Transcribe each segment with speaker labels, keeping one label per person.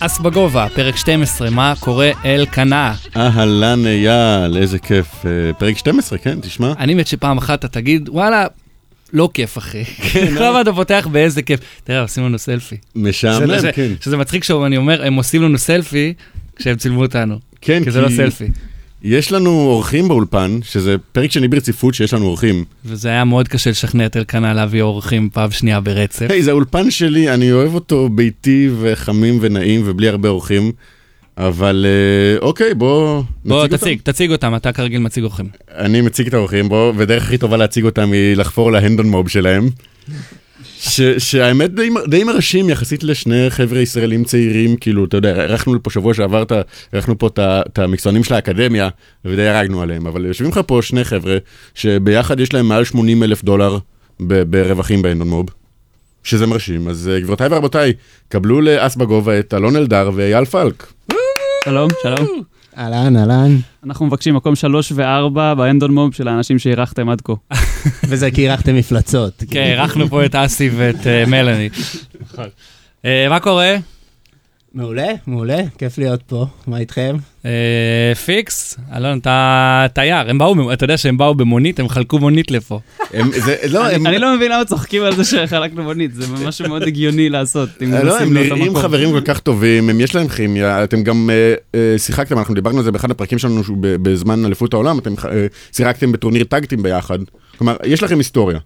Speaker 1: אס בגובה, פרק 12, מה קורה אל קנאה?
Speaker 2: אהלן אייל, איזה כיף. אה, פרק 12, כן, תשמע.
Speaker 1: אני מת שפעם אחת אתה תגיד, וואלה, לא כיף אחי.
Speaker 2: כן, אה?
Speaker 1: למה אתה פותח באיזה כיף? תראה, עושים לנו סלפי.
Speaker 2: משעמם,
Speaker 1: שזה-
Speaker 2: כן.
Speaker 1: שזה מצחיק שאני אומר, הם עושים לנו סלפי כשהם צילמו אותנו.
Speaker 2: כן,
Speaker 1: כי זה לא סלפי.
Speaker 2: יש לנו אורחים באולפן, שזה פרק שני ברציפות שיש לנו אורחים.
Speaker 1: וזה היה מאוד קשה לשכנע את אלקנה להביא אורחים פעם שנייה ברצף.
Speaker 2: היי, זה האולפן שלי, אני אוהב אותו ביתי וחמים ונעים ובלי הרבה אורחים, אבל אה, אוקיי, בוא נציג
Speaker 1: בוא,
Speaker 2: אותם.
Speaker 1: תציג, תציג אותם, אתה כרגיל מציג אורחים.
Speaker 2: אני מציג את האורחים בו, ודרך הכי טובה להציג אותם היא לחפור להנדון מוב שלהם. ש, שהאמת די, מ- די מרשים יחסית לשני חבר'ה ישראלים צעירים, כאילו, אתה יודע, ערכנו פה שבוע שעבר, את ה- ערכנו פה את ה- את המקצוענים של האקדמיה, ודי הרגנו עליהם, אבל יושבים לך פה שני חבר'ה, שביחד יש להם מעל 80 אלף דולר ב, ברווחים בהנדון מוב, שזה מרשים. אז אה, גבירותיי ורבותיי, קבלו לאס בגובה את אלון אלדר ואייל פלק.
Speaker 3: שלום, שלום.
Speaker 4: אהלן, אהלן.
Speaker 3: אנחנו מבקשים מקום שלוש וארבע באנדון מוב של האנשים שאירחתם עד כה.
Speaker 4: וזה כי אירחתם מפלצות.
Speaker 1: כן, אירחנו פה את אסי ואת אה, מלאני.
Speaker 2: נכון.
Speaker 1: אה, מה קורה?
Speaker 4: מעולה, מעולה, כיף להיות פה. מה איתכם?
Speaker 1: אה, פיקס, אלון, אתה תייר, הם באו, אתה יודע שהם באו במונית, הם חלקו מונית לפה.
Speaker 2: הם, זה, לא, הם,
Speaker 3: אני לא מבין למה צוחקים על זה שחלקנו מונית, זה ממש מאוד הגיוני לעשות. אם
Speaker 2: לא,
Speaker 3: נוסעים
Speaker 2: הם
Speaker 3: לאותו
Speaker 2: נראים
Speaker 3: מקום.
Speaker 2: חברים כל כך טובים, הם יש להם כימיה, אתם גם אה, אה, שיחקתם, אנחנו דיברנו על זה באחד הפרקים שלנו שהוא ב- בזמן אליפות העולם, אתם אה, שיחקתם בטורניר טאגטים ביחד. כלומר, יש לכם היסטוריה.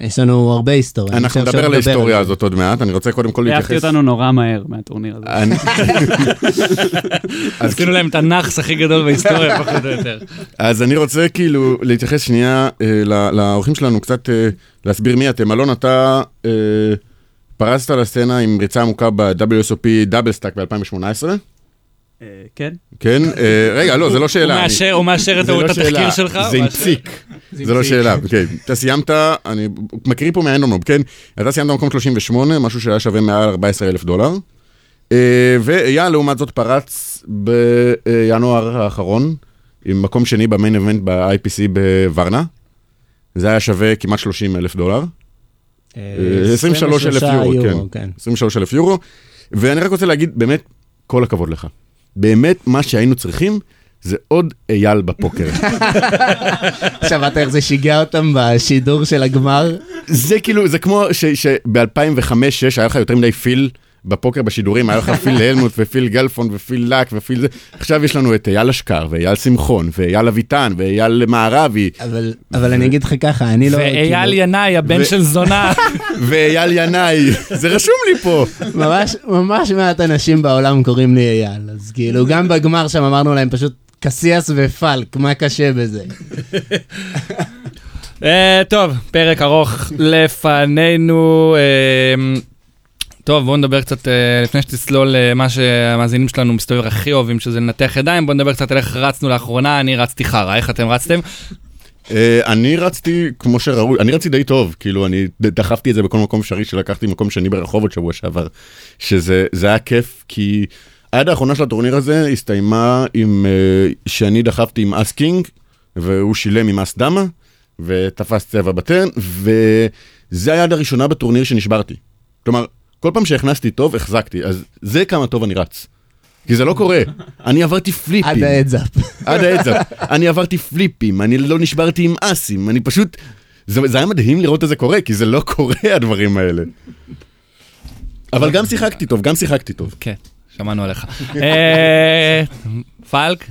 Speaker 4: יש לנו הרבה היסטוריה. אני
Speaker 2: אנחנו
Speaker 4: חושב
Speaker 2: נדבר
Speaker 4: שאפשר
Speaker 2: על ההיסטוריה
Speaker 4: על
Speaker 2: הזאת עוד מעט, אני רוצה קודם כל
Speaker 3: העפתי
Speaker 2: להתייחס.
Speaker 3: אותנו נורא מהר מהטורניר הזה.
Speaker 2: אני- אז כאילו-
Speaker 1: עשינו להם את הנאחס הכי גדול בהיסטוריה, פחות או יותר.
Speaker 2: אז אני רוצה כאילו להתייחס שנייה אה, לא- לאורחים שלנו, קצת אה, להסביר מי אתם. אלון, אתה אה, פרסת לסצנה עם ריצה עמוקה ב-WSOP דאבל סטאק ב-2018,
Speaker 3: אה, כן?
Speaker 2: כן? אה, רגע, לא, זה לא
Speaker 1: הוא
Speaker 2: שאלה. אני-
Speaker 1: מאשר- הוא מאשר את
Speaker 2: זה לא
Speaker 1: את התחקיר
Speaker 2: שאלה,
Speaker 1: שלך?
Speaker 2: זה
Speaker 1: הוא
Speaker 2: עם
Speaker 1: מאשר-
Speaker 2: פסיק, זה לא שאלה, כן. אתה סיימת, אני מקריא פה מהאנדומוב, כן? אתה סיימת במקום 38, משהו שהיה שווה מעל 14 אלף דולר. אה, ואייל, לעומת זאת, פרץ בינואר האחרון, עם מקום שני במיין איבנט ב-IPC בוורנה. זה היה שווה כמעט 30 אלף דולר.
Speaker 4: אה,
Speaker 2: 23 אלף
Speaker 4: 23
Speaker 2: יורו,
Speaker 4: יורו,
Speaker 2: כן.
Speaker 4: כן.
Speaker 2: 23 אלף יורו. ואני רק רוצה להגיד, באמת, כל הכבוד לך. באמת, מה שהיינו צריכים זה עוד אייל בפוקר.
Speaker 4: שמעת איך זה שיגע אותם בשידור של הגמר?
Speaker 2: זה כאילו, זה כמו שב-2005-2006 היה לך יותר מדי פיל בפוקר בשידורים, היה לך פיל הלמוט ופיל גלפון ופיל לק ופיל זה. עכשיו יש לנו את אייל אשכר ואייל שמחון ואייל אביטן ואייל מערבי
Speaker 4: אבל- אבל אני אגיד לך ככה, אני לא...
Speaker 1: ואייל
Speaker 4: כאילו,
Speaker 1: ינאי, הבן
Speaker 2: ו-
Speaker 1: של זונה.
Speaker 2: ואייל ינאי, זה רשום לי פה.
Speaker 4: ממש- ממש מעט אנשים בעולם קוראים לי אייל, אז כאילו, גם בגמר שם אמרנו להם פשוט קסיאס ופלק, מה קשה בזה?
Speaker 1: אה, טוב, פרק ארוך לפנינו. אה, טוב, בואו נדבר קצת, אה, לפני שתצלול אה, מה שהמאזינים שלנו מסתובב הכי אוהבים, שזה לנתח ידיים, בואו נדבר קצת על איך רצנו לאחרונה, אני רצתי חרא, איך אתם רצתם?
Speaker 2: אה, אני רצתי כמו שראוי, אני רציתי די טוב, כאילו אני ד- דחפתי את זה בכל מקום אפשרי שלקחתי מקום שני ברחובות שבוע שעבר, שזה זה היה כיף כי עד האחרונה של הטורניר הזה הסתיימה עם אה, שאני דחפתי עם אס קינג והוא שילם עם אס דמה ותפס צבע בטרן וזה היה עד הראשונה בטורניר שנשברתי. כלומר, כל פעם שהכנסתי טוב החזקתי, אז זה כמה טוב אני רץ. כי זה לא קורה, אני עברתי פליפים.
Speaker 4: עד האדזאפ.
Speaker 2: עד האצבע. אני עברתי פליפים, אני לא נשברתי עם אסים, אני פשוט... זה, זה היה מדהים לראות את זה קורה, כי זה לא קורה הדברים האלה. אבל גם שיחקתי טוב, גם שיחקתי טוב.
Speaker 1: כן, שמענו עליך. אה, פלק,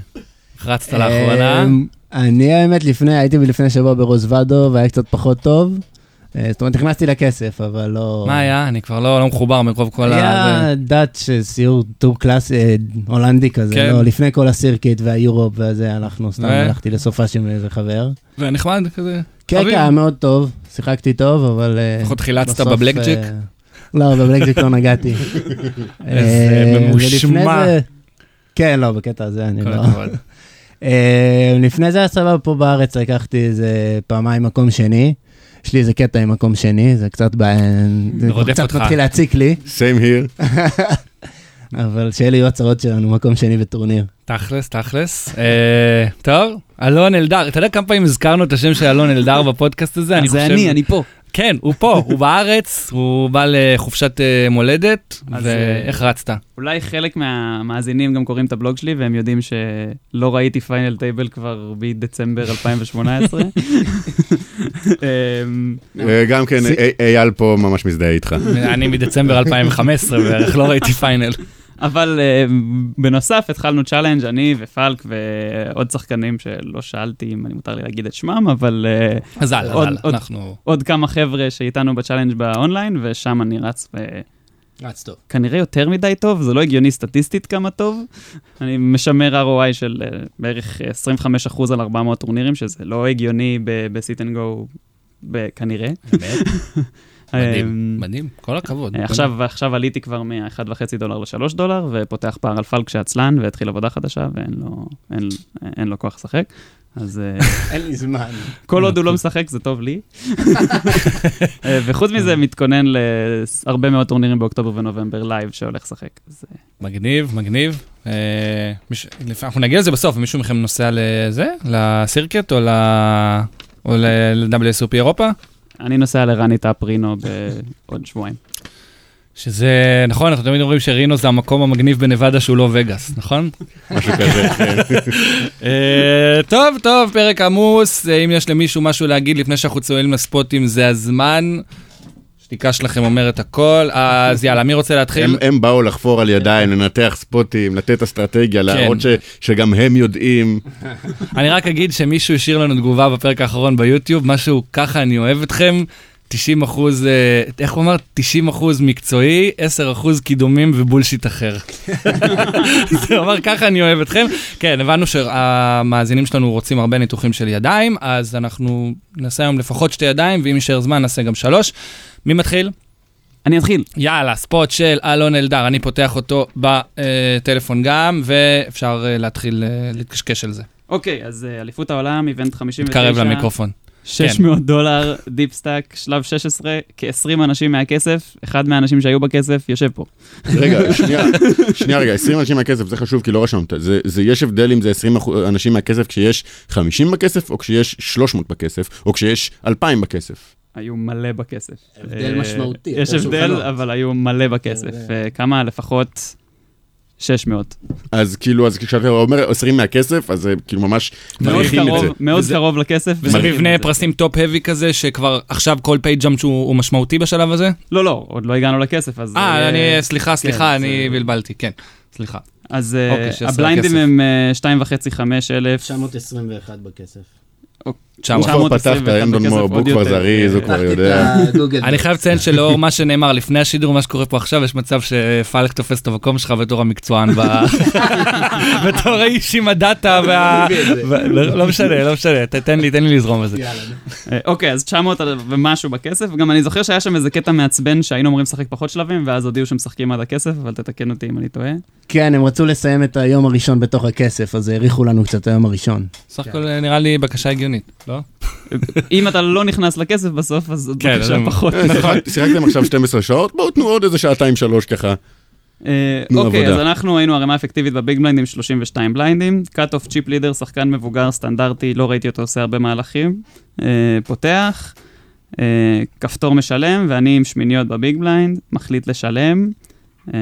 Speaker 1: איך רצת לאחרונה?
Speaker 3: אה,
Speaker 4: אמ, אני האמת לפני, הייתי לפני שבוע ברוזוודו והיה קצת פחות טוב. אה, זאת אומרת, נכנסתי לכסף, אבל לא...
Speaker 1: מה היה? אני כבר לא לא מחובר מרוב כל ה...
Speaker 4: היה דאץ' אה, סיור טור קלאסי, אה, הולנדי כזה,
Speaker 1: כן.
Speaker 4: לא, לפני כל הסירקיט והיורופ וזה, הלכנו, סתם
Speaker 1: ו-
Speaker 4: הלכתי לסופה של איזה חבר.
Speaker 1: זה נחמד כזה.
Speaker 4: כן,
Speaker 1: חביב.
Speaker 4: כן, היה מאוד טוב, שיחקתי טוב, אבל... אה,
Speaker 1: לפחות חילצת
Speaker 4: בסוף,
Speaker 1: בבלק ג'ק?
Speaker 4: אה, לא, בבלקג'ק לא נגעתי.
Speaker 1: איזה
Speaker 4: אה,
Speaker 1: ממושמע.
Speaker 4: ולפני זה- כן, לא, בקטע הזה אני
Speaker 1: כל
Speaker 4: לא...
Speaker 1: הכבוד.
Speaker 4: אה, לפני זה היה סבבה, פה בארץ לקחתי איזה פעמיים מקום שני. יש לי איזה קטע עם מקום שני, זה קצת בעין, זה
Speaker 1: רודף
Speaker 4: קצת
Speaker 1: אותך.
Speaker 4: מתחיל להציק לי,
Speaker 2: same here.
Speaker 4: אבל שאלה יהיו הצרות שלנו, מקום שני בטורניר.
Speaker 1: תכלס, תכלס. אה, טוב, אלון אלדר, אתה יודע כמה פעמים הזכרנו את השם של אלון אלדר בפודקאסט הזה?
Speaker 3: אה, זה
Speaker 1: חושב-
Speaker 3: אני, אני פה.
Speaker 1: כן, הוא פה, הוא בארץ, הוא בא לחופשת אה, מולדת,
Speaker 3: אז, אה,
Speaker 1: ואיך רצת?
Speaker 3: אולי חלק מהמאזינים גם קוראים את הבלוג שלי, והם יודעים שלא ראיתי פיינל טייבל כבר מדצמבר 2018. אמ,
Speaker 2: אה, גם כן, אי- אייל פה ממש מזדהה איתך.
Speaker 1: אני מדצמבר 2015 בערך, לא ראיתי פיינל.
Speaker 3: אבל אמ, בנוסף התחלנו צ'אלנג', אני ופלק ועוד שחקנים שלא שאלתי אם אני מותר לי להגיד את שמם, אבל אה,
Speaker 1: אז הלאה,
Speaker 3: עוד-
Speaker 1: הלאה,
Speaker 3: עוד-
Speaker 1: אנחנו...
Speaker 3: עוד כמה חבר'ה שאיתנו בצ'אלנג' באונליין, ושם אני רץ אה,
Speaker 4: רץ טוב.
Speaker 3: כנראה יותר מדי טוב, זה לא הגיוני סטטיסטית כמה טוב. אני משמר ROI של אה, בערך 25% על 400 טורנירים, שזה לא הגיוני ב-sit and go, ב- כנראה.
Speaker 1: באמת? מדהים,
Speaker 3: אמ,
Speaker 1: מדהים, כל הכבוד.
Speaker 3: אה, עכשיו, עכשיו עליתי כבר מ-1.5 דולר ל-3 דולר, ופותח פער על פלק שעצלן, והתחיל עבודה חדשה, ואין לו, אין, אין לו כוח לשחק. אז אה,
Speaker 4: אין לי זמן.
Speaker 3: כל עוד הוא לא משחק, זה טוב לי. אה, וחוץ מזה, מתכונן להרבה מאוד טורנירים באוקטובר ונובמבר לייב שהולך לשחק. אז, אה,
Speaker 1: מגניב, מגניב. אה, מיש- לפ- אנחנו נגיע לזה בסוף, מישהו מכם נוסע לזה? לסירקט או ל... או ל-WSOP אירופה?
Speaker 3: אני נוסע לרני טאפרינו בעוד שבועיים.
Speaker 1: שזה, נכון, אנחנו תמיד אומרים שרינו זה המקום המגניב בנבדה שהוא לא וגאס, נכון?
Speaker 2: משהו כזה, כן.
Speaker 1: אה, טוב, טוב, פרק עמוס. אה, אם יש למישהו משהו להגיד לפני שאנחנו צוללים לספוטים, זה הזמן. שתיקה שלכם אומרת הכל. אז יאללה, מי רוצה להתחיל?
Speaker 2: הם- הם באו לחפור על ידיים, לנתח ספוטים, לתת אסטרטגיה, להראות ש- שגם הם יודעים.
Speaker 1: אני רק אגיד שמישהו השאיר לנו תגובה בפרק האחרון ביוטיוב, משהו ככה אני אוהב אתכם. 90 אחוז, אה, איך הוא אמר? 90 אחוז מקצועי, 10 אחוז קידומים ובולשיט אחר. זה הוא אמר, ככה אני אוהב אתכם. כן, הבנו שהמאזינים שלנו רוצים הרבה ניתוחים של ידיים, אז אנחנו נעשה היום לפחות שתי ידיים, ואם יישאר זמן נעשה גם שלוש. מי מתחיל?
Speaker 3: אני אתחיל.
Speaker 1: יאללה, ספוט של אלון אלדר, אני פותח אותו בטלפון גם, ואפשר אה, להתחיל אה, להתקשקש על זה.
Speaker 3: אוקיי, אז אה, אליפות העולם, איבנט 59.
Speaker 1: תתקרב למיקרופון.
Speaker 3: 600 דולר, דיפ סטאק, שלב 16, כ-20 אנשים מהכסף, אחד מהאנשים שהיו בכסף יושב פה.
Speaker 2: רגע, שנייה, שנייה רגע, 20 אנשים מהכסף, זה חשוב כי לא רשמת. זה- זה- יש הבדל אם זה 20 אחו- אנשים מהכסף כשיש 50 בכסף, או כשיש 300 בכסף, או כשיש 2,000 בכסף.
Speaker 3: היו מלא בכסף.
Speaker 4: הבדל
Speaker 3: אה,
Speaker 4: משמעותי,
Speaker 3: יש
Speaker 4: יותר
Speaker 3: הבדל,
Speaker 4: שולחנות.
Speaker 3: אבל היו מלא בכסף.
Speaker 4: כן,
Speaker 3: אה, כמה? לפחות 600.
Speaker 2: אז כאילו, אז כשאתה אומר 20 מהכסף, אז זה כאילו ממש
Speaker 3: מאוד
Speaker 2: מריחים את
Speaker 3: קרוב,
Speaker 2: זה.
Speaker 3: מאוד
Speaker 1: וזה-
Speaker 3: קרוב לכסף.
Speaker 1: וזה
Speaker 3: מריחים
Speaker 1: מבנה
Speaker 3: את זה.
Speaker 1: פרסים טופ-האבי כזה, שכבר עכשיו כל פייג' ג'אמפ שהוא הוא משמעותי בשלב הזה?
Speaker 3: לא, לא, עוד לא הגענו לכסף, אז...
Speaker 1: אה,
Speaker 3: אה,
Speaker 1: אני,
Speaker 4: כן,
Speaker 1: סליחה, סליחה,
Speaker 3: זה-
Speaker 1: אני בלבלתי, כן. סליחה.
Speaker 3: אז אה,
Speaker 1: אוקיי, 16
Speaker 3: הבליינדים
Speaker 1: הכסף.
Speaker 3: הם אה, 2.5-5 אלף.
Speaker 4: 921 בכסף.
Speaker 1: שם.
Speaker 2: הוא כבר פתח את
Speaker 3: 921
Speaker 2: האנדון
Speaker 3: בכסף,
Speaker 2: מור, הוא
Speaker 3: עוד
Speaker 2: כבר
Speaker 3: יותר.
Speaker 2: זריז, הוא כבר
Speaker 4: פתחתי את
Speaker 2: לא יודע.
Speaker 4: הגוגל.
Speaker 1: אני חייב לציין שלאור מה שנאמר לפני השידור, מה שקורה פה עכשיו, יש מצב שפלק תופס את המקום שלך בתור המקצוען, ב- בתור האיש עם הדאטה וה...
Speaker 4: מביא את זה.
Speaker 1: ו- לא לא משנה, לא משנה, ת- תן לי, תן לי לזרום על זה.
Speaker 4: יאללה.
Speaker 3: אה, אוקיי, אז 900 ומשהו בכסף, גם אני זוכר שהיה שם איזה קטע מעצבן שהיינו אמורים לשחק פחות שלבים, ואז הודיעו שמשחקים עד הכסף, אבל תתקן אותי אם אני טועה.
Speaker 4: כן, הם רצו לסיים את היום הראשון בתוך הכסף, אז האריכו לנו קצת היום הראשון.
Speaker 1: סך הכל אה, נראה לי בקשה הגיונית, לא?
Speaker 3: אם אתה לא נכנס לכסף בסוף, אז זאת
Speaker 1: כן,
Speaker 3: בקשה
Speaker 1: אז- נכון.
Speaker 3: פחות.
Speaker 2: שיחק- נכון, שיחקתם עכשיו 12 שעות, בואו תנו עוד איזה שעתיים שלוש ככה.
Speaker 3: אה,
Speaker 2: תנו
Speaker 3: אוקיי, אז
Speaker 2: עבודה.
Speaker 3: אנחנו היינו ערימה אפקטיבית בביג בליינד עם 32 בליינדים. קאט אוף צ'יפ לידר, שחקן מבוגר סטנדרטי, לא ראיתי אותו עושה הרבה מהלכים. אה, פותח, אה, כפתור משלם, ואני עם שמיניות בביג בליינד, מחליט לשלם. אה,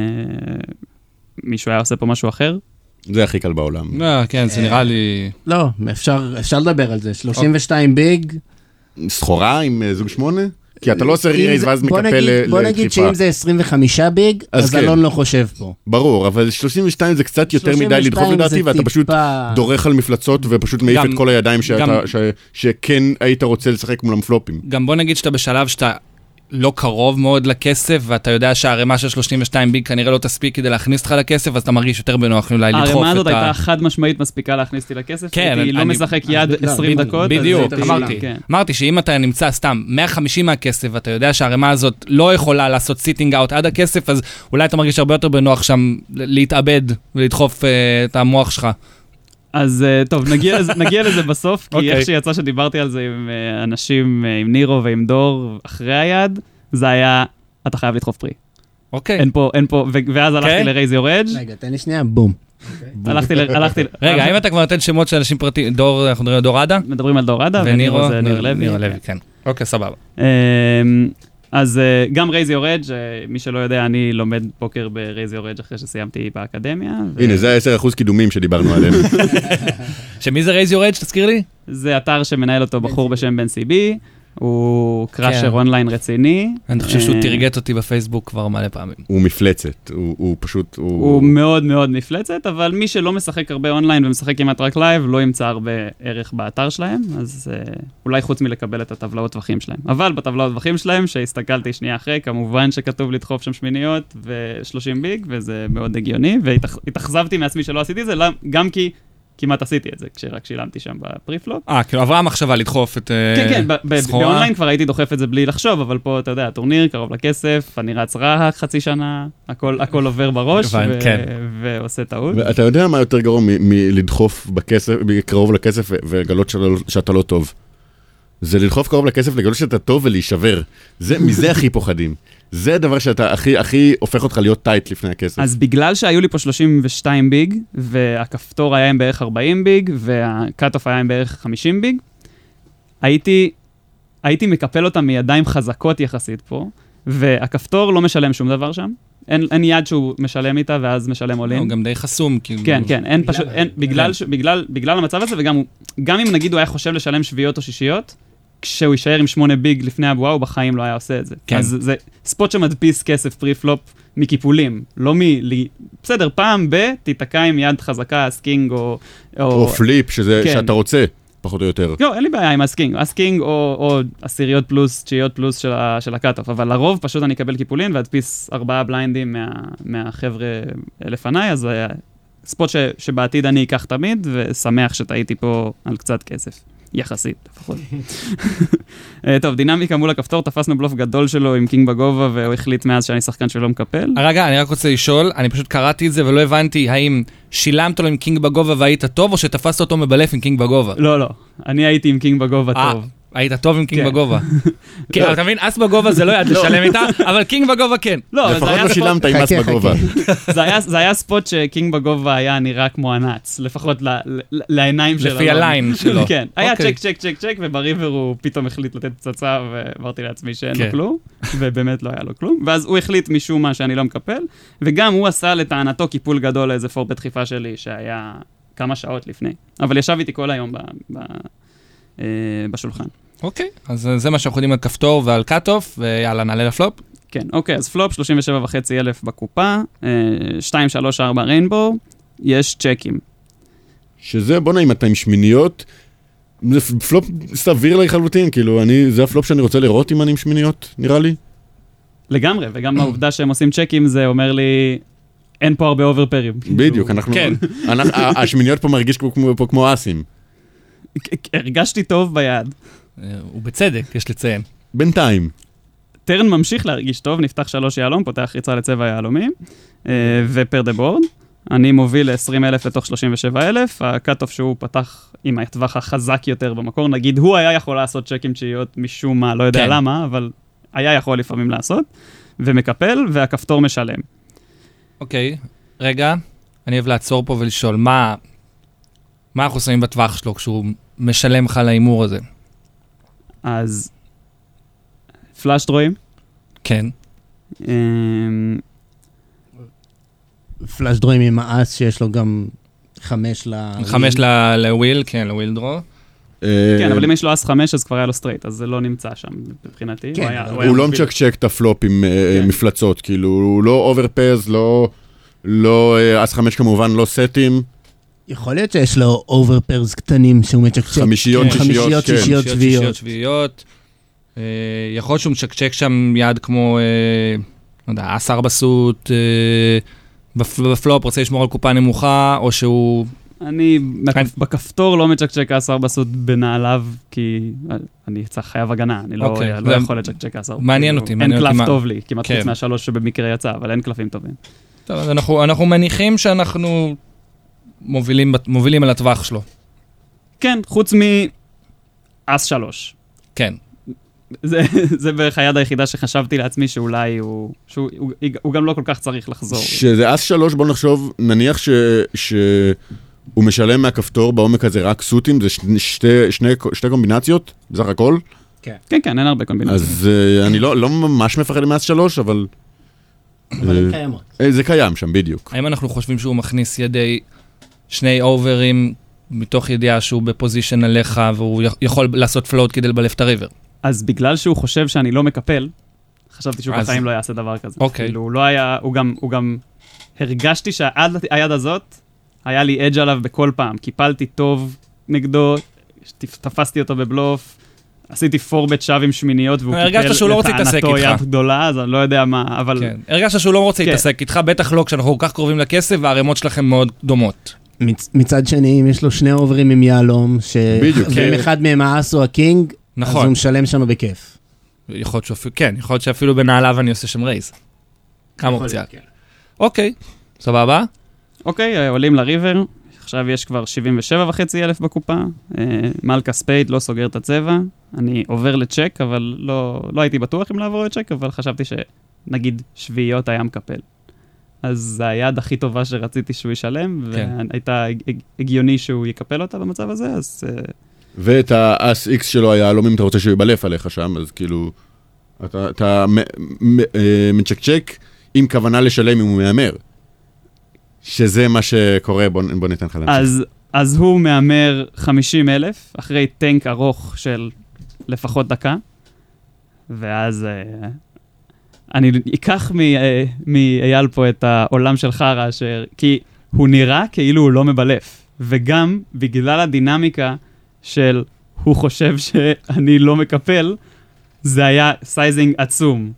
Speaker 3: מישהו היה עושה פה משהו אחר?
Speaker 2: זה הכי קל בעולם.
Speaker 1: לא, כן, זה נראה לי...
Speaker 4: לא, אפשר אפשר לדבר על זה. 32 ביג.
Speaker 2: סחורה עם אה, זוג שמונה? כי אתה לא עושה
Speaker 4: אם
Speaker 2: רירייז
Speaker 4: זה-
Speaker 2: ואז
Speaker 4: בוא
Speaker 2: מקפל
Speaker 4: נגיד-
Speaker 2: ל-
Speaker 4: בוא נגיד
Speaker 2: לדחיפה.
Speaker 4: שאם זה 25 ביג,
Speaker 2: אז
Speaker 4: אז
Speaker 2: כן.
Speaker 4: אלון לא חושב פה.
Speaker 2: ברור, אבל 32 זה קצת יותר מדי
Speaker 4: 32
Speaker 2: לדחוף
Speaker 4: זה
Speaker 2: לדעתי, ואתה
Speaker 4: טיפה-
Speaker 2: פשוט דורך על מפלצות ופשוט מעיף
Speaker 1: גם-
Speaker 2: את כל הידיים
Speaker 1: גם-
Speaker 2: שאתה- ש- שכן היית רוצה לשחק מולם פלופים.
Speaker 1: גם בוא נגיד שאתה בשלב שאתה לא קרוב מאוד לכסף, ואתה יודע שהערימה של 32 ביג כנראה לא תספיק כדי להכניס אותך לכסף, אז אתה מרגיש יותר בנוח אולי לדחוף את ה...
Speaker 3: הערימה הזאת הייתה חד משמעית מספיקה להכניס אותי לכסף,
Speaker 1: כן,
Speaker 3: הייתי לא
Speaker 1: אני- אה,
Speaker 3: משחק יד
Speaker 4: לא,
Speaker 3: 20
Speaker 4: בדיוק,
Speaker 3: דקות. אז
Speaker 1: בדיוק,
Speaker 3: הייתי-
Speaker 1: אמרתי.
Speaker 3: כן.
Speaker 1: אמרתי שאם אתה נמצא סתם 150 מהכסף, ואתה יודע שהערימה הזאת לא יכולה לעשות סיטינג אאוט עד הכסף, אז אולי אתה מרגיש הרבה יותר בנוח שם ל- להתאבד ולדחוף אה, את המוח שלך.
Speaker 3: אז אה, טוב, נגיע לזה- נגיע לזה בסוף, כי
Speaker 1: אוקיי.
Speaker 3: איך שיצא שדיברתי על זה עם אה, אנשים, אה, עם נירו ועם דור, אחרי היד, זה היה, אתה חייב לדחוף פרי.
Speaker 1: אוקיי.
Speaker 3: אין פה, אין פה, ו- ואז הלכתי
Speaker 1: כן?
Speaker 3: לרייז יור אדג',
Speaker 4: רגע, תן לי שנייה, בום.
Speaker 3: הלכתי, ל- הלכתי...
Speaker 1: רגע, האם אתה כבר נותן שמות של אנשים פרטיים? דור, אנחנו מדברים על דור עדה?
Speaker 3: מדברים על דור עדה, ונירו אה, זה ניר לוי.
Speaker 1: ניר לוי, כן. אוקיי, סבבה.
Speaker 3: אמ, אז אה, גם רייז יורד, שמי אה, שלא יודע, אני לומד פוקר ברייז יורד אחרי שסיימתי באקדמיה. ו-
Speaker 2: הנה, זה ה-10% קידומים שדיברנו עליהם.
Speaker 1: שמי זה רייז יורד? שתזכיר לי?
Speaker 3: זה אתר שמנהל אותו בחור בשם בן סיבי, הוא קראשר
Speaker 1: כן.
Speaker 3: אונליין רציני.
Speaker 1: אני חושב שהוא
Speaker 3: אה,
Speaker 1: תרגט אותי בפייסבוק כבר מלא פעמים.
Speaker 2: הוא מפלצת, הוא הוא פשוט,
Speaker 3: הוא מאוד מאוד מפלצת, אבל מי שלא משחק הרבה אונליין ומשחק כמעט רק לייב, לא ימצא הרבה ערך באתר שלהם, אז אה, אולי חוץ מלקבל את הטבלאות טווחים שלהם. אבל בטבלאות טווחים שלהם, שהסתכלתי שנייה אחרי, כמובן שכתוב לדחוף שם שמיניות ו-30 ביג, וזה מאוד הגיוני, והתאכזבתי מעצמי שלא עשיתי את זה, למ- גם כי כמעט עשיתי את זה, כשרק שילמתי שם בפריפלופ.
Speaker 1: אה, כאילו עברה מחשבה לדחוף את אה,
Speaker 3: כן, כן, ב- ב-
Speaker 1: סחורה. לא,
Speaker 3: באונליין כבר הייתי דוחף את זה בלי לחשוב, אבל פה, אתה יודע, הטורניר קרוב לכסף, אני רץ רהק חצי שנה, הכל הכל עובר בראש,
Speaker 1: הבנ-
Speaker 3: ו-
Speaker 1: כן.
Speaker 3: ועושה טעות.
Speaker 2: אתה יודע מה יותר גרוע מ- מלדחוף בכסף, קרוב לכסף ו- ולגלות שלא- שאתה לא טוב. זה לדחוף קרוב לכסף, לגלות שאתה טוב ולהישבר. זה, מזה הכי פוחדים. זה הדבר שאתה הכי, הכי הופך אותך להיות טייט לפני הכסף.
Speaker 3: אז בגלל שהיו לי פה 32 ביג, והכפתור היה עם בערך 40 ביג, והקאט-אוף היה עם בערך 50 ביג, הייתי, הייתי מקפל אותם מידיים חזקות יחסית פה, והכפתור לא משלם שום דבר שם. אין, אין יד שהוא משלם איתה, ואז משלם עולים.
Speaker 1: הוא גם די חסום, כאילו.
Speaker 3: כן, כן, אין פשוט, אין, בגלל,
Speaker 1: כן.
Speaker 3: ש- בגלל, בגלל המצב הזה, וגם הוא- גם אם נגיד הוא היה חושב לשלם שביעיות או שישיות, כשהוא יישאר עם שמונה ביג לפני הבועה, הוא בחיים לא היה עושה את זה.
Speaker 1: כן.
Speaker 3: אז זה ספוט שמדפיס כסף פרי-פלופ מקיפולים, לא מ... לי- בסדר, פעם ב... תיתקע עם יד חזקה, סקינג או...
Speaker 2: או פליפ, שזה,
Speaker 3: כן.
Speaker 2: שאתה רוצה, פחות או יותר.
Speaker 3: לא, אין לי בעיה עם הסקינג, הסקינג או, או עשיריות פלוס, תשיעיות פלוס של, ה- של הקאט-אוף, אבל לרוב פשוט אני אקבל קיפולין ואדפיס ארבעה בליינדים מה, מהחבר'ה לפניי, אז זה ספוט ש, שבעתיד אני אקח תמיד, ושמח שטעיתי פה על קצת כסף. יחסית, לפחות. אה, טוב, דינמיקה מול הכפתור, תפסנו בלוף גדול שלו עם קינג בגובה, והוא החליט מאז שאני שחקן שלא מקפל.
Speaker 1: אה, רגע, אני רק רוצה לשאול, אני פשוט קראתי את זה ולא הבנתי האם שילמת לו עם קינג בגובה והיית טוב, או שתפסת אותו מבלף עם קינג בגובה.
Speaker 3: לא, לא, אני הייתי עם קינג בגובה
Speaker 1: אה,
Speaker 3: טוב.
Speaker 1: היית טוב עם קינג
Speaker 3: כן.
Speaker 1: בגובה. כן, אבל אתה מבין, אס בגובה זה לא יד לשלם איתה, אבל קינג בגובה כן.
Speaker 3: לא, אבל זה
Speaker 2: לפחות
Speaker 3: היה
Speaker 2: לא
Speaker 3: ספוט-
Speaker 2: שילמת עם מס
Speaker 4: חכה, חכה.
Speaker 2: בגובה.
Speaker 3: זה היה, זה היה ספוט שקינג בגובה היה נראה כמו הנץ, לפחות ל, ל, לעיניים שלו.
Speaker 1: לפי הליין שלו.
Speaker 3: כן, היה
Speaker 1: אוקיי.
Speaker 3: צ'ק צ'ק צ'ק צ'ק, ובריבר הוא פתאום החליט לתת פצצה, ואמרתי לעצמי שאין
Speaker 1: כן.
Speaker 3: לו כלום, ובאמת לא היה לו כלום, ואז הוא החליט משום מה שאני לא מקפל, וגם הוא עשה לטענתו קיפול גדול לאיזה פור בדחיפה שלי שהיה כמה שעות לפני, אבל ישב איתי כל היום ב, ב, אה, בשולחן.
Speaker 1: אוקיי, אז זה מה שאנחנו יודעים על כפתור ועל קאט-אוף, ויאללה, נעלה לפלופ.
Speaker 3: כן, אוקיי, אז פלופ 37 וחצי אלף בקופה, אה, 2, 3, 4 ריינבו, יש צ'קים.
Speaker 2: שזה, בואנה, אם אתה עם שמיניות, זה פלופ סביר לחלוטין, כאילו, אני, זה הפלופ שאני רוצה לראות אם אני עם שמיניות, נראה לי.
Speaker 3: לגמרי, וגם העובדה שהם עושים צ'קים זה אומר לי, אין פה הרבה כאילו, אוברפרים.
Speaker 2: בדיוק, אנחנו...
Speaker 1: כן.
Speaker 2: אנחנו- ה- השמיניות פה מרגיש כמו- כמו- פה כמו אסים.
Speaker 3: כ- הרגשתי טוב ביד.
Speaker 1: אה, ובצדק, יש לציין.
Speaker 2: בינתיים.
Speaker 3: טרן ממשיך להרגיש טוב, נפתח שלוש יהלום, פותח ריצה לצבע יהלומים, אה, ופר דה בורד. אני מוביל ל-20,000 לתוך 37,000, הקאט-אוף שהוא פתח עם הטווח החזק יותר במקור, נגיד הוא היה יכול לעשות צ'קים תשיעיות משום מה, לא יודע
Speaker 1: כן.
Speaker 3: למה, אבל היה יכול לפעמים לעשות, ומקפל, והכפתור משלם.
Speaker 1: אוקיי, רגע, אני אוהב לעצור פה ולשאול, מה מה אנחנו שמים בטווח שלו כשהוא משלם לך על ההימור הזה?
Speaker 3: אז פלאש דרויים,
Speaker 1: כן.
Speaker 3: אמ,
Speaker 4: פלאש דרויים עם האס שיש לו גם חמש ל...
Speaker 1: חמש ל- לוויל, כן, לוויל דרו.
Speaker 3: כן, אבל
Speaker 2: אה,
Speaker 3: אם יש לו אס חמש, אז כבר היה לו סטרייט, אז זה לא נמצא שם מבחינתי.
Speaker 4: כן,
Speaker 3: הוא היה-
Speaker 4: אבל
Speaker 3: היה
Speaker 2: הוא לא
Speaker 3: מוביל.
Speaker 2: מצ'קצ'ק את הפלופ עם אה,
Speaker 3: כן.
Speaker 2: מפלצות, כאילו, הוא לא אוברפז, לא... לא אה, אס חמש כמובן, לא סטים,
Speaker 4: כן. יכול להיות שיש לו אוברפרס קטנים שהוא מצ'קצ'ק.
Speaker 2: חמישיות,
Speaker 1: כן.
Speaker 2: שישיות,
Speaker 4: חמישיות,
Speaker 2: כן.
Speaker 4: שישיות. שביעיות, שביעיות.
Speaker 1: שישיות, שביעיות. אה, יכול להיות שהוא מצ'קצ'ק שם יד כמו, אה, לא יודע, אס ארבע סוט, אה, בפ- בפלופ, רוצה לשמור על קופה נמוכה, או שהוא...
Speaker 3: אני
Speaker 1: אני-
Speaker 3: בכ- בכפתור לא מצ'קצ'ק אס ארבע סוד בנעליו, כי אני צריך חייב הגנה, אני לא
Speaker 1: אוקיי,
Speaker 3: לא
Speaker 1: זה-
Speaker 3: יכול לצ'קצ'ק אס ארבע.
Speaker 1: מעניין
Speaker 3: כאילו,
Speaker 1: אותי, מעניין אותי
Speaker 3: אין
Speaker 1: מה-
Speaker 3: קלף טוב לי, כמעט
Speaker 1: כן.
Speaker 3: חוץ מהשלוש שבמקרה יצא, אבל אין קלפים טובים.
Speaker 1: טוב, אז אנחנו אנחנו מניחים שאנחנו מובילים בת- מובילים על הטווח שלו.
Speaker 3: כן, חוץ מ... אס שלוש.
Speaker 1: כן.
Speaker 3: זה, זה בערך היד היחידה שחשבתי לעצמי שאולי הוא... שהוא הוא, הוא גם לא כל כך צריך לחזור.
Speaker 2: שזה אס שלוש, בוא נחשוב, נניח ש... ש... הוא משלם מהכפתור בעומק הזה רק סוטים, זה ש- שתי, שני, שתי קומבינציות בסך הכל,
Speaker 3: כן, כן, אין הרבה קומבינציות.
Speaker 2: אז אה, אני לא לא ממש מפחד ממס שלוש, אבל
Speaker 4: אבל הן
Speaker 2: אה,
Speaker 4: קיימות.
Speaker 2: אה, זה קיים שם בדיוק.
Speaker 5: האם אנחנו חושבים שהוא מכניס ידי שני אוברים מתוך ידיעה שהוא בפוזיישן עליך והוא יכ- יכול לעשות פלוט כדי לבלף את הריבר?
Speaker 3: אז בגלל שהוא חושב שאני לא מקפל, חשבתי שהוא
Speaker 5: אז-
Speaker 3: בחיים לא יעשה דבר כזה.
Speaker 5: אוקיי.
Speaker 3: כאילו, הוא לא היה, הוא גם, הוא גם, הרגשתי שהיד היד הזאת, היה לי אדג' עליו בכל פעם. קיפלתי טוב נגדו, תפ- תפסתי אותו בבלוף, עשיתי פורבט שווא עם שמיניות, והוא
Speaker 5: הרגשת
Speaker 3: קיפל
Speaker 5: שהוא לא רוצה להתעסק
Speaker 3: לטענתו
Speaker 5: איתך.
Speaker 3: יד גדולה, אז אני לא יודע מה, אבל...
Speaker 5: כן. הרגשת שהוא לא רוצה
Speaker 3: כן.
Speaker 5: להתעסק איתך, בטח לא כשאנחנו כל כך קרובים לכסף והערימות שלכם מאוד דומות.
Speaker 4: מצ- מצד שני, אם יש לו שני אוברים עם יהלום, ש...
Speaker 2: בדיוק,
Speaker 4: ואם
Speaker 2: כן.
Speaker 4: אחד מהם האס או הקינג, אז
Speaker 5: נכון.
Speaker 4: הוא משלם שם בכיף.
Speaker 5: יכול להיות שאפילו, כן, יכול להיות שאפילו בנעליו אני עושה שם רייז. גם אופציה.
Speaker 3: כן.
Speaker 5: אוקיי, סבבה?
Speaker 3: אוקיי, אה, עולים לריבר, עכשיו יש כבר 77 וחצי אלף בקופה, אה, מלכה ספייד לא סוגר את הצבע, אני עובר לצ'ק, אבל לא, לא הייתי בטוח אם לעבור לצ'ק, אבל חשבתי שנגיד שביעיות היה מקפל. אז זה היד הכי טובה שרציתי שהוא ישלם,
Speaker 5: כן.
Speaker 3: והייתה הג- הג- הגיוני שהוא יקפל אותה במצב הזה, אז אה,
Speaker 2: ואת האס איקס שלו היהלום, אם אתה רוצה שהוא יבלף עליך שם, אז כאילו, אתה, אתה מ- מ- אה, מצ'קצ'ק עם כוונה לשלם אם הוא מהמר. שזה מה שקורה, בוא, בוא ניתן לך להמשיך.
Speaker 3: אז, אז הוא מהמר 50 אלף, אחרי טנק ארוך של לפחות דקה, ואז אה, אני אקח מ- אה, מאייל פה את העולם של חרא, אשר... כי הוא נראה כאילו הוא לא מבלף, וגם בגלל הדינמיקה של הוא חושב שאני לא מקפל, זה היה סייזינג עצום.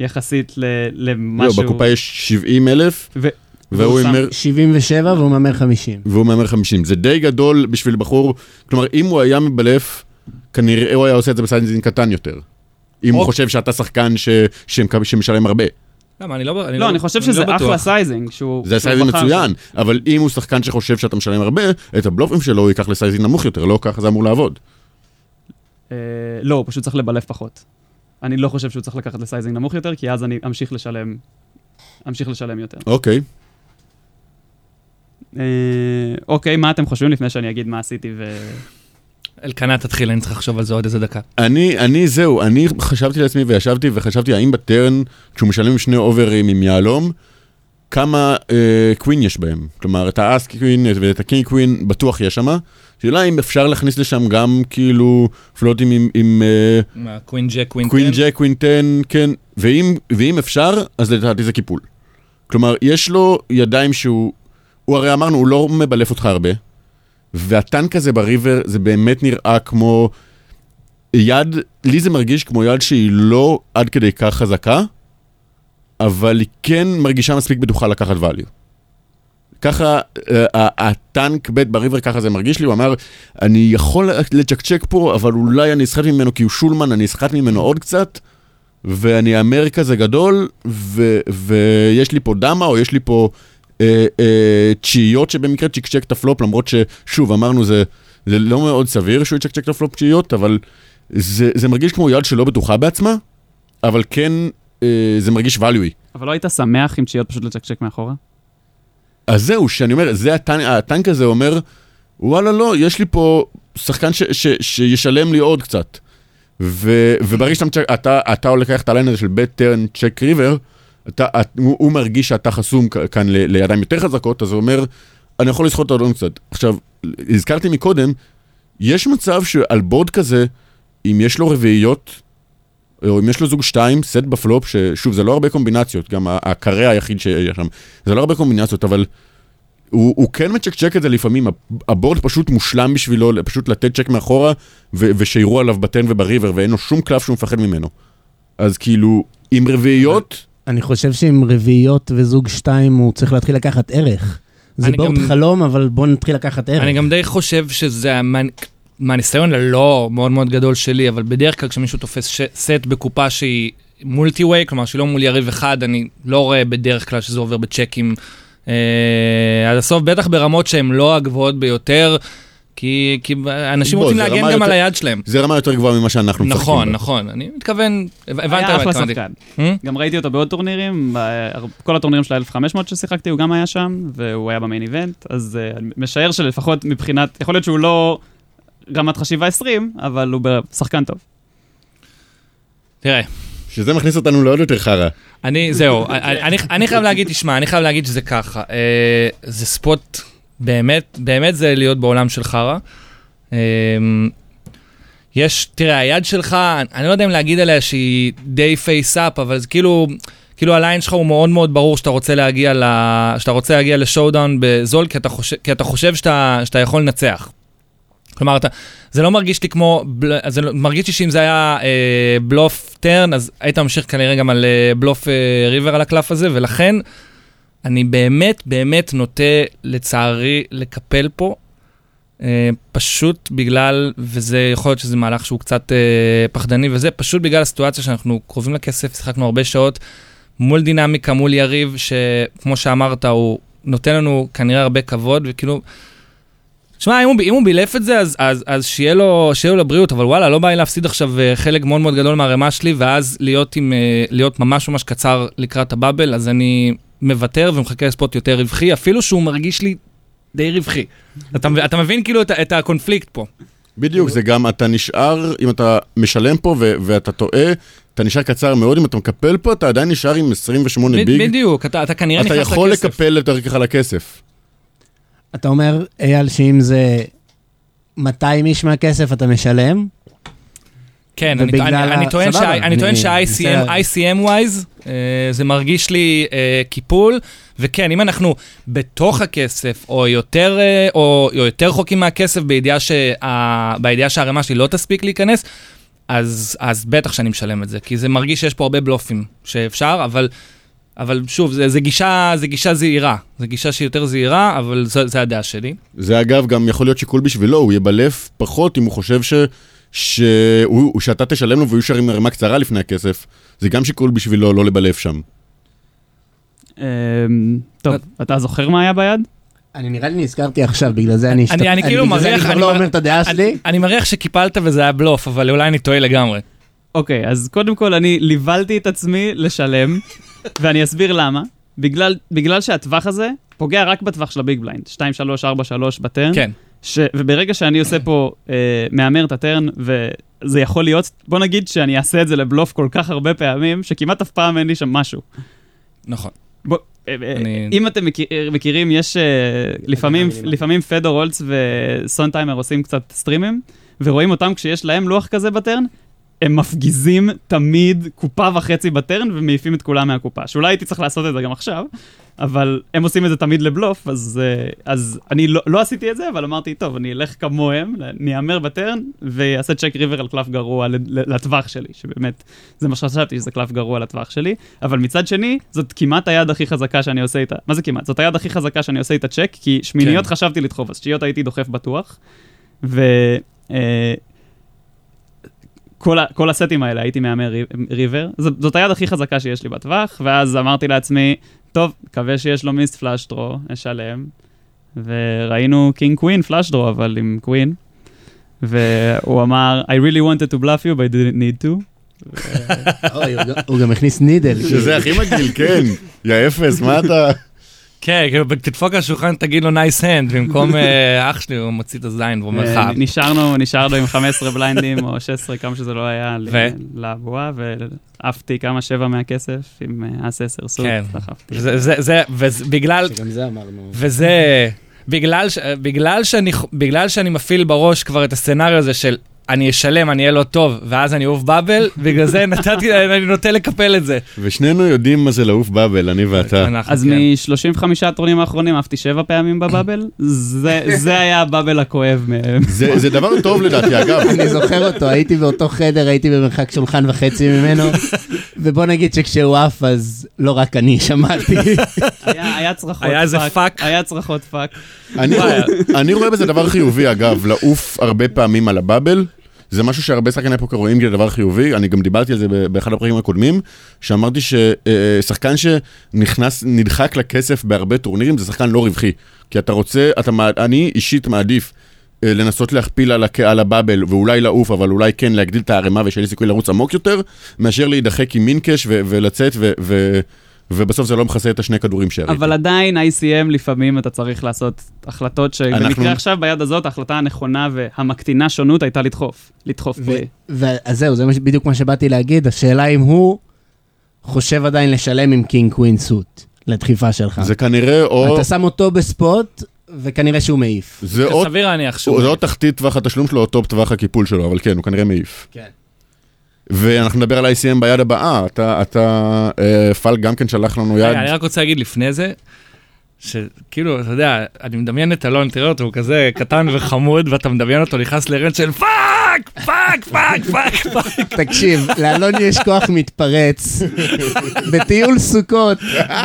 Speaker 3: יחסית ל-
Speaker 2: לא,
Speaker 3: למשהו...
Speaker 2: בקופה יש 70 אלף,
Speaker 3: ו-
Speaker 2: והוא
Speaker 3: והוא שם-
Speaker 2: הימר...
Speaker 4: 77 והוא מהמר 50.
Speaker 2: והוא מהמר 50. זה די גדול בשביל בחור, כלומר, אם הוא היה מבלף, כנראה הוא היה עושה את זה בסייזינג קטן יותר. אם הוא
Speaker 5: אוקיי.
Speaker 2: חושב שאתה שחקן ש... שמקב- שמשלם הרבה.
Speaker 5: למה, אני לא
Speaker 3: לא, אני חושב שזה
Speaker 5: בטוח.
Speaker 3: אחלה סייזינג, שהוא...
Speaker 2: זה
Speaker 3: שהוא
Speaker 2: סייזינג
Speaker 3: בחר
Speaker 2: מצוין, אבל אם הוא שחקן שחושב שאתה משלם הרבה, את הבלופים שלו הוא ייקח לסייזינג נמוך יותר, לא ככה זה אמור לעבוד.
Speaker 3: אה, לא, הוא פשוט צריך לבלף פחות. אני לא חושב שהוא צריך לקחת לסייזינג נמוך יותר, כי אז אני אמשיך לשלם, אמשיך לשלם יותר.
Speaker 2: אוקיי.
Speaker 3: אה, אוקיי, מה אתם חושבים לפני שאני אגיד מה עשיתי ו...
Speaker 5: אלקנה תתחיל, אני צריך לחשוב על זה עוד איזה דקה.
Speaker 2: אני, אני, זהו, אני חשבתי לעצמי וישבתי וחשבתי האם בטרן, כשהוא משלם שני אוברים עם יהלום, כמה אה, קווין יש בהם. כלומר, את האס קווין ואת הקינג קווין בטוח יש שמה. שאלה אם אפשר להכניס לשם גם כאילו פלוטים עם, עם אה,
Speaker 5: מה, קווין ג'ק, קווין
Speaker 2: קווין
Speaker 5: טן?
Speaker 2: ג'ק, קווין טן, כן, ואם, ואם אפשר, אז לדעתי זה קיפול. כלומר, יש לו ידיים שהוא, הוא הרי אמרנו, הוא לא מבלף אותך הרבה, והטנק הזה בריבר, זה באמת נראה כמו יד, לי זה מרגיש כמו יד שהיא לא עד כדי כך חזקה, אבל היא כן מרגישה מספיק בטוחה לקחת value. ככה, אה, ה- הטנק בית בריבר, ככה זה מרגיש לי, הוא אמר, אני יכול לצ'קצ'ק פה, אבל אולי אני אסחט ממנו כי הוא שולמן, אני אסחט ממנו עוד קצת, ואני אאמר כזה גדול, ו- ויש לי פה דמה, או יש לי פה אה, אה, תשיעיות שבמקרה צ'קצ'ק את הפלופ, למרות ששוב, אמרנו, זה, זה לא מאוד סביר שהוא יצ'קצ'ק את הפלופ תשיעיות, אבל זה, זה מרגיש כמו יד שלא בטוחה בעצמה, אבל כן, אה, זה מרגיש value.
Speaker 3: אבל לא היית שמח עם תשיעיות פשוט לצ'קצ'ק מאחורה?
Speaker 2: אז זהו, שאני אומר, זה הטנק, הטנק הזה אומר, וואלה לא, יש לי פה שחקן ש, ש, שישלם לי עוד קצת. ו, וברגע שאתה מצ'ק- אתה, אתה לוקח את הליין הזה של בית טרן צ'ק ריבר, אתה, את, הוא, הוא מרגיש שאתה חסום כ- כאן ל, לידיים יותר חזקות, אז הוא אומר, אני יכול לסחוט עוד קצת. עכשיו, הזכרתי מקודם, יש מצב שעל בורד כזה, אם יש לו רביעיות, או אם יש לו זוג שתיים, סט בפלופ, ששוב, זה לא הרבה קומבינציות, גם ה- הקרע היחיד שיש שם, זה לא הרבה קומבינציות, אבל הוא, הוא כן מצ'קצ'ק את זה לפעמים, הבורד פשוט מושלם בשבילו, פשוט לתת צ'ק מאחורה, ו- ושירו עליו בטן ובריבר, ואין לו שום קלף שהוא מפחד ממנו. אז כאילו, עם רביעיות,
Speaker 4: אני חושב שעם רביעיות וזוג שתיים הוא צריך להתחיל לקחת ערך. זה
Speaker 5: אני
Speaker 4: בורד
Speaker 5: גם-
Speaker 4: חלום, אבל בוא נתחיל לקחת ערך.
Speaker 5: אני גם די חושב שזה מה- מהניסיון הלא מאוד מאוד גדול שלי, אבל בדרך כלל כשמישהו תופס ש- סט בקופה שהיא מולטי-ווי, כלומר שהיא לא מול יריב אחד, אני לא רואה בדרך כלל שזה עובר בצ'קים אה, עד הסוף, בטח ברמות שהן לא הגבוהות ביותר, כי, כי אנשים
Speaker 2: בוא,
Speaker 5: רוצים
Speaker 2: זה
Speaker 5: להגן גם
Speaker 2: רמה
Speaker 5: על
Speaker 2: יותר-
Speaker 5: היד שלהם.
Speaker 2: זה רמה יותר גבוהה ממה שאנחנו משחקים
Speaker 5: נכון,
Speaker 2: בה.
Speaker 5: נכון, אני מתכוון, הב- הבנת מה
Speaker 3: היה אחלה
Speaker 5: התכוונתי.
Speaker 3: שחקן.
Speaker 5: Hmm?
Speaker 3: גם ראיתי אותו בעוד טורנירים, ב- כל הטורנירים של ה-1500 ששיחקתי, הוא גם היה שם, והוא היה במיין איבנט, אז אה, אני משער שלפחות מבחינת, יכול להיות שהוא לא רמת חשיבה 20, אבל הוא ב- שחקן טוב.
Speaker 1: תראה,
Speaker 2: שזה מכניס אותנו לעוד יותר חרא.
Speaker 1: אני, זהו, אני- אני- אני חייב להגיד, תשמע, אני חייב להגיד שזה ככה. אה, זה ספוט, באמת, באמת זה להיות בעולם של חרא. אה, יש, תראה, היד שלך, אני- אני לא יודע אם להגיד עליה שהיא די פייס אפ, אבל זה כאילו, כאילו הליין שלך הוא מאוד מאוד ברור שאתה רוצה להגיע, ל, שאתה רוצה להגיע לשואודאון בזול, כי אתה חושב, כי אתה חושב שאתה, שאתה יכול לנצח. כלומר, אתה, זה לא מרגיש לי כמו, בל- אז זה לא- מרגיש לי שאם זה היה אה, בלוף טרן, אז היית ממשיך כנראה גם על אה, בלוף אה, ריבר על הקלף הזה, ולכן אני באמת באמת נוטה לצערי לקפל פה, אה, פשוט בגלל, וזה יכול להיות שזה מהלך שהוא קצת אה, פחדני וזה, פשוט בגלל הסיטואציה שאנחנו קרובים לכסף, שיחקנו הרבה שעות מול דינמיקה, מול יריב, שכמו שאמרת, הוא נותן לנו כנראה הרבה כבוד, וכאילו... שמע, אם הוא, אם הוא בילף את זה, אז, אז, אז שיהיה, לו, שיהיה לו לבריאות, אבל וואלה, לא בא לי להפסיד עכשיו אה, חלק מאוד מאוד גדול מהערימה שלי, ואז להיות, עם, אה, להיות ממש ממש קצר לקראת הבאבל, אז אני מוותר ומחכה לספוט יותר רווחי, אפילו שהוא מרגיש לי די רווחי. אתה, מב- אתה מבין כאילו את, ה- את הקונפליקט פה.
Speaker 2: בדיוק, זה גם, אתה נשאר, אם אתה משלם פה ו- ואתה טועה, אתה נשאר קצר מאוד, אם אתה מקפל פה, אתה עדיין נשאר עם 28
Speaker 1: ב-
Speaker 2: ביג,
Speaker 1: בדיוק, אתה, אתה כנראה
Speaker 2: אתה
Speaker 1: נכנס לכסף.
Speaker 2: יכול לקפל יותר ככה לכסף.
Speaker 4: אתה אומר, אייל, שאם זה 200 איש מהכסף אתה משלם,
Speaker 1: כן, אני,
Speaker 4: ובגלל
Speaker 1: אני,
Speaker 4: ה-
Speaker 1: אני טוען,
Speaker 4: סבבה,
Speaker 1: שה- אני
Speaker 4: אני-
Speaker 1: טוען
Speaker 4: בסדר.
Speaker 1: שה-ICM-wise, אה, זה מרגיש לי אה, קיפול, וכן, אם אנחנו בתוך הכסף, או יותר, אה, או, או יותר חוקים מהכסף, בידיעה, שה, בידיעה שהערימה שלי לא תספיק להיכנס, אז, אז בטח שאני משלם את זה, כי זה מרגיש שיש פה הרבה בלופים שאפשר, אבל... אבל שוב, זה, זה, גישה, זה גישה זהירה, זה גישה שהיא יותר זהירה, אבל זו, זו הדעה שלי.
Speaker 2: זה אגב גם יכול להיות שיקול בשבילו, הוא יבלף פחות אם הוא חושב ש... שהוא, שאתה תשלם לו והוא יישאר עם ערימה קצרה לפני הכסף, זה גם שיקול בשבילו לא לבלף שם.
Speaker 3: אמ, טוב, אתה זוכר מה היה ביד?
Speaker 4: אני נראה לי נזכרתי עכשיו, בגלל זה אני
Speaker 1: אני- אני כאילו
Speaker 4: בגלל זה
Speaker 1: מריח-
Speaker 4: אני כבר
Speaker 1: אני
Speaker 4: לא
Speaker 1: מר-
Speaker 4: אומר את הדעה
Speaker 1: אני,
Speaker 4: שלי.
Speaker 1: אני מריח שקיפלת וזה היה בלוף, אבל אולי אני טועה לגמרי.
Speaker 3: אוקיי, אז קודם כל אני ליבלתי את עצמי לשלם, ואני אסביר למה. בגלל, בגלל שהטווח הזה פוגע רק בטווח של הביג בליינד, 2, 3, 4, 3 בטרן.
Speaker 1: כן.
Speaker 3: ש... וברגע שאני עושה פה, אה, מהמר את הטרן, וזה יכול להיות, בוא נגיד שאני אעשה את זה לבלוף כל כך הרבה פעמים, שכמעט אף פעם אין לי שם משהו.
Speaker 1: נכון.
Speaker 3: בוא, אה, אה,
Speaker 1: אני-
Speaker 3: אם אתם מכיר, מכירים, יש אה, לפעמים, לפעמים פדור הולץ וסון טיימר עושים קצת סטרימים, ורואים אותם כשיש להם לוח כזה בטרן, הם מפגיזים תמיד קופה וחצי בטרן ומעיפים את כולם מהקופה. שאולי הייתי צריך לעשות את זה גם עכשיו, אבל הם עושים את זה תמיד לבלוף, אז, אה, אז אני לא, לא עשיתי את זה, אבל אמרתי, טוב, אני אלך כמוהם, אני אאמר בטרן, ואעשה צ'ק ריבר על קלף גרוע לד- לטווח שלי, שבאמת, זה מה שחשבתי, שזה קלף גרוע לטווח שלי, אבל מצד שני, זאת כמעט היד הכי חזקה שאני עושה איתה, מה זה כמעט? זאת היד הכי חזקה שאני עושה איתה צ'ק, כי שמיניות
Speaker 1: כן.
Speaker 3: חשבתי לדחוף, אז תשיעיות הייתי דוחף בטוח, ו... אה, כל, ה- כל הסטים האלה הייתי מהמר רי- ריבר, זאת, זאת היד הכי חזקה שיש לי בטווח, ואז אמרתי לעצמי, טוב, מקווה שיש לו מיסט פלאשדרו, נשלם. וראינו קינג קווין פלאשדרו, אבל עם קווין. והוא אמר, I really wanted to bluff you, but I didn't need to.
Speaker 4: אוי, הוא גם- הוא גם הכניס נידל. כאילו.
Speaker 2: שזה הכי מגעיל, כן. יא אפס, מה אתה...
Speaker 1: כן, כאילו, תדפוק על השולחן, תגיד לו נייס הנד, במקום אה, אח שלי, הוא מוציא את הזין ואומר לך.
Speaker 3: אה, נשארנו, נשארנו עם 15 בליינדים או 16, כמה שזה לא היה, ל-
Speaker 1: ו?
Speaker 3: לבועה, ועפתי כמה שבע מהכסף עם אה, אס 10 סוג,
Speaker 1: כן.
Speaker 3: דחפתי.
Speaker 1: זה, זה, זה, ובגלל,
Speaker 4: שגם זה אמרנו.
Speaker 1: וזה, בגלל, ש- בגלל, שאני, ח- בגלל שאני מפעיל בראש כבר את הסצנריו הזה של אני אשלם, אני אהיה לא טוב, ואז אני אעוף באבל, בגלל זה נתתי, אני נוטה לקפל את זה.
Speaker 2: ושנינו יודעים מה זה לעוף באבל, אני ואתה.
Speaker 1: אנחנו,
Speaker 3: אז
Speaker 1: כן.
Speaker 3: מ-35 הטורנים האחרונים עפתי שבע פעמים בבאבל, זה זה היה הבאבל הכואב מהם.
Speaker 2: זה זה דבר טוב לדעתי, אגב.
Speaker 4: אני זוכר אותו, הייתי באותו חדר, הייתי במרחק שולחן וחצי ממנו, ובוא נגיד שכשהוא עף, אז לא רק אני שמעתי.
Speaker 3: היה היה צרחות פאק.
Speaker 1: היה איזה פאק.
Speaker 3: היה צרחות פאק.
Speaker 2: אני- אני רואה בזה דבר חיובי, אגב, לעוף הרבה פעמים על הבאבל. זה משהו שהרבה שחקני פוקר רואים כדבר חיובי, אני גם דיברתי על זה ב- באחד הפרקים הקודמים, שאמרתי ששחקן שנכנס, נדחק לכסף בהרבה טורנירים, זה שחקן לא רווחי. כי אתה רוצה, אתה, מע- אני אישית מעדיף אה, לנסות להכפיל על, הק- על הבאבל, ואולי לעוף, אבל אולי כן להגדיל את הערימה ושיהיה לי סיכוי לרוץ עמוק יותר, מאשר להידחק עם מינקש ו- ולצאת ו- ו- ובסוף זה לא מכסה את השני כדורים שיריתי.
Speaker 3: אבל עדיין ICM לפעמים אתה צריך לעשות החלטות
Speaker 2: אנחנו-
Speaker 3: שבמקרה עכשיו ביד הזאת ההחלטה הנכונה והמקטינה שונות הייתה לדחוף. לדחוף.
Speaker 4: ו- ו- אז זהו, זה מה ש- בדיוק מה שבאתי להגיד, השאלה אם הוא חושב עדיין לשלם עם קינג קווין סוט לדחיפה שלך.
Speaker 2: זה כנראה או...
Speaker 4: אתה שם אותו בספוט, וכנראה שהוא מעיף.
Speaker 2: זה
Speaker 1: זה
Speaker 2: או
Speaker 1: סביר להניח שהוא...
Speaker 2: הוא לא תחתית טווח התשלום שלו, או טופ טווח הקיפול שלו, אבל כן, הוא כנראה מעיף.
Speaker 4: כן.
Speaker 2: ואנחנו נדבר על ICM ביד הבאה, אתה, אתה, אה, פל גם כן שלח לנו יד.
Speaker 1: רגע, אני רק רוצה להגיד לפני זה, שכאילו, אתה יודע, אני מדמיין את אלון, תראה אותו, הוא כזה קטן וחמוד, ואתה מדמיין אותו נכנס לרנט של פאק, פאק, פאק, פאק, פאק.
Speaker 4: תקשיב, לאלון יש כוח מתפרץ, בטיול סוכות,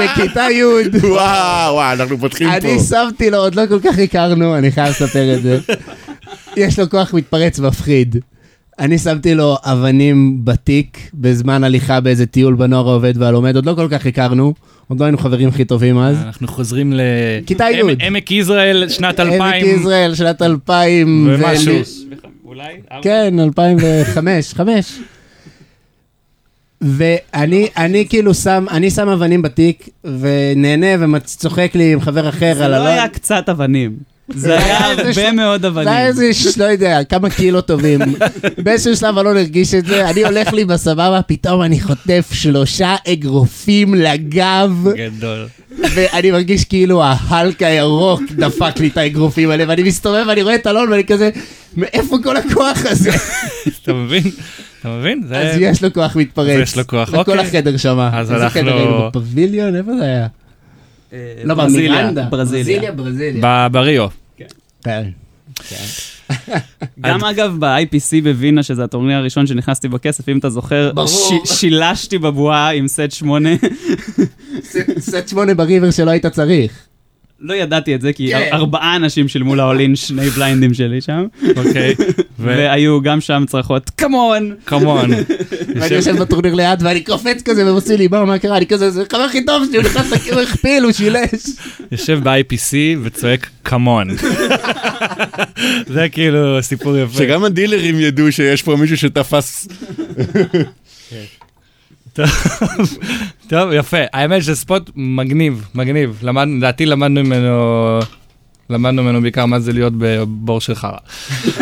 Speaker 4: בכיתה י'.
Speaker 2: וואו, וואו, אנחנו פותחים פה.
Speaker 4: אני שמתי לו, עוד לא כל כך הכרנו, אני חייב לספר את זה. יש לו כוח מתפרץ מפחיד. אני שמתי לו אבנים בתיק בזמן הליכה באיזה טיול בנוער העובד והלומד, עוד לא כל כך הכרנו, עוד לא היינו חברים הכי טובים אז.
Speaker 1: אנחנו חוזרים ל...
Speaker 4: כיתה י'.
Speaker 1: עמק- עמק יזרעאל, שנת
Speaker 4: עמק
Speaker 1: 2000.
Speaker 4: יזרעאל, שנת 2000. ו-
Speaker 1: ומשהו.
Speaker 3: אולי?
Speaker 4: כן, 2005, 5. ואני אני כאילו שם, אני שם אבנים בתיק, ונהנה וצוחק לי עם חבר אחר
Speaker 3: זה
Speaker 4: על
Speaker 3: לא
Speaker 4: הלא...
Speaker 3: היה קצת אבנים. זה היה הרבה מאוד
Speaker 4: זה היה
Speaker 3: אבנים.
Speaker 4: איזה, ש- לא יודע, כמה קילו טובים. באיזשהו שלב אלון הרגיש את זה, אני הולך לי בסבבה, פתאום אני חוטף שלושה אגרופים לגב,
Speaker 1: גדול.
Speaker 4: ואני מרגיש כאילו ההלק הירוק דפק לי את האגרופים האלה, ואני מסתובב ואני רואה את אלון ואני כזה, מאיפה כל הכוח הזה?
Speaker 1: אתה מבין? אתה מבין? זה-
Speaker 4: אז יש לו כוח מתפרץ.
Speaker 1: כן. אז יש לו כוח,
Speaker 4: וכל
Speaker 1: אוקיי.
Speaker 4: החדר שמע.
Speaker 1: אז
Speaker 4: איזה
Speaker 1: אנחנו-
Speaker 4: חדר היינו בפביליון? איפה זה היה?
Speaker 3: אה,
Speaker 4: לא,
Speaker 3: ברזיליה,
Speaker 4: במירנדה.
Speaker 3: ברזיליה.
Speaker 4: ברזיליה.
Speaker 1: ב- בריו.
Speaker 4: כן.
Speaker 3: גם אגב ב-IPC בווינה, שזה הטורניר הראשון שנכנסתי בכסף, אם אתה זוכר,
Speaker 4: ברור.
Speaker 3: ש- שילשתי בבועה עם סט 8.
Speaker 4: סט- סט שמונה בריבר שלא היית צריך.
Speaker 3: לא ידעתי את זה, כי
Speaker 4: כן.
Speaker 3: ארבעה אנשים שילמו לעולין שני בליינדים שלי שם,
Speaker 1: אוקיי. ו...
Speaker 3: והיו גם שם צרחות, כמון!
Speaker 1: כמון.
Speaker 4: ואני יושב בטורניר ליד ואני קופץ כזה והם עושים לי מה מה קרה אני כזה זה חבר הכי טוב שלי הוא נכנס לקיר הכפיל הוא שילש.
Speaker 1: יושב ב-IPC וצועק כמון. זה כאילו סיפור יפה.
Speaker 2: שגם הדילרים ידעו שיש פה מישהו שתפס.
Speaker 1: טוב, יפה. האמת שזה ספוט מגניב, מגניב. למד- לדעתי למדנו ממנו... למדנו ממנו בעיקר מה זה להיות בבור של חרא.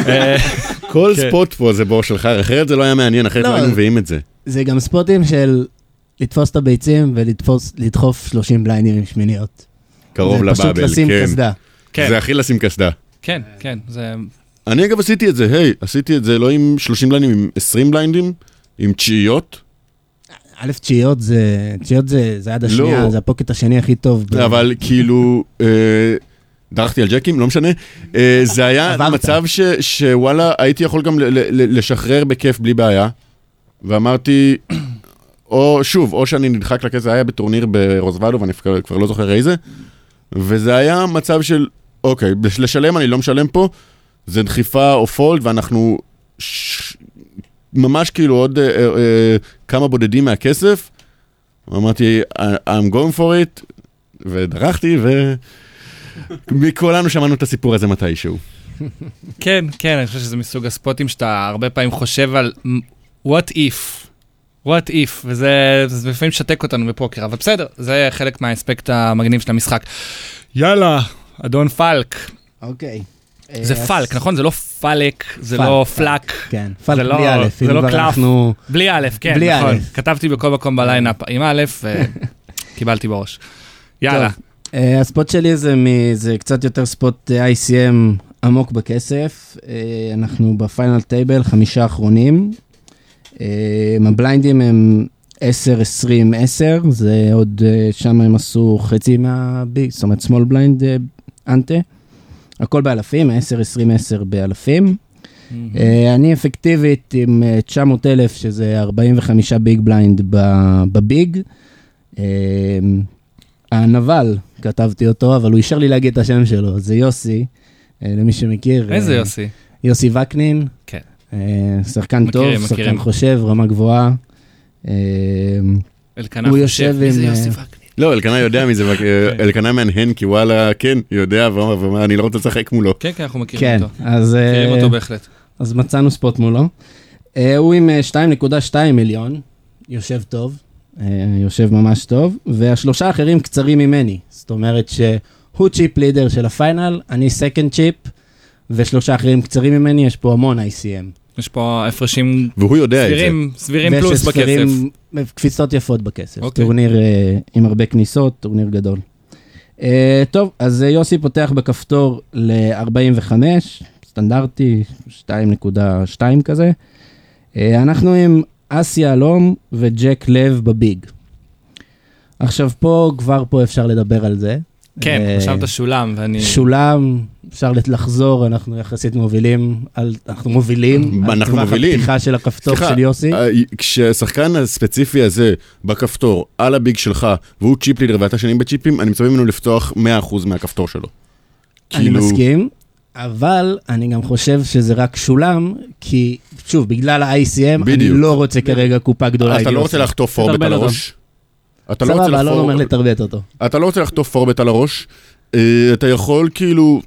Speaker 1: אה,
Speaker 2: כל
Speaker 1: כן.
Speaker 2: ספוט פה זה בור שלך, אחרת זה לא היה מעניין, אחרת
Speaker 4: לא,
Speaker 2: לא היינו
Speaker 4: זה-
Speaker 2: מביאים את זה.
Speaker 4: זה גם ספוטים של לתפוס את הביצים ולדחוף 30 בליינדים עם שמיניות.
Speaker 2: קרוב
Speaker 4: זה פשוט
Speaker 2: לבאבל,
Speaker 4: לשים
Speaker 2: כן.
Speaker 4: קסדה.
Speaker 1: כן,
Speaker 2: זה הכי לשים קסדה.
Speaker 1: כן, כן, זה...
Speaker 2: אני אגב עשיתי את זה, היי, עשיתי את זה לא עם 30 בליינדים, עם 20 בליינדים, עם תשיעיות,
Speaker 4: א', תשיעיות זה, תשיעיות זה, זה עד
Speaker 2: לא.
Speaker 4: השנייה, זה הפוקט השני הכי טוב. ב-
Speaker 2: אבל כאילו, אה, דרכתי על ג'קים, לא משנה. אה, זה היה
Speaker 4: עברת.
Speaker 2: מצב ש- שוואלה, הייתי יכול גם ל- ל- ל- לשחרר בכיף בלי בעיה. ואמרתי, או שוב, או שאני נדחק לכס, זה היה בטורניר ברוזוולו, ואני כבר כבר לא זוכר איזה. וזה היה מצב של, אוקיי, בש- לשלם אני לא משלם פה, זה דחיפה או פולד, ואנחנו ש... ממש כאילו עוד אה, אה, אה, כמה בודדים מהכסף. אמרתי, "I- I'm going for it, ודרכתי, ו... מכולנו שמענו את הסיפור הזה מתישהו.
Speaker 1: כן, כן, אני חושב שזה מסוג הספוטים שאתה הרבה פעמים חושב על מ- what if, what if, וזה זה לפעמים משתק אותנו בפוקר, אבל בסדר, זה חלק מהאספקט המגניב של המשחק. יאללה, אדון פלק.
Speaker 4: אוקיי.
Speaker 1: זה
Speaker 4: אה,
Speaker 1: פלק, נכון? זה לא פלק, זה
Speaker 4: פלק,
Speaker 1: לא
Speaker 4: פלק.
Speaker 1: פלק.
Speaker 4: כן, פלק
Speaker 1: לא-
Speaker 4: בלי א',
Speaker 1: זה
Speaker 4: אם
Speaker 1: לא
Speaker 4: כבר
Speaker 1: קלף.
Speaker 4: אנחנו...
Speaker 1: בלי א', כן,
Speaker 4: בלי
Speaker 1: נכון.
Speaker 4: א'.
Speaker 1: כתבתי בכל מקום בליינאפ עם א', וקיבלתי בראש. יאללה.
Speaker 4: טוב, אה, הספוט שלי זה, מ- זה קצת יותר ספוט אה, ICM עמוק בכסף. אה, אנחנו בפיינל טייבל, חמישה אחרונים. אה, הבליינדים הם 10, 20, 10, זה עוד, אה, שם הם עשו חצי מהביג, זאת אומרת, small blind אה, אנטה. הכל באלפים, 10, 20, 10 באלפים. אה, אני אפקטיבית עם אה, 900,000, שזה 45 ביג בליינד ב- בביג. אה, הנבל, כתבתי אותו, אבל הוא אישר לי להגיד את השם שלו, זה יוסי, אה, למי שמכיר.
Speaker 1: איזה
Speaker 4: אה,
Speaker 1: יוסי.
Speaker 4: יוסי וקנין.
Speaker 1: כן.
Speaker 4: אה, שחקן
Speaker 1: מכירים,
Speaker 4: טוב, שחקן
Speaker 1: מכירים.
Speaker 4: חושב, רמה גבוהה. אה,
Speaker 1: אלקנה
Speaker 4: הוא
Speaker 1: חושב,
Speaker 4: יושב
Speaker 1: מי זה
Speaker 4: עם,
Speaker 1: יוסי
Speaker 4: אה,
Speaker 1: וקנין?
Speaker 2: לא, אלקנה יודע מי זה, אבל,
Speaker 4: כן.
Speaker 2: אה, אלקנה מהנהן, כי וואלה, כן, יודע, ואומר, ואומר, אני לא רוצה לשחק מולו.
Speaker 1: כן, כן, אנחנו
Speaker 4: כן,
Speaker 1: מכירים אותו.
Speaker 4: אז, אה,
Speaker 1: מכירים אותו בהחלט.
Speaker 4: אז מצאנו ספוט מולו. אה, הוא עם אה, 2.2 מיליון, יושב טוב. אה, יושב ממש טוב, והשלושה האחרים קצרים ממני. זאת אומרת שהוא צ'יפ לידר של הפיינל, אני סקנד צ'יפ, ושלושה אחרים קצרים ממני, יש פה המון ICM.
Speaker 1: יש פה
Speaker 4: לא,
Speaker 1: הפרשים
Speaker 2: והוא יודע את זה.
Speaker 1: סבירים, סבירים פלוס בכסף.
Speaker 4: בכסף. קפיצות יפות בכסף.
Speaker 1: אוקיי.
Speaker 4: אוקיי. טורניר אה, עם הרבה כניסות, טורניר גדול. אה, טוב, אז אה, יוסי פותח בכפתור ל-45, סטנדרטי, 2.2 כזה. אה, אנחנו עם אסי יהלום וג'ק לב בביג. עכשיו פה, כבר פה אפשר לדבר על זה.
Speaker 1: כן,
Speaker 4: אה,
Speaker 1: עכשיו אתה שולם, ואני...
Speaker 4: שולם, אפשר לת- לחזור, אנחנו יחסית מובילים, על, אנחנו מובילים, על
Speaker 2: אנחנו
Speaker 4: טווח
Speaker 2: מובילים.
Speaker 4: הפתיחה של הכפתור
Speaker 2: סליחה,
Speaker 4: של יוסי.
Speaker 2: אה, כשהשחקן הספציפי הזה בכפתור על הביג שלך והוא צ'יפ לידר ואתה שני בצ'יפים, אני מצפה ממנו לפתוח 100% מהכפתור שלו. כאילו,
Speaker 4: אני מסכים, אבל אני גם חושב שזה רק שולם, כי שוב, בגלל ה-ICM, אני
Speaker 2: בדיוק.
Speaker 4: לא רוצה כרגע קופה גדולה.
Speaker 2: אתה
Speaker 4: הייתי
Speaker 2: לא
Speaker 4: עושה.
Speaker 2: רוצה לחטוף פורבט על
Speaker 3: תרבה
Speaker 2: הראש. אתה לא רוצה
Speaker 4: סבבה, אלון אומר
Speaker 2: לחטוף-
Speaker 4: לטרבט אותו.
Speaker 2: אתה לא רוצה לחטוף פורבט על הראש. אה, אתה יכול כאילו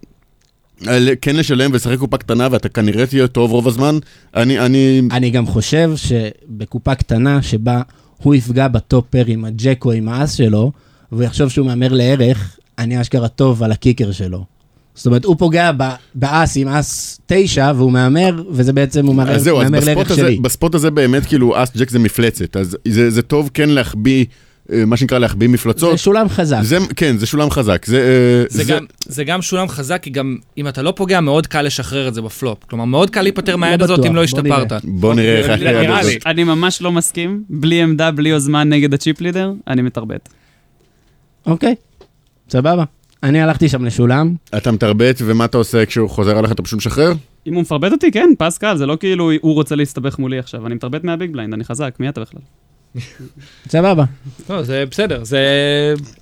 Speaker 2: אה, כן לשלם ולשחק קופה קטנה ואתה כנראה תהיה טוב רוב הזמן. אני, אני,
Speaker 4: אני גם חושב שבקופה קטנה שבה הוא יפגע בטופר עם הג'ק או עם האס שלו, והוא יחשוב שהוא מהמר לערך, אני אשכרה טוב על הקיקר שלו. זאת אומרת, הוא פוגע ב- באס עם אס תשע, והוא מהמר, וזה בעצם, הוא מהמר
Speaker 2: אז זהו, אז
Speaker 4: מהמר
Speaker 2: בספוט
Speaker 4: לערך
Speaker 2: הזה,
Speaker 4: שלי.
Speaker 2: בספוט הזה באמת כאילו אס ג'ק זה מפלצת, אז זה, זה טוב כן להחביא, אה, מה שנקרא להחביא
Speaker 4: זה
Speaker 2: מפלצות.
Speaker 4: שולם חזק.
Speaker 2: זה, כן, זה שולם חזק. זה, אה,
Speaker 1: זה, גם, זה גם שולם חזק, כי גם אם אתה לא פוגע, מאוד קל לשחרר את זה בפלופ. כלומר, מאוד קל להיפטר מהיד הזאת
Speaker 4: בטוח,
Speaker 1: אם לא
Speaker 4: בוא
Speaker 1: השתפרת.
Speaker 4: נראה.
Speaker 2: בוא נראה איך...
Speaker 1: אוקיי,
Speaker 2: אוקיי,
Speaker 1: נראה
Speaker 2: איך-
Speaker 1: לי.
Speaker 2: זה-
Speaker 3: אני ממש לא מסכים, בלי עמדה, בלי יוזמה נגד הצ'יפ לידר, אני מתרבט.
Speaker 4: אוקיי, סבבה. אני הלכתי שם לשולם,
Speaker 2: אתה מתרבט, ומה אתה עושה כשהוא חוזר עליך, אתה פשוט משחרר?
Speaker 3: אם הוא מפרבט אותי, כן, פס קל, זה לא כאילו הוא רוצה להסתבך מולי עכשיו, אני מתרבט מהביג בליינד, אני חזק, מי אתה בכלל?
Speaker 4: סבבה.
Speaker 1: לא, זה בסדר, זה...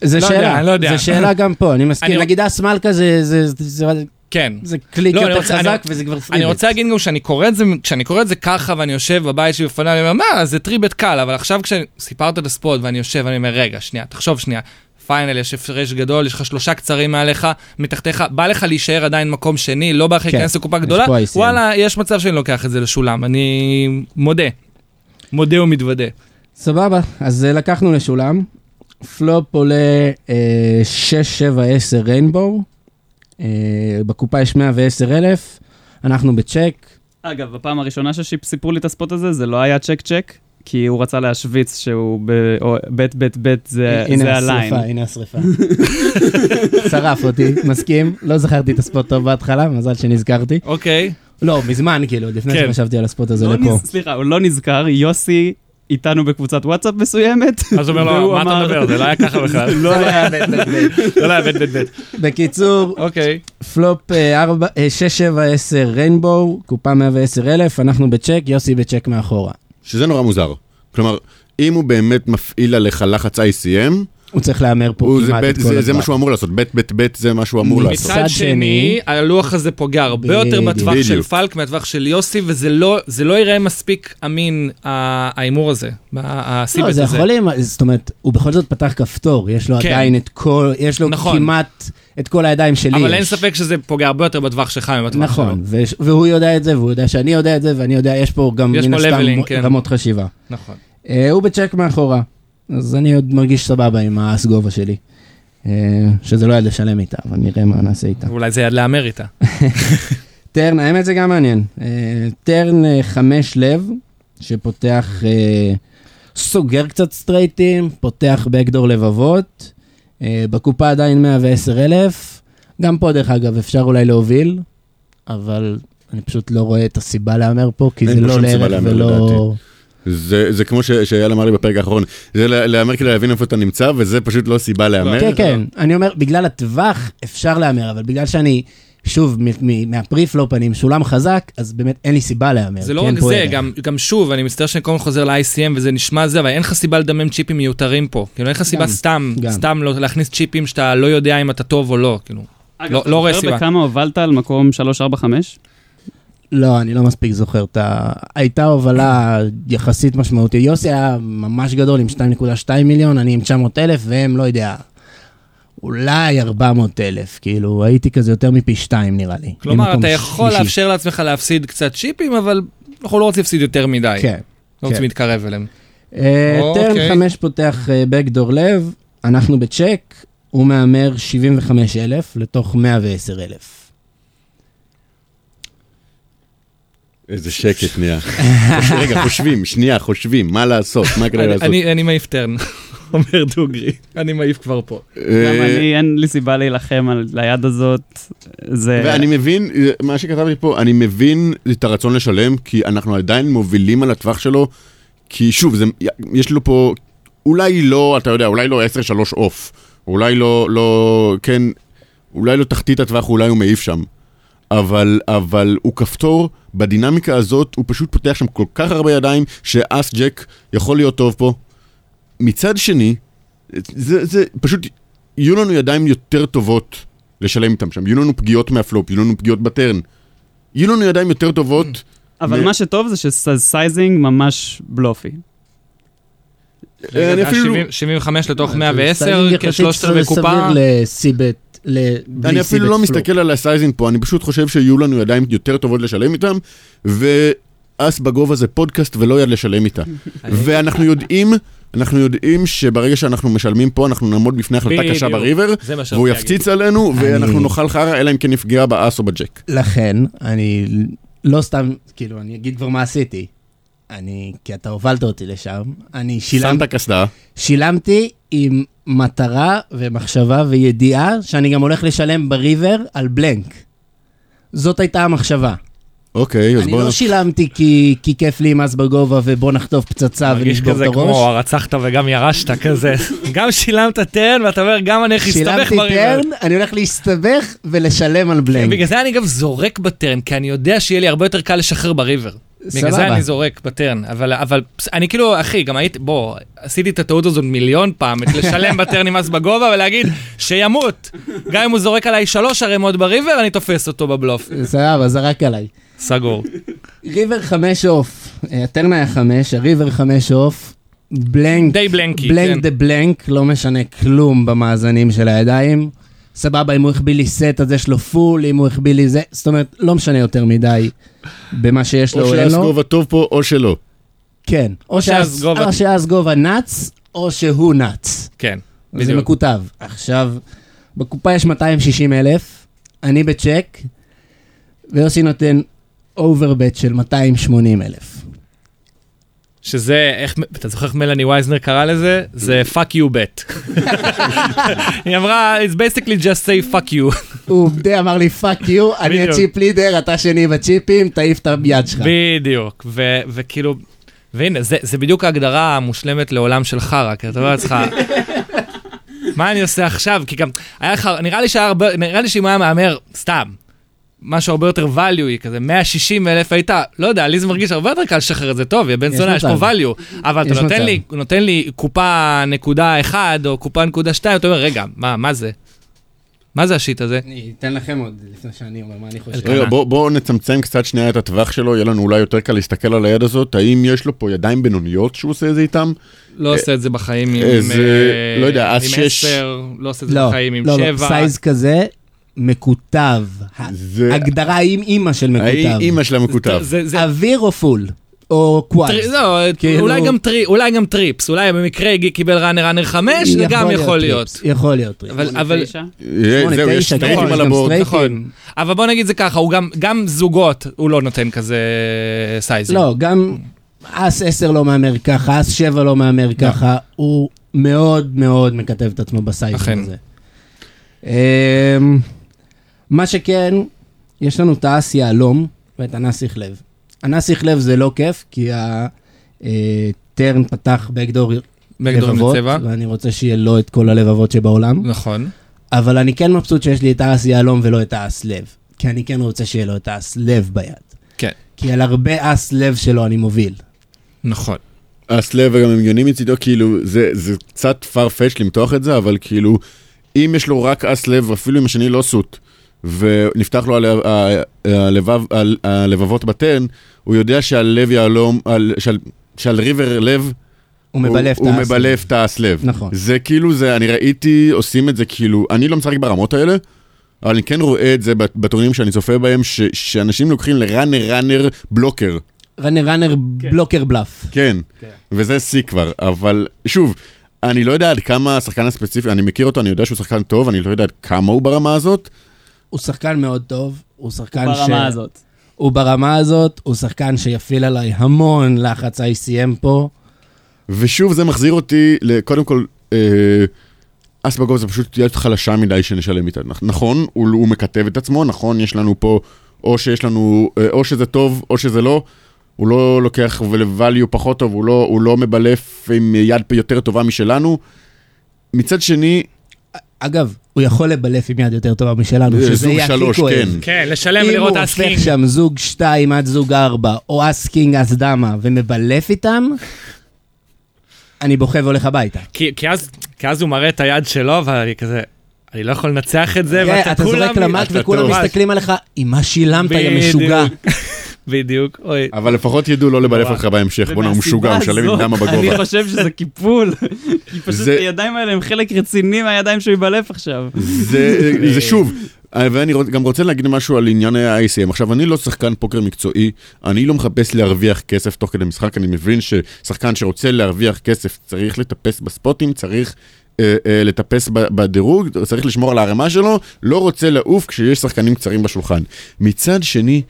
Speaker 4: זה
Speaker 1: לא
Speaker 4: שאלה,
Speaker 1: יודע, אני לא יודע.
Speaker 4: זה שאלה גם פה, אני
Speaker 1: אני-
Speaker 4: מסכים. נגיד השמאלקה זה, זה, זה, זה,
Speaker 1: כן.
Speaker 4: זה קליק
Speaker 1: לא, אני
Speaker 4: יותר
Speaker 1: רוצה-
Speaker 4: חזק
Speaker 1: אני-
Speaker 4: וזה כבר פריבט.
Speaker 1: אני רוצה להגיד גם שאני קורא את זה, כשאני קורא את זה ככה ואני יושב בבית שלי בפניי, אני אומר, מה, זה טריבט קל, אבל עכשיו כשסיפרת את הספורט ואני יושב, אני אומר, רגע, שנייה, תחשוב שנייה, פיינל, יש הפרש גדול, יש לך שלושה קצרים מעליך, מתחתיך, בא לך להישאר עדיין מקום שני, לא בא לך
Speaker 4: כן,
Speaker 1: להיכנס לקופה
Speaker 4: יש
Speaker 1: גדולה,
Speaker 4: פה ICM.
Speaker 1: וואלה, יש מצב שאני לוקח את זה לשולם, אני מודה. מודה ומתוודה.
Speaker 4: סבבה, אז אה, לקחנו לשולם. פלופ עולה אה, 6, 7, 10 ריינבואו. אה, בקופה יש 110 אלף, אנחנו בצ'ק.
Speaker 3: אגב, בפעם הראשונה שסיפרו לי את הספוט הזה, זה לא היה צ'ק צ'ק, כי הוא רצה להשוויץ שהוא ב... או בית בית בית זה זה
Speaker 4: הנה
Speaker 3: הליין.
Speaker 4: השריפה, הנה השריפה. שרף אותי, מסכים. לא זכרתי את הספוט טוב בהתחלה, מזל שנזכרתי.
Speaker 1: אוקיי,
Speaker 4: לא, מזמן כאילו, עוד לפני
Speaker 1: כן.
Speaker 4: שחשבתי על הספוט הזה
Speaker 3: לא
Speaker 4: לפה.
Speaker 3: נז- סליחה, הוא לא נזכר, יוסי איתנו בקבוצת וואטסאפ מסוימת.
Speaker 1: אז הוא אומר לו,
Speaker 3: והוא
Speaker 1: מה אתה
Speaker 3: אמר-
Speaker 1: מדבר? זה לא היה ככה בכלל.
Speaker 4: לא היה בית לבית.
Speaker 1: זה לא היה בית בית בית.
Speaker 4: בקיצור,
Speaker 1: אוקיי.
Speaker 4: פלופ אה, 6-7-10 ריינבואו, קופה 110 אלף, אנחנו בצ'ק, יוסי בצ'ק מאחורה.
Speaker 2: שזה נורא מוזר. כלומר, אם הוא באמת מפעיל עליך לחץ ICM,
Speaker 4: הוא צריך להמר פה
Speaker 2: הוא- זה
Speaker 4: כמעט
Speaker 2: בית-
Speaker 4: את
Speaker 2: זה-
Speaker 4: כל
Speaker 2: זה מה
Speaker 4: הזמן.
Speaker 2: שהוא אמור לעשות, בית בית בית זה מה שהוא אמור
Speaker 4: מצד-
Speaker 2: לעשות.
Speaker 1: מצד שני,
Speaker 4: שני,
Speaker 1: הלוח הזה פוגע הרבה
Speaker 4: בדיוק.
Speaker 1: יותר בטווח של
Speaker 2: בדיוק.
Speaker 1: פלק מהטווח של יוסי, וזה לא זה לא ייראה מספיק אמין, ה- ההימור הזה, ה- הסיבט
Speaker 4: לא,
Speaker 1: הזה.
Speaker 4: זה יכול להיות, זאת אומרת, הוא בכל זאת פתח כפתור, יש לו
Speaker 1: כן.
Speaker 4: עדיין את כל, יש לו
Speaker 1: נכון.
Speaker 4: כמעט את כל הידיים שלי.
Speaker 1: אבל
Speaker 4: יש.
Speaker 1: אין ספק שזה פוגע הרבה יותר בטווח שלך מבטווח שלו.
Speaker 4: נכון, ויש- והוא יודע את זה, והוא יודע שאני יודע את זה, ואני יודע, יש פה גם
Speaker 1: יש
Speaker 4: מן
Speaker 1: פה leveling,
Speaker 4: הסתם
Speaker 1: כן.
Speaker 4: רמות חשיבה.
Speaker 1: נכון.
Speaker 4: אה, הוא בצ'ק מאחורה, אז אני עוד מרגיש סבבה עם האס גובה שלי. אה, שזה לא יד לשלם איתה, אבל נראה מה נעשה איתה.
Speaker 1: אולי זה יד להמר איתה.
Speaker 4: טרן, האמת זה גם מעניין. אה, טרן אה, חמש לב, שפותח, אה, סוגר קצת סטרייטים, פותח בקדור לבבות, אה, בקופה עדיין 110 אלף. גם פה, דרך אגב, אפשר אולי להוביל, אבל אני פשוט לא רואה את הסיבה להמר פה, כי
Speaker 2: אין
Speaker 4: זה
Speaker 2: פה
Speaker 4: לא
Speaker 2: שום סיבה
Speaker 4: לערך
Speaker 2: להמר,
Speaker 4: ולא... כן,
Speaker 2: לדעתי. זה זה כמו ש- שאייל אמר לי בפרק האחרון, זה לה- להמר כדי להבין איפה אתה נמצא, וזה פשוט לא סיבה להמר.
Speaker 4: כן, כן, אני אומר, בגלל הטווח אפשר להמר, אבל בגלל שאני... שוב, מ- מ- מהפריפלופ אני עם שולם חזק, אז באמת אין לי סיבה להמר.
Speaker 1: זה לא
Speaker 4: כי אין
Speaker 1: רק
Speaker 4: כן, פה
Speaker 1: זה,
Speaker 4: ערך.
Speaker 1: גם- גם שוב, אני מצטער שאני כל הזמן חוזר ל-ICM וזה נשמע זה, אבל אין לך סיבה לדמם צ'יפים מיותרים פה. כאילו אין לך סיבה סתם,
Speaker 4: גם.
Speaker 1: סתם לא- להכניס צ'יפים שאתה לא יודע אם אתה טוב או לא, כאילו.
Speaker 3: אגב,
Speaker 1: לא-
Speaker 3: אתה
Speaker 1: לא רואה
Speaker 3: זוכר
Speaker 1: סיבה.
Speaker 3: בכמה הובלת על מקום 3-4-5?
Speaker 4: לא, אני לא מספיק זוכר את ה... הייתה הובלה יחסית משמעותית. יוסי היה ממש גדול עם 2.2 מיליון, אני עם 900 אלף, והם, לא יודע, אולי 400 אלף. כאילו, הייתי כזה יותר מפי שתיים, נראה לי.
Speaker 1: כלומר,
Speaker 4: ממקום
Speaker 1: אתה יכול
Speaker 4: שלישי.
Speaker 1: לאפשר לעצמך להפסיד קצת צ'יפים, אבל אנחנו לא רוצים להפסיד יותר מדי.
Speaker 4: כן.
Speaker 1: לא רוצים
Speaker 4: כן.
Speaker 1: להתקרב אליהם.
Speaker 4: אה,
Speaker 1: אוקיי.
Speaker 4: טרן חמש פותח אה, בקדור לב, אנחנו בצ'ק, הוא מהמר 75,000 לתוך 110,000.
Speaker 2: איזה שקט נהיה. חושב- רגע, חושבים, שנייה, חושבים, מה לעשות, מה כדאי
Speaker 1: אני-
Speaker 2: לעשות.
Speaker 1: אני אני מעיף טרן, אומר דוגרי, אני מעיף כבר פה.
Speaker 3: גם
Speaker 2: אה,
Speaker 3: אני, אין לי סיבה להילחם על היד הזאת. זה...
Speaker 2: ואני מבין, אה, מה שכתבתי פה, אני מבין את הרצון לשלם, כי אנחנו עדיין מובילים על הטווח שלו, כי שוב, זה, יש לו פה, אולי לא, אתה יודע, אולי לא 10-3 אוף, אולי לא, לא, כן, אולי לא תחתית הטווח, אולי הוא מעיף שם. אבל, אבל הוא כפתור, בדינמיקה הזאת הוא פשוט פותח שם כל כך הרבה ידיים, שאס ג'ק יכול להיות טוב פה. מצד שני, זה, זה פשוט, יהיו לנו ידיים יותר טובות לשלם איתם שם, יהיו לנו פגיעות מהפלופ, יהיו לנו פגיעות בטרן. יהיו לנו ידיים יותר טובות,
Speaker 3: אבל
Speaker 2: מ-
Speaker 3: מה שטוב זה שסייזינג ממש בלופי.
Speaker 2: אה, אני
Speaker 1: רגע,
Speaker 2: אפילו-
Speaker 1: 70 75 לתוך
Speaker 4: סייזינג
Speaker 1: 110,
Speaker 4: אה, יחסית
Speaker 1: כשלושת רבעי
Speaker 4: סביר
Speaker 1: קופה.
Speaker 4: לסיבט, ל- בלי
Speaker 2: אני אפילו
Speaker 4: סיבט
Speaker 2: לא
Speaker 4: פלופ.
Speaker 2: מסתכל על הסייזינג פה, אני פשוט חושב שיהיו לנו ידיים יותר טובות לשלם איתם, ואס בגובה זה פודקאסט ולא יד לשלם איתה. ואנחנו יודעים, אנחנו יודעים שברגע שאנחנו משלמים פה, אנחנו נעמוד בפני החלטה קשה
Speaker 1: בדיוק.
Speaker 2: בריבר,
Speaker 1: זה מה שרציתי
Speaker 2: והוא
Speaker 1: להגיד.
Speaker 2: יפציץ עלינו, ואנחנו
Speaker 4: אני-
Speaker 2: נאכל חרא, אלא אם כן נפגע באס או בג'ק.
Speaker 4: לכן, אני לא סתם, כאילו, אני אגיד כבר מה עשיתי. אני, כי אתה הובלת אותי לשם, אני שילמת
Speaker 2: שמת קסדה,
Speaker 4: שילמתי עם מטרה ומחשבה וידיעה שאני גם הולך לשלם בריבר על בלנק. זאת הייתה המחשבה.
Speaker 2: אוקיי, אז
Speaker 4: אני
Speaker 2: בואו...
Speaker 4: לא שילמתי כי, כי כיף לי עם מס בגובה ובוא נחטוף פצצה
Speaker 1: מרגיש
Speaker 4: ונשבור
Speaker 1: כזה
Speaker 4: את
Speaker 1: כמו
Speaker 4: הראש.
Speaker 1: הרצחת וגם ירשת כזה. גם שילמת טרן ואתה אומר גם אני איך להסתבך
Speaker 4: שילמתי
Speaker 1: בריבר. כן,
Speaker 4: טרן, אני הולך להסתבך ולשלם על בלנק.
Speaker 1: בגלל זה אני גם זורק בטרן, כי אני יודע שיהיה לי הרבה יותר קל לשחרר בריבר. בגלל זה
Speaker 4: סבבה.
Speaker 1: אני זורק בטרן, אבל, אבל פס- אני כאילו, אחי, גם הייתי, בוא, עשיתי את הטעות הזאת מיליון פעם, את לשלם בטרן עם מס בגובה ולהגיד שימות. גם אם הוא זורק עליי שלוש ערימות בריבר, אני תופס אותו בבלוף.
Speaker 4: סבבה, זרק עליי.
Speaker 1: סגור.
Speaker 4: ריבר חמש אוף, אה, הטרן היה חמש, הריבר חמש אוף, בלנק,
Speaker 1: די בלנקי, כן.
Speaker 4: בלנק דה בלנק, לא משנה כלום במאזנים של הידיים. סבבה, אם הוא החביא לי סט, אז יש לו פול, אם הוא החביא לי זה, זאת אומרת, לא משנה יותר מדי במה שיש לו
Speaker 2: או
Speaker 4: או אין
Speaker 2: שאס
Speaker 4: לו.
Speaker 2: לא, גובה טוב פה או שלא.
Speaker 4: כן, או
Speaker 1: שאז
Speaker 4: שאז-
Speaker 1: גובה-
Speaker 4: או שאז גובה נץ, או שהוא נץ.
Speaker 1: כן,
Speaker 4: זה
Speaker 1: בדיוק.
Speaker 4: מקוטב. עכשיו, בקופה יש 260 אלף, אני בצ'ק, ויוסי נותן אוברבט של 280 אלף.
Speaker 1: שזה, איך, אתה זוכר איך מלאני וייזנר קרא לזה? זה fuck you bet. היא אמרה, it's basically just say fuck you.
Speaker 4: הוא די אמר לי, פאק יו, אני
Speaker 1: בדיוק.
Speaker 4: הצ'יפ לידר, אתה שני בצ'יפים, תעיף את היד שלך.
Speaker 1: בדיוק, ו- וכאילו, והנה, זה, זה בדיוק ההגדרה המושלמת לעולם של חרא, כי אתה אומר לעצמך, מה אני עושה עכשיו? כי גם, היה לך, נראה לי שהיה הרבה, נראה לי שאם היה מהמר, סתם, משהו הרבה יותר value, כזה 160 אלף היית, לא יודע, לי זה מרגיש הרבה יותר קל לשחרר את זה טוב, יא בן
Speaker 4: יש
Speaker 1: זונה, יש פה
Speaker 4: מצב.
Speaker 1: value, אבל
Speaker 4: יש
Speaker 1: אתה נותן
Speaker 4: מצב.
Speaker 1: לי, נותן לי קופה נקודה 1 או קופה נקודה 2, אתה אומר, רגע, מה, מה זה? מה זה השיט הזה?
Speaker 4: אני אתן לכם עוד לפני שאני אומר מה אני חושב.
Speaker 1: קנה.
Speaker 2: רגע, בואו בוא נצמצם קצת שנייה את הטווח שלו, יהיה לנו אולי יותר קל להסתכל על היד הזאת, האם יש לו פה ידיים בינוניות שהוא עושה את זה איתם?
Speaker 1: לא עושה את זה בחיים עם
Speaker 2: איזה-
Speaker 1: אה,
Speaker 2: אה, לא יודע,
Speaker 1: עם
Speaker 2: אז שש.
Speaker 1: עשר, לא עושה את זה
Speaker 4: לא,
Speaker 1: בחיים עם
Speaker 4: לא, לא,
Speaker 1: שבע.
Speaker 4: סייז כזה, מקוטב. ה-
Speaker 2: זה...
Speaker 4: הגדרה עם אימא של מקוטב.
Speaker 2: אימא של המקוטב.
Speaker 1: זה- זה-
Speaker 4: אוויר או פול? או קוואט?
Speaker 1: טרי- לא,
Speaker 4: כאילו-
Speaker 1: אולי גם טרי- אולי גם טריפס, אולי במקרה גיק קיבל ראנר ראנר חמש, זה גם יכול להיות.
Speaker 4: טריפס, יכול להיות. טריפס.
Speaker 1: אבל- אבל-
Speaker 3: תשע.
Speaker 2: אה,
Speaker 4: שמונה,
Speaker 2: זהו, יש
Speaker 4: תשע,
Speaker 2: סטרייטים
Speaker 4: נכון,
Speaker 2: על
Speaker 4: יש גם
Speaker 2: הבורד.
Speaker 4: סטרייטים.
Speaker 1: נכון. אבל בוא נגיד זה ככה, הוא גם- גם זוגות, הוא לא נותן כזה אה, סייזים.
Speaker 4: לא, גם אס 10 לא מהמר ככה, אס 7 לא מהמר ככה, הוא מאוד מאוד מכתב את עצמו
Speaker 1: אכן.
Speaker 4: בסייפון הזה. אמ, מה שכן, יש לנו את האס יהלום ואת הנסיך לב. הנסיך לב זה לא כיף, כי הטרן פתח בקדור
Speaker 1: בגדול
Speaker 4: לבבות,
Speaker 1: מצבע.
Speaker 4: ואני רוצה שיהיה לו את כל הלבבות שבעולם,
Speaker 1: נכון.
Speaker 4: אבל אני כן מבסוט שיש לי את האס יהלום ולא את האס לב, כי אני כן רוצה שיהיה לו את האס לב ביד.
Speaker 1: כן.
Speaker 4: כי על הרבה אס לב שלו אני מוביל.
Speaker 1: נכון.
Speaker 2: הסלב וגם הגיוני מצידו, כאילו, זה זה קצת farfetch למתוח את זה, אבל כאילו, אם יש לו רק הסלב, אפילו אם השני לא סוט, ונפתח לו הלב- ה- הלבב- ה- הלבבות בטן, הוא יודע שהלב יהלום, על- שעל- שעל ריבר לב
Speaker 4: הוא מבלף את
Speaker 2: הוא
Speaker 4: האס.
Speaker 2: מבלף את האסלב.
Speaker 4: נכון.
Speaker 2: זה כאילו, זה, אני ראיתי, עושים את זה כאילו, אני לא משחק ברמות האלה, אבל אני כן רואה את זה בט- בטורנירים שאני צופה בהם, ש, שאנשים לוקחים לראנר ראנר בלוקר.
Speaker 4: ראנר ראנר בלוקר בלאף.
Speaker 2: כן,
Speaker 4: כן.
Speaker 2: וזה שיא כבר, אבל שוב, אני לא יודע עד כמה השחקן הספציפי, אני מכיר אותו, אני יודע שהוא שחקן טוב, אני לא יודע עד כמה הוא ברמה הזאת.
Speaker 4: הוא שחקן מאוד טוב, הוא שחקן ש...
Speaker 3: ברמה הזאת.
Speaker 4: הוא ברמה הזאת, הוא שחקן שיפעיל עליי המון לחץ ICM פה.
Speaker 2: ושוב, זה מחזיר אותי, ל- קודם כל, אה, אסבגוב זה פשוט יד חלשה מדי שנשלם איתה. נכ- נכון, הוא, הוא מקטב את עצמו, נכון, יש לנו פה, או שיש לנו, אה, או שזה טוב, או שזה לא. הוא לא לוקח ול-value פחות טוב, הוא לא, הוא לא מבלף עם יד יותר טובה משלנו. מצד שני,
Speaker 4: אגב, הוא יכול לבלף עם יד יותר טובה משלנו,
Speaker 2: אה,
Speaker 4: שזה
Speaker 2: זוג
Speaker 4: יהיה הכי
Speaker 2: שלוש,
Speaker 4: כואב.
Speaker 2: כן.
Speaker 6: כן, לשלם
Speaker 4: אם הוא
Speaker 6: ולראות
Speaker 4: הופך
Speaker 6: אסקינג.
Speaker 4: שם זוג 2 עד זוג 4, או אסקינג אז דמה, ומבלף איתם, אני בוכה והולך הביתה.
Speaker 6: כי, כי, אז, כי אז הוא מראה את היד שלו, ואני כזה, אני לא יכול לנצח את זה,
Speaker 4: כן, אתה זורק למק
Speaker 2: אתה
Speaker 4: וכולם
Speaker 2: טוב.
Speaker 4: מסתכלים עליך, עם מה שילמת, יא
Speaker 6: בדיוק.
Speaker 4: משוגע.
Speaker 6: בדיוק, אוי.
Speaker 2: אבל לפחות ידעו לא לבלף אותך בהמשך, בואנה הוא משוגע, הוא
Speaker 3: ומהסיבה
Speaker 2: משלם עם
Speaker 3: הזאת,
Speaker 2: דמה בגובה.
Speaker 3: אני חושב שזה קיפול. כי פשוט
Speaker 2: זה-
Speaker 3: הידיים האלה הם חלק רציני מהידיים שהוא יבלף עכשיו.
Speaker 2: זה, זה שוב. ואני רוצ- גם רוצה להגיד משהו על עניין ה-ICM. עכשיו, אני לא שחקן פוקר מקצועי, אני לא מחפש להרוויח כסף תוך כדי משחק, אני מבין ששחקן שרוצה להרוויח כסף צריך לטפס בספוטים, צריך אה, אה, לטפס ב- בדירוג, צריך לשמור על הערימה שלו, לא רוצה לעוף כשיש שחקנים קצרים בשולחן. מצד שני,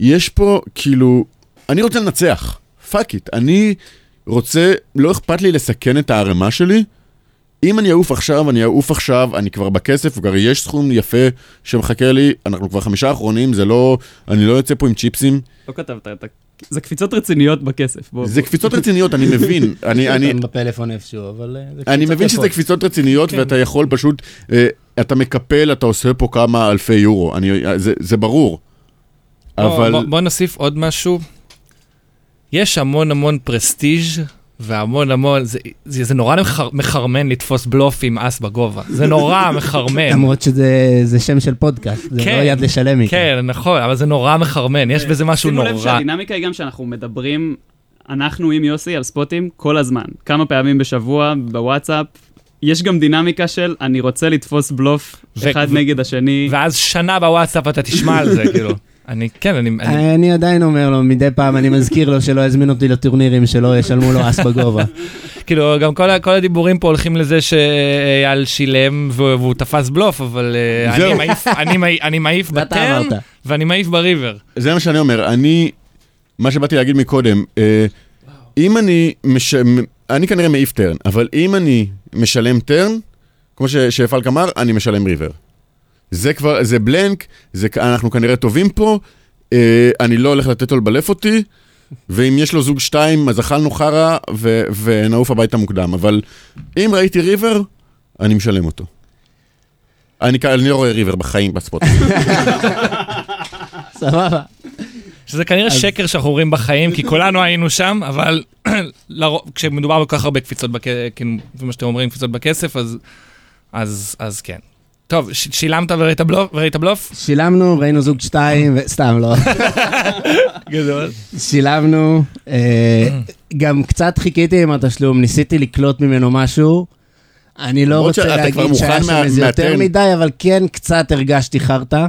Speaker 2: יש פה, כאילו, אני רוצה לנצח, פאק איט, אני רוצה, לא אכפת לי לסכן את הערימה שלי, אם אני אעוף עכשיו, אני אעוף עכשיו, אני כבר בכסף, כבר יש סכום יפה שמחכה לי, אנחנו כבר חמישה אחרונים, זה לא, אני לא יוצא פה עם צ'יפסים.
Speaker 3: לא כתבת את ה... זה קפיצות רציניות בכסף. בוא,
Speaker 2: זה
Speaker 3: בוא.
Speaker 2: קפיצות רציניות, אני מבין. אני, אני,
Speaker 4: גם בפלאפון איפשהו, אבל... אה, זה
Speaker 2: אני
Speaker 4: קבוצות
Speaker 2: מבין שזה
Speaker 4: יפות.
Speaker 2: קפיצות רציניות, ואתה יכול פשוט, אה, אתה מקפל, אתה עושה פה כמה אלפי יורו, אני, אה, זה, זה ברור.
Speaker 1: אבל...
Speaker 2: אבל...
Speaker 1: בוא, בוא נוסיף עוד משהו. יש המון המון פרסטיג' והמון המון, זה, זה, זה נורא מחר, מחרמן לתפוס בלוף עם אס בגובה. זה נורא מחרמן.
Speaker 4: למרות שזה זה שם של פודקאסט, זה לא
Speaker 1: כן,
Speaker 4: יד לשלם איתה.
Speaker 1: כן, נכון, אבל זה נורא מחרמן, יש בזה משהו
Speaker 3: שימו לב
Speaker 1: נורא.
Speaker 3: שהדינמיקה היא גם שאנחנו מדברים, אנחנו עם יוסי על ספוטים כל הזמן, כמה פעמים בשבוע, בוואטסאפ. יש גם דינמיקה של אני רוצה לתפוס בלוף
Speaker 1: ו-
Speaker 3: אחד
Speaker 1: ו-
Speaker 3: נגד השני.
Speaker 1: ואז שנה בוואטסאפ אתה תשמע על זה, כאילו. אני, כן, אני... אני...
Speaker 4: אני עדיין אומר לו, מדי פעם אני מזכיר לו שלא יזמין אותי לטורנירים, שלא ישלמו לו אס בגובה.
Speaker 2: אה.
Speaker 1: כאילו, גם כל, ה- כל הדיבורים פה הולכים לזה שאייל שילם והוא, והוא תפס בלוף, אבל אה,
Speaker 2: זהו.
Speaker 1: אני מעיף, אני, מעיף, אני מעיף
Speaker 4: זה אתה
Speaker 1: בטרם,
Speaker 4: אמרת.
Speaker 1: ואני מעיף בריבר.
Speaker 2: זה מה שאני אומר, אני, מה שבאתי להגיד מקודם, אה, אם אני, מש... מ- אני כנראה מעיף טרן, אבל אם אני משלם טרן, כמו ש... שפלק אמר, אני משלם ריבר. זה כבר, זה בלנק, זה... כ- אנחנו כנראה טובים פה, אה, אני לא הולך לתת לו לבלף אותי, ואם יש לו זוג שתיים, אז אכלנו חרא ו... ונעוף הביתה מוקדם, אבל אם ראיתי ריבר, אני משלם אותו. אני, כ- אני לא רואה ריבר בחיים בספוט.
Speaker 4: סבבה.
Speaker 1: שזה כנראה
Speaker 4: אז-
Speaker 1: שקר שאנחנו אומרים בחיים, כי כולנו היינו שם, אבל לרוב, כשמדובר בכל כך הרבה קפיצות, בכ... כן, זה מה שאתם אומרים, קפיצות בכסף, אז, אז, אז כן. טוב, ש- שילמת וראית בלוף? וראית בלוף?
Speaker 4: שילמנו, ראינו זוג שתיים, ו- סתם לא.
Speaker 1: גדול.
Speaker 4: שילמנו, אה, גם קצת חיכיתי עם התשלום, ניסיתי לקלוט ממנו משהו. אני לא
Speaker 2: למרות
Speaker 4: רוצה
Speaker 2: שאתה כבר
Speaker 4: להגיד
Speaker 2: מוכן
Speaker 4: שהיה שם
Speaker 2: מה-
Speaker 4: איזה יותר
Speaker 2: מהטרן.
Speaker 4: מדי, אבל כן קצת הרגשתי חרטא.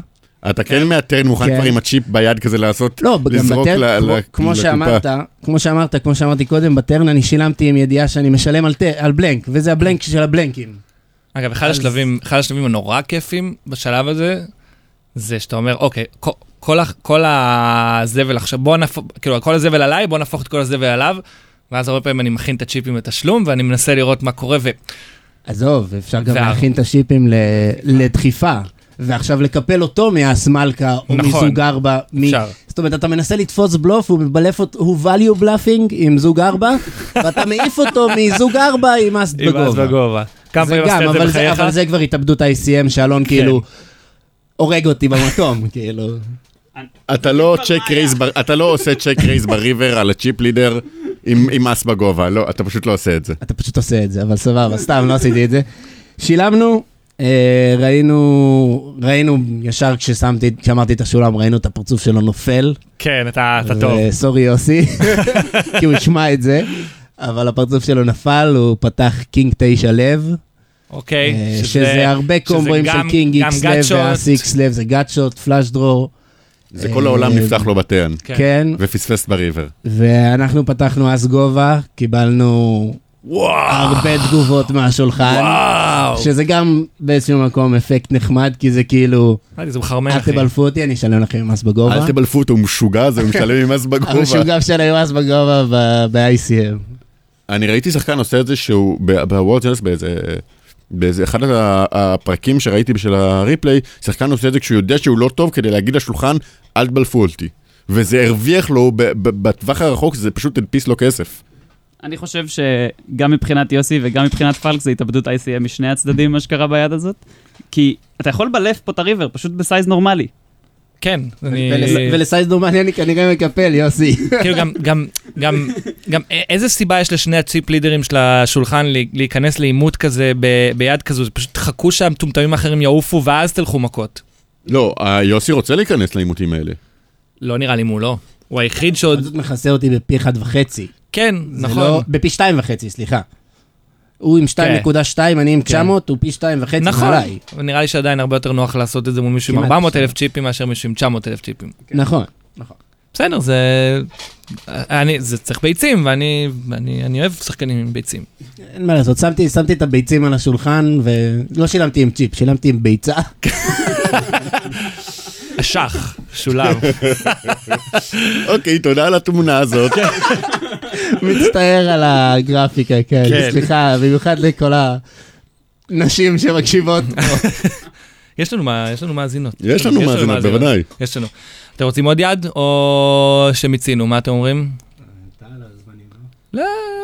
Speaker 2: אתה כן מהטרן מוכן
Speaker 4: כן.
Speaker 2: כבר עם הצ'יפ ביד כזה לעשות,
Speaker 4: לא, גם
Speaker 2: לזרוק
Speaker 4: בטרן,
Speaker 2: ל-
Speaker 4: כמו-
Speaker 2: ל-
Speaker 4: כמו
Speaker 2: לקופה.
Speaker 4: שאמרת, כמו שאמרת, כמו שאמרתי קודם, בטרן אני שילמתי עם ידיעה שאני משלם על ט- על בלנק, וזה הבלנק של הבלנקים.
Speaker 1: אגב, אחד
Speaker 4: אז-
Speaker 1: השלבים, אחד השלבים הנורא כיפים בשלב הזה, זה שאתה אומר, אוקיי, כל, כל, ה- כל הזבל עכשיו, בוא נהפוך, כאילו, כל הזבל עליי, בוא נהפוך את כל הזבל עליו, ואז הרבה פעמים אני מכין את הצ'יפים לתשלום, ואני מנסה לראות מה קורה, ו...
Speaker 4: עזוב, אפשר גם
Speaker 1: וה-
Speaker 4: להכין את השיפים ל- לדחיפה, ועכשיו לקפל אותו מאסמלקה או
Speaker 1: נכון.
Speaker 4: מזוג ארבע. מ-
Speaker 1: אפשר.
Speaker 4: זאת אומרת, אתה מנסה לתפוס בלוף, הוא מבלף אותו, הוא value bluffing עם זוג ארבע, ואתה מעיף אותו מזוג ארבע עם אס
Speaker 1: עם אז
Speaker 4: בגובה.
Speaker 1: בגובה. כמה
Speaker 4: זה
Speaker 1: פעמים עשית
Speaker 4: גם,
Speaker 1: את זה
Speaker 4: אבל זה,
Speaker 1: בחייך? כן.
Speaker 4: אבל זה כבר התאבדות ה-ICM שאלון כאילו הורג אותי במקום, כאילו.
Speaker 2: אתה לא צ'ק רייז, ב- אתה לא עושה צ'ק רייז בריבר על הצ'יפ לידר עם עם מס בגובה, לא, אתה פשוט לא עושה את זה.
Speaker 4: אתה פשוט עושה את זה, אבל סבבה, סתם, לא עשיתי את זה. שילמנו, אה, ראינו, ראינו ישר כששמתי, כשאמרתי את השולם, ראינו את הפרצוף שלו נופל.
Speaker 1: כן, אתה אתה טוב.
Speaker 4: אה, סורי יוסי, כי הוא ישמע את זה. אבל הפרצוף שלו נפל, הוא פתח קינג תשע לב,
Speaker 1: אוקיי.
Speaker 4: אה, שזה הרבה
Speaker 1: שזה
Speaker 4: קומבואים של
Speaker 1: גם-
Speaker 4: קינג
Speaker 1: גם
Speaker 4: איקס לב
Speaker 1: גאטשות.
Speaker 4: ואס איקס לב, זה גאטשות, פלאש דרור.
Speaker 2: זה כל העולם
Speaker 4: אה,
Speaker 2: נפתח לו בטן,
Speaker 4: כן,
Speaker 2: ופספס בריבר.
Speaker 4: ואנחנו פתחנו אז גובה, קיבלנו
Speaker 2: וואו!
Speaker 4: הרבה תגובות מהשולחן,
Speaker 1: וואו!
Speaker 4: שזה גם באיזשהו מקום אפקט נחמד, כי זה כאילו,
Speaker 1: ראיתי, זה מחרמן,
Speaker 4: אל
Speaker 1: אה, אחי.
Speaker 4: תבלפו אותי, אני אשלם לכם מס בגובה.
Speaker 2: אל תבלפו אותו, הוא משוגע הזה, הוא משלם ממס בגובה.
Speaker 4: המשוגע שלהם מס בגובה ב- ב-ICM.
Speaker 2: אני ראיתי שחקן עושה את זה שהוא בוורדס באיזה... באיזה אחד ה- הפרקים שראיתי של הריפליי, שחקן עושה את זה כשהוא יודע שהוא לא טוב כדי להגיד לשולחן, אל תבלפו אותי. וזה הרוויח לו ב- ב- בטווח הרחוק, זה פשוט הדפיס לו כסף.
Speaker 3: אני חושב שגם מבחינת יוסי וגם מבחינת פלק זה התאבדות ICM משני הצדדים, מה שקרה ביד הזאת. כי אתה יכול בלף פה את הריבר, פשוט בסייז נורמלי.
Speaker 1: כן, אני...
Speaker 4: ולס- ולסייד דומני אני כנראה מקפל, יוסי.
Speaker 1: כאילו גם, גם, גם, גם א- איזה סיבה יש לשני הצ'יפ לידרים של השולחן לי- להיכנס לעימות כזה ב- ביד כזו, זה פשוט חכו שהמטומטמים האחרים יעופו ואז תלכו מכות.
Speaker 2: לא, ה- יוסי רוצה להיכנס לעימותים האלה.
Speaker 1: לא נראה לי מולו. הוא היחיד שעוד...
Speaker 4: זאת מכסה אותי בפי אחד וחצי.
Speaker 1: כן,
Speaker 4: זה
Speaker 1: נכון. כן.
Speaker 4: לא- בפי שתיים וחצי, סליחה. הוא עם 2.2, אני עם 900, הוא פי שתיים וחצי
Speaker 1: נכון,
Speaker 4: מעליי.
Speaker 1: אבל נראה לי שעדיין הרבה יותר נוח לעשות את זה מול מישהו עם
Speaker 4: כמעט
Speaker 1: 400 אלף
Speaker 4: בסדר.
Speaker 1: צ'יפים מאשר מישהו עם 900 אלף צ'יפים.
Speaker 4: נכון.
Speaker 1: בסדר, זה... אני, זה צריך ביצים, ואני אני, אני אוהב שחקנים עם ביצים.
Speaker 4: אין מה לעשות, שמתי, שמתי את הביצים על השולחן ולא שילמתי עם צ'יפ, שילמתי עם ביצה.
Speaker 1: אשח, שולם.
Speaker 2: אוקיי, תודה על התמונה הזאת.
Speaker 4: מצטער על הגרפיקה, כן.
Speaker 1: כן.
Speaker 4: סליחה, במיוחד לכל הנשים שמקשיבות.
Speaker 1: יש לנו, מה, יש לנו מאזינות.
Speaker 2: יש לנו מאזינות, בוודאי.
Speaker 1: יש לנו. אתם רוצים עוד יד, או שמיצינו? מה אתם אומרים? לא,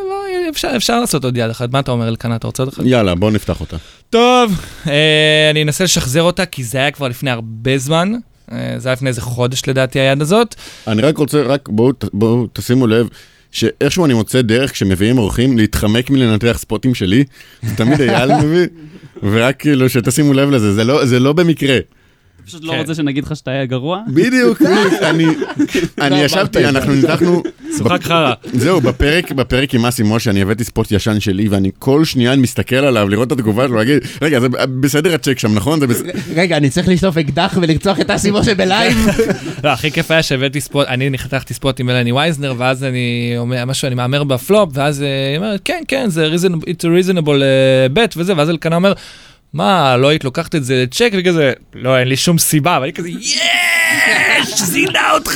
Speaker 1: לא, אפשר, אפשר לעשות עוד יד אחת. מה אתה אומר, אלקנה? אתה רוצה עוד אחת?
Speaker 2: יאללה, בוא נפתח אותה.
Speaker 1: טוב, אה, אני אנסה לשחזר אותה, כי זה היה כבר לפני הרבה זמן. אה, זה היה לפני איזה חודש לדעתי, היד הזאת.
Speaker 2: אני רק רוצה, רק בואו ת- בואו תשימו לב. שאיכשהו אני מוצא דרך כשמביאים אורחים להתחמק מלנתח ספוטים שלי, זה תמיד אייל מביא, ורק כאילו שתשימו לב לזה, זה לא, זה לא במקרה.
Speaker 3: אתה פשוט לא
Speaker 1: כן.
Speaker 3: רוצה שנגיד לך שאתה היה גרוע.
Speaker 2: בדיוק, בדיוק, אני, אני
Speaker 4: אמרת את
Speaker 2: ישבתי,
Speaker 4: זה.
Speaker 2: אנחנו ניתחנו,
Speaker 1: צוחק חרא.
Speaker 2: זהו, בפרק, בפרק עם אסי משה, אני הבאתי ספוט ישן שלי, ואני כל שנייה אני מסתכל עליו, לראות את התגובה שלו, להגיד, רגע, זה בסדר הצ'ק שם, נכון? זה בסדר.
Speaker 4: רגע, אני צריך לשלוף אקדח ולרצוח את אסי משה בלייב?
Speaker 1: לא, הכי כיף היה שהבאתי ספוט, אני חתכתי ספוט עם אלני וייזנר, ואז אני אומר משהו, אני מהמר בפלופ, ואז אה, היא אומרת, כן, כן, זה reasonable, it's a reasonable אה, bet וזה, ואז אלקנה אומר, מה, לא היית לוקחת את זה לצ'ק, וכזה, לא, אין לי שום סיבה, ואני כזה, יש, זינה אותך!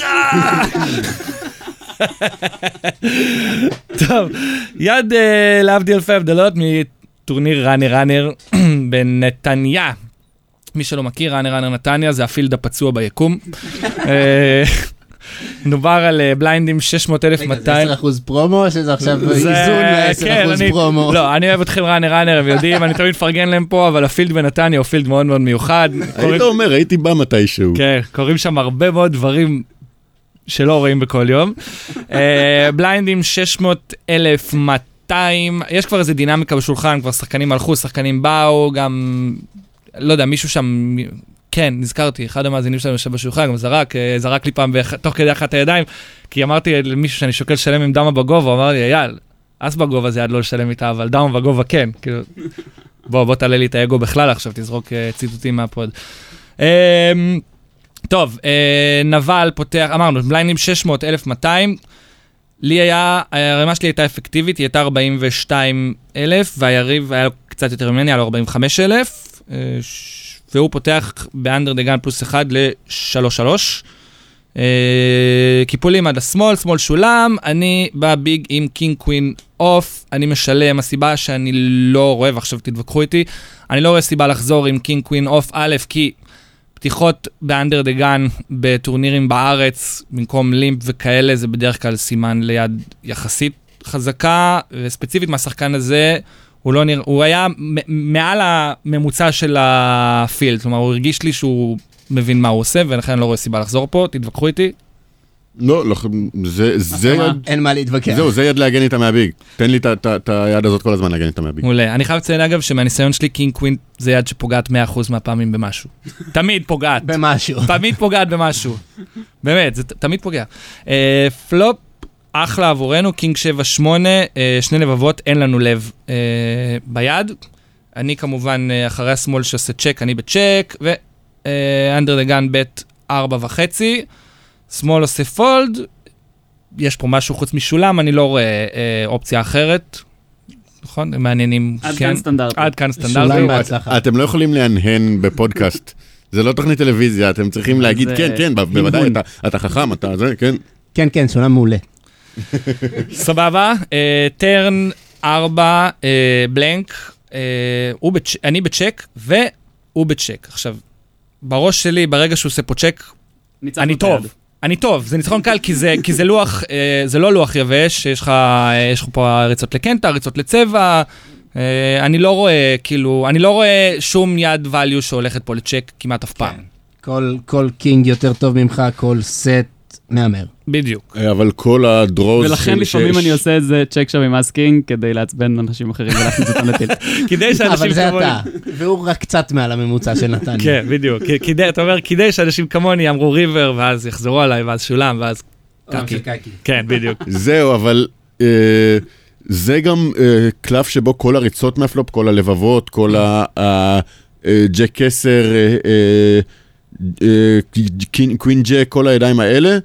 Speaker 1: טוב, יד אה, להבדיל אלפי הבדלות מטורניר ראנר ראנר בנתניה. מי שלא מכיר, ראנר ראנר נתניה זה הפילד הפצוע ביקום. אה, מדובר על אה, בליינדים 600,200.
Speaker 4: רגע, זה 10% פרומו או שזה עכשיו
Speaker 1: זה- כן,
Speaker 4: איזון
Speaker 1: אני-
Speaker 4: ל-10% פרומו?
Speaker 1: לא, אני אוהב אתכם ראנר ראנר, הם יודעים, אני תמיד מפרגן להם פה, אבל הפילד בנתניה הוא פילד מאוד מאוד מיוחד. קוראים-
Speaker 2: היית אומר, הייתי בא מתישהו.
Speaker 1: כן, קורים שם הרבה מאוד דברים שלא רואים בכל יום. אה, בליינדים 600 אלף 200, יש כבר איזה דינמיקה בשולחן, כבר שחקנים הלכו, שחקנים באו, גם, לא יודע, מישהו שם... כן, נזכרתי, אחד המאזינים שלנו יושב בשולחן, גם זרק, אה, זרק לי פעם באח- תוך כדי אחת הידיים, כי אמרתי למישהו שאני שוקל לשלם עם דמה בגובה, הוא אמר לי, אייל, אז בגובה זה יד לא לשלם איתה, אבל דמה בגובה כן, כאילו, בוא, בוא תעלה לי את האגו בכלל עכשיו, תזרוק אה, ציטוטים מהפוד. אמ, טוב, אה, נבל פותח, אמרנו, בליינדים 600, 1200. לי היה, הרמה שלי הייתה אפקטיבית, היא הייתה 42 אלף, והיריב היה לו קצת יותר ממני, היה לו 45 אלף, אה, והוא פותח באנדר דה גן פלוס 1 ל-3-3. אה, קיפולים עד השמאל, שמאל שולם, אני בביג עם קינג קווין אוף, אני משלם, הסיבה שאני לא רואה, ועכשיו תתווכחו איתי, אני לא רואה סיבה לחזור עם קינג קווין אוף א', כי פתיחות באנדר דה גן בטורנירים בארץ, במקום לימפ וכאלה, זה בדרך כלל סימן ליד יחסית חזקה, וספציפית מהשחקן הזה, הוא, לא נרא... הוא היה מ- מעל הממוצע של הפילד, כלומר, הוא הרגיש לי שהוא מבין מה הוא עושה, ולכן אני לא רואה סיבה לחזור פה, תתווכחו איתי.
Speaker 2: לא, לא, זה, זה
Speaker 3: הסכמה.
Speaker 2: יד,
Speaker 4: אין מה
Speaker 3: כן.
Speaker 4: להתווכח.
Speaker 2: זהו, זה יד להגן איתה מהביג. תן לי את ה- את ה- את היד הזאת כל הזמן להגן איתה מהביג.
Speaker 1: מעולה. אני חייב לציין, אגב, שמהניסיון שלי, קינג קווין זה יד שפוגעת 100% מהפעמים במשהו. תמיד פוגעת.
Speaker 4: במשהו.
Speaker 1: תמיד פוגעת במשהו. באמת, זה ת- תמיד פוגע. אה, פלופ, אחלה עבורנו, קינג 7-8, אה, שני לבבות, אין לנו לב אה, ביד. אה, אני כמובן אה, אחרי השמאל שעושה צ'ק, אני בצ'ק, ואנדר דה גן בית ארבע וחצי, שמאל עושה פולד, יש פה משהו חוץ משולם, אני לא רואה אה, אופציה אחרת. נכון? הם מעניינים.
Speaker 3: עד
Speaker 1: כן.
Speaker 3: כאן סטנדרטי.
Speaker 1: עד כאן
Speaker 4: שולם
Speaker 1: סטנדרטי.
Speaker 4: בהצלחה.
Speaker 2: אתם לא יכולים להנהן בפודקאסט. זה לא תוכנית טלוויזיה, אתם צריכים להגיד,
Speaker 3: זה
Speaker 2: כן, כן, ב- בוודאי,
Speaker 3: הנהון.
Speaker 2: אתה- אתה חכם, אתה זה, כן.
Speaker 4: כן, כן, סולם מעולה.
Speaker 1: סבבה, אה, טרן 4, בלנק, אה, הוא בצ- אני בצ'ק והוא בצ'ק. עכשיו, בראש שלי, ברגע שהוא עושה פה צ'ק,
Speaker 3: ניצחנו
Speaker 1: אני
Speaker 3: את
Speaker 1: טוב.
Speaker 3: היד.
Speaker 1: אני טוב, זה ניצחון קל, כי זה, כי זה לוח, אה, זה לא לוח יבש, יש לך, אה, יש לך פה ריצות לקנטה, ריצות לצבע, אה, אני לא רואה, כאילו, אני לא רואה שום יד value שהולכת פה לצ'ק כמעט אף פעם.
Speaker 4: כל- כל קינג יותר טוב ממך, כל סט מהמר.
Speaker 1: בדיוק.
Speaker 2: אה, אבל כל הדרוז...
Speaker 3: ולכן לפעמים אני עושה איזה צ'ק שם עם אסקינג, כדי לעצבן אנשים אחרים ולהכניס אותם לטיל.
Speaker 1: כדי שאנשים
Speaker 4: אבל זה
Speaker 1: כמוני...
Speaker 4: אתה, והוא רק קצת מעל הממוצע של נתניה.
Speaker 1: כן, בדיוק. כ- כדי, אתה אומר, כדי שאנשים כמוני אמרו ריבר, ואז יחזרו עליי, ואז שולם, ואז...
Speaker 4: עולם של
Speaker 1: קקי.
Speaker 4: קקי.
Speaker 1: כן, בדיוק.
Speaker 2: זהו, אבל אה, זה גם אה, קלף שבו כל הריצות מהפלופ, כל הלבבות, כל ה... ה- אה, ג'ק קסר, אה, אה, אה, קין- קווין ג'ק, כל הידיים האלה,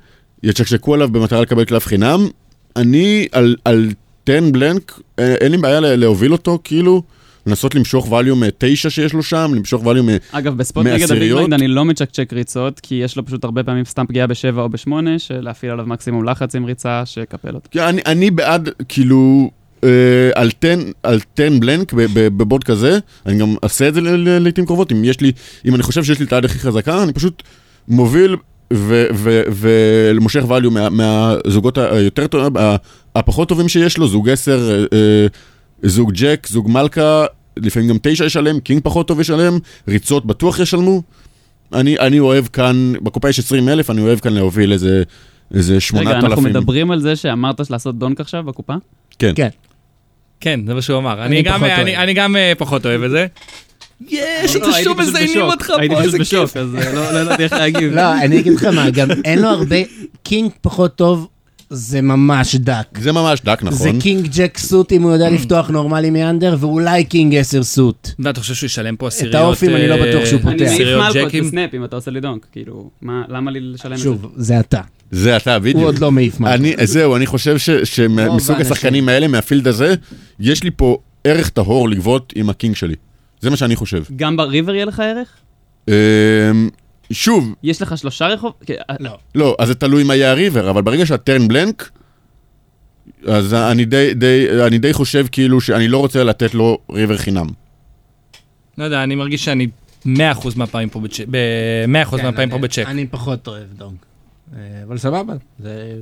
Speaker 2: יצ'קשקו עליו במטרה לקבל קלף חינם. אני על- על טן בלנק, אה, אין לי בעיה לה- להוביל אותו, כאילו, לנסות למשוך value מתשע שיש לו שם, למשוך אה, value מ...
Speaker 3: אגב, בספוט נגד
Speaker 2: מעשיריות?
Speaker 3: הביגליינד אני לא מצ'קצ'ק ריצות, כי יש לו פשוט הרבה פעמים סתם פגיעה בשבע או בשמונה, שלהפעיל עליו מקסימום לחץ עם ריצה, שיקפל אותו.
Speaker 2: כי אני, אני בעד, כאילו, אה, על 10 על 10 בלנק ב- ב- בבורד כזה, אני גם אעשה את זה ל- ל- לעיתים קרובות, אם יש לי, אם אני חושב שיש לי את היד הכי חזקה, אני פשוט מוביל ו- ו- ומושך value מה- מהזוגות ה- היותר טובים, ה- הפחות טובים שיש לו, זוג 10, אה, אה, זוג ג'ק, זוג מלכה, לפעמים גם 9 יש עליהם, קינג פחות טוב יש עליהם, ריצות בטוח ישלמו. אני, אני אוהב כאן, בקופה יש 20 אלף, אני אוהב כאן להוביל איזה, איזה 8,000.
Speaker 3: רגע, אנחנו מדברים על זה שאמרת לעשות דונק עכשיו בקופה?
Speaker 4: כן.
Speaker 1: כן, זה מה שהוא אמר.
Speaker 4: אני
Speaker 1: אני גם,
Speaker 4: פחות
Speaker 1: אה,
Speaker 4: אוהב.
Speaker 1: אני- אני גם אה, פחות אוהב את זה. יש,
Speaker 3: לא,
Speaker 1: אתה
Speaker 3: הייתי
Speaker 1: שוב
Speaker 3: פשוט
Speaker 1: מזיינים
Speaker 3: בשוק.
Speaker 1: אותך פה,
Speaker 3: הייתי פשוט
Speaker 1: איזה כיף.
Speaker 3: בשוק, אז אה, לא לא ידעתי איך להגיב.
Speaker 4: לא, אני אגיד לך מה, גם אין לו הרבה, קינג פחות טוב, זה ממש דק.
Speaker 2: זה ממש דק, נכון?
Speaker 4: זה קינג ג'ק סוט אם הוא יודע לפתוח נורמלי מאנדר, ואולי קינג 10 סוט.
Speaker 1: ואתה חושב שהוא ישלם פה עשיריות...
Speaker 4: האופים אני לא
Speaker 1: אה,
Speaker 4: בטוח שהוא פותח.
Speaker 3: אני מעיף
Speaker 1: עשיריות
Speaker 3: מלכות
Speaker 1: ג'קים?
Speaker 3: בסנאפ אם אתה עושה לי דונק, כאילו, מה- למה לי לשלם את זה?
Speaker 4: שוב, זה אתה.
Speaker 2: זה אתה, בדיוק.
Speaker 4: הוא עוד לא מעיף מה.
Speaker 2: אני, זהו, אני חושב ש-
Speaker 4: רוב
Speaker 2: שמסוג
Speaker 4: האנשים.
Speaker 2: השחקנים האלה, מהפילד הזה, יש לי פה ערך טהור לגבות עם הקינג שלי. זה מה שאני חושב.
Speaker 3: גם בריבר יהיה לך ערך?
Speaker 2: אמ, שוב,
Speaker 3: יש לך שלושה רחוב? כן, אה,
Speaker 4: לא.
Speaker 2: לא, אז זה תלוי מה יהיה הריבר, אבל ברגע שהטרן בלנק, אז אני די, די, אני די חושב כאילו שאני לא רוצה לתת לו ריבר חינם.
Speaker 1: לא יודע, אני מרגיש שאני 100% מהפעמים פה בצ'ק. ב- 100% מהפעמים פה בצ'ק.
Speaker 4: כן, אני פחות אוהב דונג. אה, אבל סבבה, זה...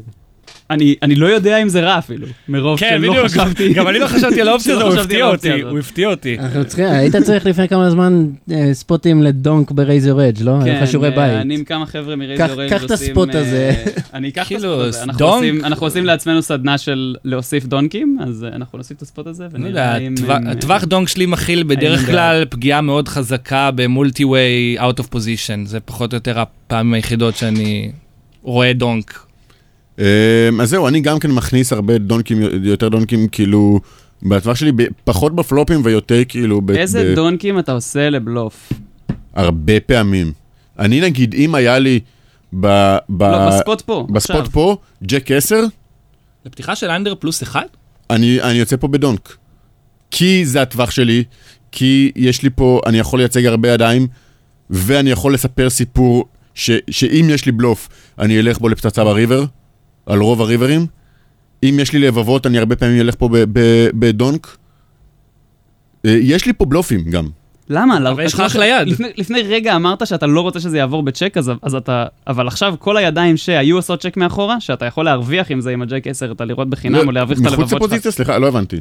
Speaker 3: אני אני לא יודע אם זה רע אפילו, מרוב
Speaker 1: כן,
Speaker 3: שלא
Speaker 1: בדיוק.
Speaker 3: חשבתי.
Speaker 1: גם אני לא חשבתי על האופציה
Speaker 3: שלא
Speaker 1: הזאת, הוא הפתיע
Speaker 3: חשבתי על האופציה
Speaker 1: אותי.
Speaker 3: הזאת.
Speaker 1: הוא הפתיע אותי.
Speaker 4: אנחנו צריכים, היית צריך לפני כמה זמן אה, ספוטים לדונק ברייזר אדג' לא?
Speaker 3: כן,
Speaker 4: היו לך שיעורי
Speaker 3: אה, אני
Speaker 4: בית.
Speaker 3: עם כמה חבר'ה
Speaker 4: קח-
Speaker 3: מרייזר אורנג'
Speaker 4: קח את הספוט הזה.
Speaker 3: אה, אני אקח את
Speaker 1: כאילו,
Speaker 3: הספוט הזה. אנחנו
Speaker 1: דונק?
Speaker 3: עושים- אנחנו עושים לעצמנו סדנה של להוסיף דונקים, אז אה, אנחנו נוסיף את הספוט הזה
Speaker 1: לא
Speaker 3: ונראה
Speaker 1: יודע,
Speaker 3: אם... אה,
Speaker 1: הטווח-
Speaker 3: אם-
Speaker 1: הטווח דונק שלי מכיל בדרך
Speaker 3: בעד?
Speaker 1: כלל פגיעה מאוד חזקה במולטי ווי out of position, זה פחות או יותר הפעמים היחידות שאני רואה דונק.
Speaker 2: אמ, אז זהו, אני גם כן מכניס הרבה דונקים, יותר דונקים כאילו, בטווח שלי, ב- פחות בפלופים ויותר כאילו... ב-
Speaker 3: איזה
Speaker 2: ב-
Speaker 3: דונקים אתה עושה לבלוף?
Speaker 2: הרבה פעמים. אני נגיד, אם היה לי ב, ב,
Speaker 3: לא, בספוט פה,
Speaker 2: בספוט
Speaker 3: עכשיו.
Speaker 2: פה, ג'ק 10,
Speaker 1: לפתיחה של אנדר פלוס אחד?
Speaker 2: אני, אני יוצא פה בדונק. כי זה הטווח שלי, כי יש לי פה, אני יכול לייצג הרבה ידיים, ואני יכול לספר סיפור ש, שאם יש לי בלוף, אני אלך בו לפצצה בריבר, על רוב הריברים. אם יש לי לבבות, אני הרבה פעמים אלך פה ב- ב- בדונק. אה, יש לי פה בלופים גם.
Speaker 3: למה? לא-
Speaker 1: אבל יש לך
Speaker 3: כמו
Speaker 1: אחלה
Speaker 3: ש-
Speaker 1: יד.
Speaker 3: לפני- לפני רגע אמרת שאתה לא רוצה שזה יעבור בצ'ק, אז- אז אתה... אבל עכשיו כל הידיים שהיו עושות צ'ק מאחורה, שאתה יכול להרוויח עם זה עם הג'ק 10, אתה לראות
Speaker 1: לא,
Speaker 3: בחינם או להרוויח את
Speaker 2: לא, מחוץ
Speaker 3: הלבבות שלך. לא,
Speaker 2: לפוזיציה, סליחה, לא הבנתי.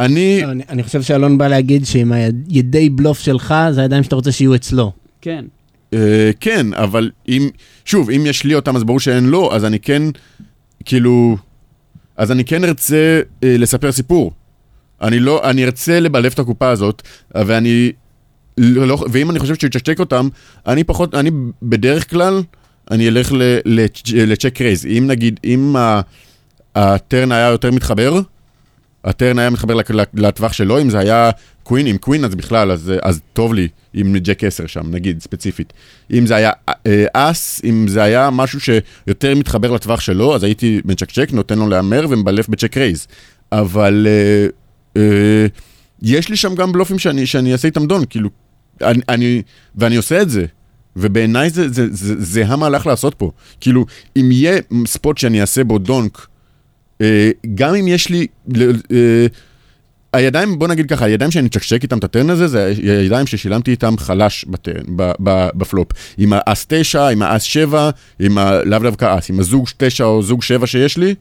Speaker 2: אני...
Speaker 4: לא, אני- אני חושב שאלון בא להגיד שעם הידי בלוף שלך, זה הידיים שאתה רוצה שיהיו אצלו.
Speaker 3: כן.
Speaker 2: אה, כן, אבל אם, שוב, אם יש לי אותם אז ברור שאין לו, אז אני כן, כאילו, אז אני כן ארצה אה, לספר סיפור. אני לא, אני ארצה לבלף את הקופה הזאת, אה, ואני, לא, לא, ואם אני חושב שהוא יצ'קצ'ק אותם, אני פחות, אני בדרך כלל, אני אלך ל- לצ'- לצ'ק רייז. אם נגיד, אם ה- הטרן היה יותר מתחבר, הטרן היה מתחבר לק- לק- לטווח שלו, אם זה היה קווין, אם קווין אז בכלל, אז, אז טוב לי עם ג'ק 10 שם, נגיד, ספציפית. אם זה היה אה, אס, אם זה היה משהו שיותר מתחבר לטווח שלו, אז הייתי מצ'קצ'ק, נותן לו להמר ומבלף בצ'ק רייז. אבל אה, אה, יש לי שם גם בלופים שאני, שאני אעשה איתם דון, כאילו, אני, אני, ואני עושה את זה. ובעיניי זה, זה, זה, זה המהלך לעשות פה. כאילו, אם יהיה ספוט שאני אעשה בו דונק, אה, גם אם יש לי... ל- אה, הידיים, בוא נגיד ככה, הידיים שאני מצ'קשק איתם את הטרן הזה, זה הידיים ששילמתי איתם חלש בטרן, ב, ב, בפלופ. עם האס 9, עם האס 7, עם ה... לאו דווקא אס, עם הזוג 9 או זוג 7 שיש לי,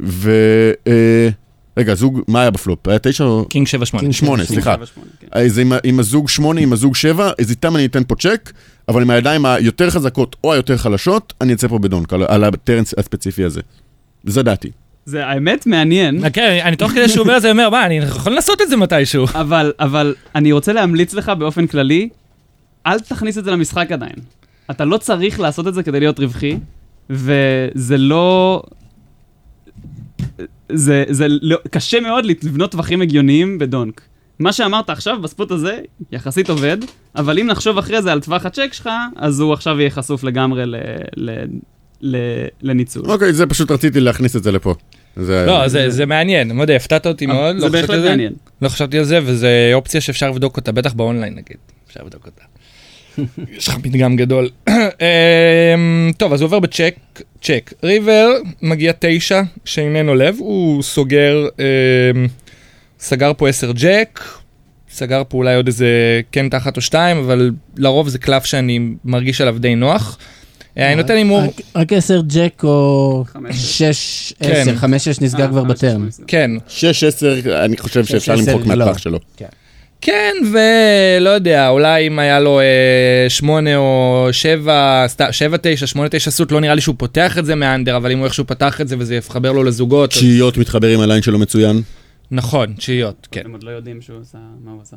Speaker 2: ו... אה, רגע, זוג, מה היה בפלופ? היה 9 או...
Speaker 1: קינג 7-8.
Speaker 4: קינג
Speaker 2: שמונה,
Speaker 4: שבע,
Speaker 2: סליחה.
Speaker 3: שבע, שמונה, כן.
Speaker 2: אז עם, ה- עם הזוג 8, עם הזוג 7, אז איתם אני אתן פה צ'ק, אבל עם הידיים היותר חזקות או היותר חלשות, אני אצא פה בדונק, על, על הטרן הספציפי הזה. זה דעתי.
Speaker 3: זה האמת מעניין,
Speaker 1: כן, אני תוך כדי שהוא אומר את זה, אומר, מה, אני יכול לנסות את זה מתישהו.
Speaker 3: אבל, אבל אני רוצה להמליץ לך באופן כללי, אל תכניס את זה למשחק עדיין. אתה לא צריך לעשות את זה כדי להיות רווחי, וזה לא... זה, זה לא, קשה מאוד לבנות טווחים הגיוניים בדונק. מה שאמרת עכשיו בספוט הזה, יחסית עובד, אבל אם נחשוב אחרי זה על טווח הצ'ק שלך, אז הוא עכשיו יהיה חשוף לגמרי ל, ל, ל, לניצול.
Speaker 2: אוקיי, זה פשוט רציתי להכניס את זה לפה. זה...
Speaker 1: לא, זה זה מעניין, מאוד הפתעת אותי מאוד,
Speaker 3: אה, זה
Speaker 1: לא חשבתי
Speaker 3: בהחלט
Speaker 1: על זה.
Speaker 3: מעניין.
Speaker 1: לא חשבתי על זה, וזו אופציה שאפשר לבדוק אותה, בטח באונליין נגיד, אפשר לבדוק אותה. יש לך פתגם גדול. אמ, טוב, אז הוא עובר בצ'ק, צ'ק. ריבר מגיע תשע, שאיננו לב, הוא סוגר, אמ, סגר פה עשר ג'ק, סגר פה אולי עוד איזה כן תחת או שתיים, אבל לרוב זה קלף שאני מרגיש עליו די נוח. אה, אני נותן הימור,
Speaker 4: רק- רק 10 ג'ק או
Speaker 3: חמש.
Speaker 4: 6,
Speaker 1: כן.
Speaker 4: 10, 5, 6 נסגר
Speaker 3: אה,
Speaker 4: כבר
Speaker 3: חמש, שש,
Speaker 4: בטרן.
Speaker 3: שמונה,
Speaker 1: כן,
Speaker 2: 6-10, אני חושב שאפשר
Speaker 4: 6-10,
Speaker 2: למחוק
Speaker 4: לא.
Speaker 2: מהטווח שלו.
Speaker 1: כן, ולא יודע, אולי אם היה לו אה, שמונה או שבע, סת- שבע, תשע, שמונה, תשע סוט, לא נראה לי שהוא פותח את זה מהאנדר, אבל אם הוא איכשהו פתח את זה וזה יחבר לו לזוגות, אז...
Speaker 2: תשיעיות מתחבר עם הליין שלו מצוין.
Speaker 1: נכון, תשיעיות, כן.
Speaker 3: אתם עוד לא יודעים שהוא עשה, מה הוא עשה.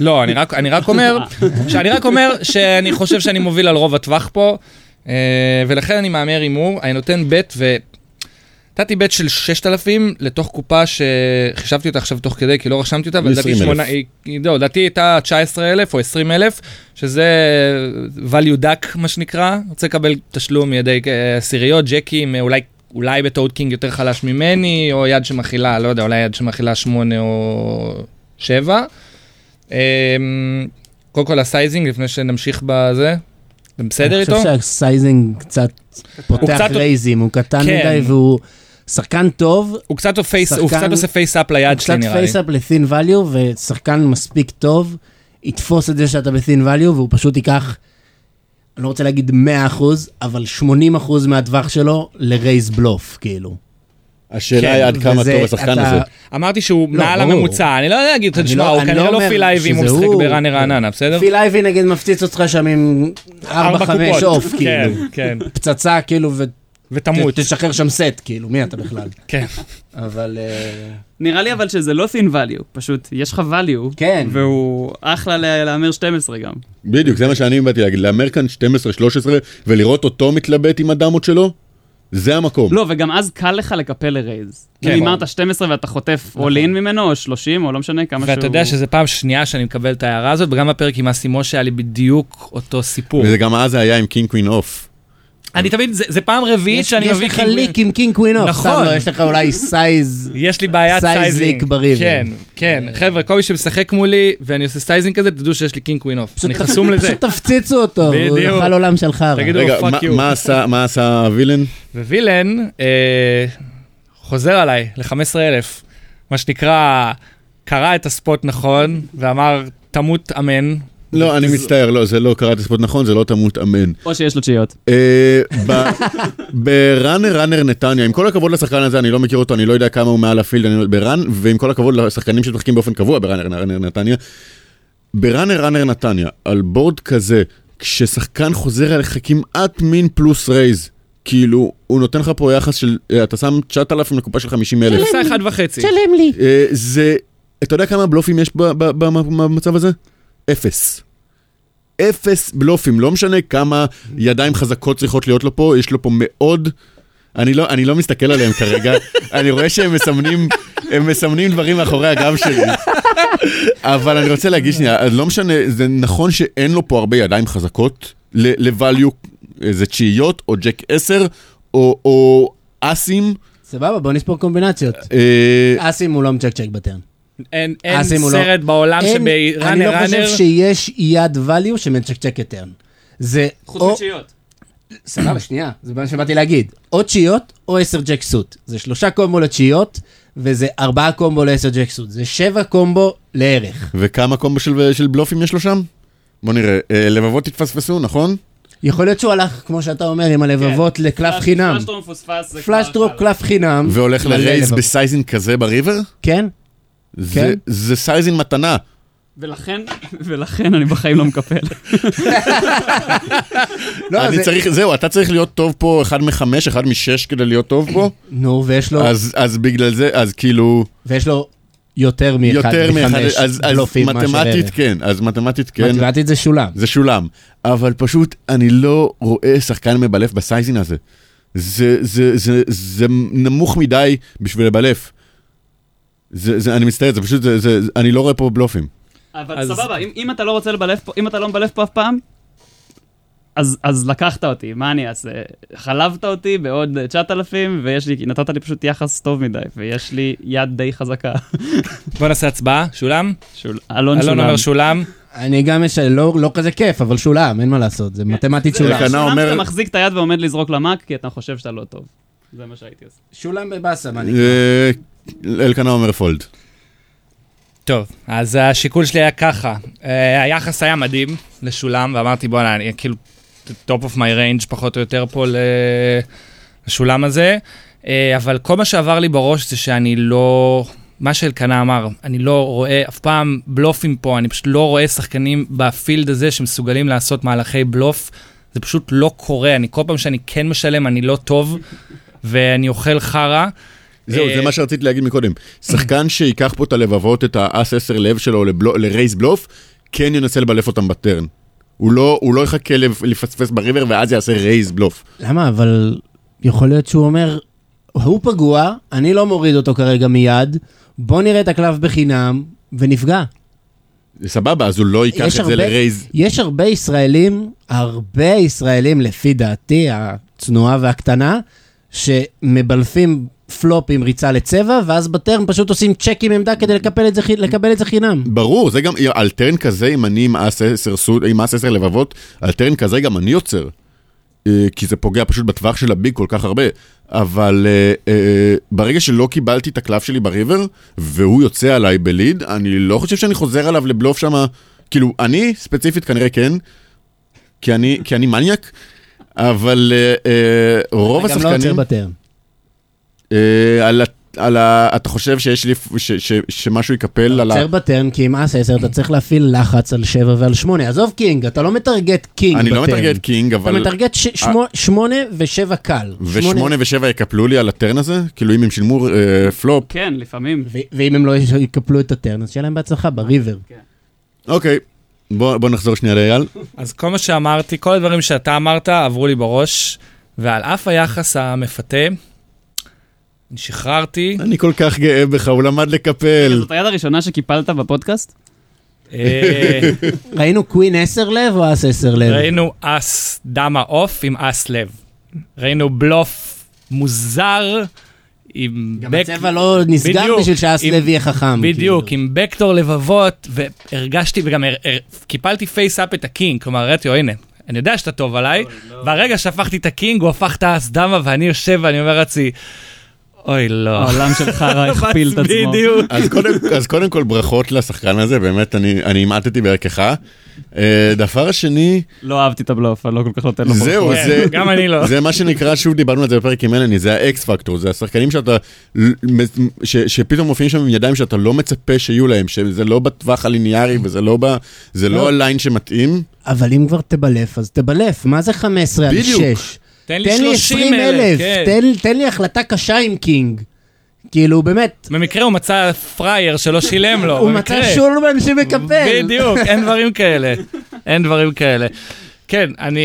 Speaker 1: לא, אני רק, אני רק אומר, שאני רק אומר שאני חושב שאני מוביל על רוב הטווח פה, אה, ולכן אני מהמר הימור, אני נותן בית ו... נתתי בית של 6,000 לתוך קופה שחישבתי אותה עכשיו תוך כדי, כי לא רשמתי אותה, אבל לדעתי
Speaker 2: 20,000.
Speaker 1: שמונה- היא- היא- לא, לדעתי הייתה 19,000 או 20,000, שזה value duck מה שנקרא, רוצה לקבל תשלום מידי אה, עשיריות, ג'קים, אה, אולי... אולי בטעות קינג יותר חלש ממני, או יד שמכילה, לא יודע, אולי יד שמכילה שמונה או שבע. אמ, קודם כל הסייזינג, לפני שנמשיך בזה, זה בסדר איתו?
Speaker 4: אני חושב שהסייזינג קצת פותח
Speaker 1: קצת-
Speaker 4: רייזים, הוא קטן
Speaker 1: כן.
Speaker 4: מדי והוא שחקן טוב,
Speaker 1: הוא קצת עושה פייס- הוא
Speaker 4: שחקן-
Speaker 1: קצת עושה פייסאפ
Speaker 4: הוא
Speaker 1: ליד
Speaker 4: קצת
Speaker 1: שלי נראה לי.
Speaker 4: פייסאפ לתין value ושחקן מספיק טוב, יתפוס את זה שאתה בתין value והוא פשוט ייקח, אני לא רוצה להגיד 100%, אבל 80% מהטווח שלו לרייז בלוף, כאילו.
Speaker 2: השאלה היא עד כמה
Speaker 4: כן, וזה-
Speaker 2: טוב השחקן
Speaker 4: אתה-
Speaker 2: הזה.
Speaker 1: אמרתי שהוא
Speaker 4: לא,
Speaker 1: מעל
Speaker 4: ברור.
Speaker 1: הממוצע, אני לא יודע להגיד,
Speaker 4: אני
Speaker 1: תשמע,
Speaker 4: לא-
Speaker 1: הוא
Speaker 4: אני
Speaker 1: כנראה
Speaker 4: לא
Speaker 1: לא
Speaker 4: אומר
Speaker 1: פילייב אם הוא
Speaker 4: שזה
Speaker 1: משחק
Speaker 4: הוא.
Speaker 1: בראנר רעננה, בסדר?
Speaker 4: פיל אייבי נגיד מפציץ אותך שם עם 4-5
Speaker 1: קופות.
Speaker 4: עוף, כאילו.
Speaker 1: כן, כן,
Speaker 4: פצצה, כאילו,
Speaker 1: ותמות.
Speaker 4: ותשחרר שם סט, כאילו, מי אתה בכלל?
Speaker 1: כן.
Speaker 4: אבל... אה,
Speaker 3: נראה לי אבל שזה לא thin value, פשוט יש לך value,
Speaker 4: כן.
Speaker 3: והוא אחלה ל- להמר 12 גם.
Speaker 2: בדיוק, זה מה שאני באתי להגיד, להמר כאן 12-13 ולראות אותו מתלבט עם הדמות שלו, זה המקום.
Speaker 3: לא, וגם אז קל לך לקפל לרייז.
Speaker 1: כן.
Speaker 3: כן. אם אמרת 12 ואתה חוטף all in ממנו, או 30, או לא משנה כמה שהוא...
Speaker 1: ואתה יודע שזו פעם שנייה שאני מקבל את ההערה הזאת, וגם בפרק עם אסי משה היה לי בדיוק אותו סיפור.
Speaker 2: וזה גם אז היה עם קינג קווין אוף.
Speaker 1: אני תמיד, זה זה פעם רביעית
Speaker 4: יש
Speaker 1: שאני מביא
Speaker 4: לך ליק עם קינג קווין אוף,
Speaker 1: נכון.
Speaker 4: סתם לא, יש לך אולי סייז.
Speaker 1: יש לי בעיית
Speaker 4: סייז
Speaker 1: סייזינג.
Speaker 4: ליק בריב.
Speaker 1: כן, כן.
Speaker 4: אה.
Speaker 1: חבר'ה, כל מי שמשחק מולי ואני עושה סייזינג כזה, תדעו שיש לי קינג קווין אוף. אני חסום לזה.
Speaker 4: פשוט תפציצו אותו, הוא
Speaker 1: בדיוק.
Speaker 4: יאכל עולם של חרא.
Speaker 1: תגידו,
Speaker 2: רגע,
Speaker 1: fuck
Speaker 2: מה-
Speaker 1: you.
Speaker 2: מה עשה- מה עשה הווילן?
Speaker 1: ווילן אה, חוזר עליי ל-15,000, מה שנקרא, קרא את הספוט נכון, ואמר, תמות אמן.
Speaker 2: לא, אני מצטער, לא, זה לא קראתי ספוט נכון, זה לא תמות אמן.
Speaker 3: או שיש לו תשיעיות.
Speaker 2: אה, ב- בראנר ראנר נתניה, עם כל הכבוד לשחקן הזה, אני לא מכיר אותו, אני לא יודע כמה הוא מעל הפילד, אני לא- ברן, ועם כל הכבוד לשחקנים שמשחקים באופן קבוע בראנר ראנר נתניה, בראנר ראנר נתניה, על בורד כזה, כששחקן חוזר עליך כמעט מין פלוס רייז, כאילו, הוא נותן לך פה יחס של, אה, אתה שם 9,000 לקופה של 50,000.
Speaker 1: הוא עשה אחד וחצי.
Speaker 4: תשלם לי.
Speaker 2: אה, זה, אתה יודע כמה בלופים יש ב- ב- ב- במצב הזה? אפס. אפס בלופים, לא משנה כמה ידיים חזקות צריכות להיות לו פה, יש לו פה מאוד אני לא, אני לא מסתכל עליהם כרגע, אני רואה שהם מסמנים, הם מסמנים דברים מאחורי הגב שלי. אבל אני רוצה להגיד שנייה, אז לא משנה, זה נכון שאין לו פה הרבה ידיים חזקות ל-value, איזה תשיעיות, או ג'ק 10, או, או אסים.
Speaker 4: סבבה, בוא נספור קומבינציות.
Speaker 2: אה,
Speaker 4: אסים הוא לא מצ'קצ'ק בטרן.
Speaker 1: אין, אין
Speaker 4: אסים הוא לא-
Speaker 1: סרט בעולם
Speaker 4: אין- אני
Speaker 1: שבראנר
Speaker 4: לא חושב
Speaker 1: ראנר...
Speaker 4: שיש יד value שמצ'קצ'קת טרן. זה
Speaker 3: חוץ
Speaker 4: או...
Speaker 3: מתשיעיות.
Speaker 4: סבבה, שנייה, זה מה שבאתי להגיד. או תשיעיות או עשר ג'ק סוט. זה שלושה קומבו לתשיעיות, וזה ארבעה קומבו לעשר ג'ק סוט. זה שבע קומבו לערך.
Speaker 2: וכמה קומבו של, של בלופים יש לו שם? בוא נראה, אה, לבבות התפספסו, נכון?
Speaker 4: יכול להיות שהוא הלך, כמו שאתה אומר, עם הלבבות
Speaker 3: כן.
Speaker 4: לקלף חינם.
Speaker 3: פלאשטרום מפוספס זה כבר...
Speaker 4: פלאשטרופ, קלף חינם.
Speaker 2: והולך
Speaker 4: מלא
Speaker 2: לרייז
Speaker 4: לבבות.
Speaker 2: בסייזינג כזה בריבר?
Speaker 4: כן?
Speaker 2: זה, זה סייזינג מתנה.
Speaker 3: ולכן, ולכן אני בחיים לא מקפל.
Speaker 4: לא,
Speaker 2: אני
Speaker 4: זה-
Speaker 2: צריך, זהו, אתה צריך להיות טוב פה אחד מחמש, אחד משש כדי להיות טוב פה.
Speaker 4: נו, ויש לו...
Speaker 2: אז, אז בגלל זה, אז כאילו,
Speaker 4: ויש לו יותר מאחד
Speaker 2: יותר מאחד,
Speaker 4: מחמש לא
Speaker 2: אז, אז
Speaker 4: בלופים מאשר
Speaker 2: מתמטית
Speaker 4: ערך.
Speaker 2: כן, אז מתמטית כן,
Speaker 4: מתמטית זה שולם.
Speaker 2: זה שולם. אבל פשוט, אני לא רואה שחקן מבלף בסייזינג הזה. זה, זה, זה, זה נמוך מדי בשביל לבלף. זה, זה, אני מצטער, זה פשוט, זה, זה, זה- אני לא רואה פה בלופים.
Speaker 3: אבל
Speaker 1: אז-
Speaker 3: סבבה, אם, אם אתה לא רוצה לבלף פה, אם אתה לא מבלף פה אף פעם, אז, אז לקחת אותי, מה אני אעשה? חלבת אותי בעוד אה, 9,000, ויש לי, נתת לי פשוט יחס טוב מדי, ויש לי יד די חזקה.
Speaker 1: בוא נעשה הצבעה, שולם?
Speaker 3: שול, אלון,
Speaker 1: אלון
Speaker 3: לא שולם.
Speaker 1: אומר שולם.
Speaker 4: אני גם יש... לא לא כזה כיף, אבל שולם, אין מה לעשות.
Speaker 2: כן.
Speaker 4: זה מתמטית
Speaker 3: זה
Speaker 4: שולם.
Speaker 2: רק-
Speaker 3: שולם
Speaker 2: אומר-
Speaker 3: שאתה מחזיק את היד ועומד לזרוק למ"ק, כי אתה חושב שאתה לא טוב. זה מה שהייתי עושה.
Speaker 4: שולם בבאסה, מה אני...
Speaker 2: אה, אלקנה אומר פולד.
Speaker 1: טוב, אז השיקול שלי היה ככה, אה, היחס היה מדהים לשולם, ואמרתי בואנה, אני כאילו, top of my range פחות או יותר פה ל- לשולם הזה, אה, אבל כל מה שעבר לי בראש זה שאני לא, מה שאלקנה אמר, אני לא רואה אף פעם בלופים פה, אני פשוט לא רואה שחקנים בפילד הזה שמסוגלים לעשות מהלכי בלוף, זה פשוט לא קורה, אני כל פעם שאני כן משלם אני לא טוב, ואני אוכל חרא.
Speaker 2: זהו,
Speaker 1: אה,
Speaker 2: זה מה שרציתי להגיד מקודם. שחקן שייקח פה את הלבבות, את האס 10 לב שלו לבלו- לרייס בלוף, כן ינסה לבלף אותם בטרן. הוא לא, הוא לא יחכה לפ- לפספס בריבר ואז יעשה רייז בלוף.
Speaker 4: למה? אבל יכול להיות שהוא אומר, הוא פגוע, אני לא מוריד אותו כרגע מיד, בוא נראה את הקלף בחינם, ונפגע.
Speaker 2: סבבה, אז הוא לא ייקח את
Speaker 4: יש
Speaker 2: זה
Speaker 4: הרבה-
Speaker 2: לרייז.
Speaker 4: יש הרבה ישראלים, הרבה ישראלים, לפי דעתי, הצנועה והקטנה, שמבלפים פלופ עם ריצה לצבע, ואז בטרם פשוט עושים צ'ק עם עמדה כדי לקבל את זה, חי- לקבל את זה חינם.
Speaker 2: ברור, זה גם, על טרן כזה, אם אני עם אס 10 סוד, עם אס 10 לבבות, על טרן כזה גם אני עוצר. אה, כי זה פוגע פשוט בטווח של הביג כל כך הרבה. אבל אה, אה, ברגע שלא קיבלתי את הקלף שלי בריבר, והוא יוצא עליי בליד, אני לא חושב שאני חוזר עליו לבלוף שמה, כאילו, אני ספציפית כנראה כן, כי אני, כי אני מניאק, אבל אה, אה, רוב
Speaker 4: אתה גם לא עוצר
Speaker 2: השחקנים...
Speaker 4: בטרם.
Speaker 2: אה, על ה- על ה... אתה חושב שיש לי... ש- ש- שמשהו יקפל על ה...
Speaker 4: עוצר בטרן, כי עם אס 10 אתה צריך להפעיל לחץ על 7 ועל 8. עזוב קינג, אתה לא מטרגט קינג
Speaker 2: אני לא
Speaker 4: בטרן.
Speaker 2: מטרגט קינג,
Speaker 4: אתה
Speaker 2: אבל... אה.
Speaker 4: מטרגט ש- שמו- שמונה ושבע קל.
Speaker 2: ושמונה ושבע יקפלו לי על הטרן הזה? כאילו אם הם שילמו אה, פלופ?
Speaker 3: כן, לפעמים.
Speaker 4: ו- ואם הם לא יש- יקפלו את הטרן, אז שיהיה להם בהצלחה בריבר.
Speaker 2: אוקיי, בוא בוא נחזור שנייה לאייל.
Speaker 1: אז כל מה שאמרתי, כל הדברים שאתה אמרת עברו לי בראש, ועל אף היחס המפתה, אני שחררתי.
Speaker 2: אני כל כך גאה בך, הוא למד לקפל.
Speaker 3: זאת היד הראשונה שקיפלת בפודקאסט?
Speaker 1: אה,
Speaker 4: ראינו קווין 10 לב או אס 10 לב?
Speaker 1: ראינו אס דמה עוף עם אס לב. ראינו בלוף מוזר עם...
Speaker 4: גם
Speaker 1: back-
Speaker 4: הצבע לא נסגר
Speaker 1: בדיוק,
Speaker 4: בשביל שהאס
Speaker 1: עם-
Speaker 4: לב יהיה חכם.
Speaker 1: בדיוק,
Speaker 4: כאילו.
Speaker 1: עם בקטור לבבות, והרגשתי, וגם הר- הר- קיפלתי פייס-אפ את הקינג, כלומר, הראתי לו, הנה, אני יודע שאתה טוב עליי, והרגע שהפכתי את הקינג, הוא הפך את האסדמה, ואני יושב ואני אומר לעצמי, אוי, לא.
Speaker 3: העולם של חרא הכפיל את עצמו.
Speaker 1: בדיוק.
Speaker 2: אז קודם- אז קודם כל ברכות לשחקן הזה, באמת, אני אני המעטתי בערכך. אה, דבר השני,
Speaker 3: לא אהבתי את הבלוף, אני לא כל כך נותן לו
Speaker 2: זהו,
Speaker 1: כן,
Speaker 2: זה...
Speaker 1: גם אני לא.
Speaker 2: זה מה שנקרא, שוב דיברנו על זה בפרק עם אלני, זה האקס פקטור, זה השחקנים שאתה, ש, שפתאום מופיעים שם עם ידיים שאתה לא מצפה שיהיו להם, שזה לא בטווח הליניארי וזה לא, ב, זה לא
Speaker 4: לא.
Speaker 2: הליין שמתאים.
Speaker 4: אבל אם כבר תבלף, אז תבלף. מה זה 15 על
Speaker 2: בדיוק.
Speaker 4: 6?
Speaker 1: תן לי
Speaker 4: תן לי
Speaker 1: 30
Speaker 4: 20
Speaker 1: אלף.
Speaker 4: אלף,
Speaker 1: כן.
Speaker 4: תן- תן לי החלטה קשה עם קינג. כאילו, באמת,
Speaker 1: במקרה הוא מצא פראייר שלא שילם לו.
Speaker 4: הוא
Speaker 1: במקרה.
Speaker 4: מצא שולמן שמקפל.
Speaker 1: בדיוק, אין דברים כאלה. אין דברים כאלה. כן, אני,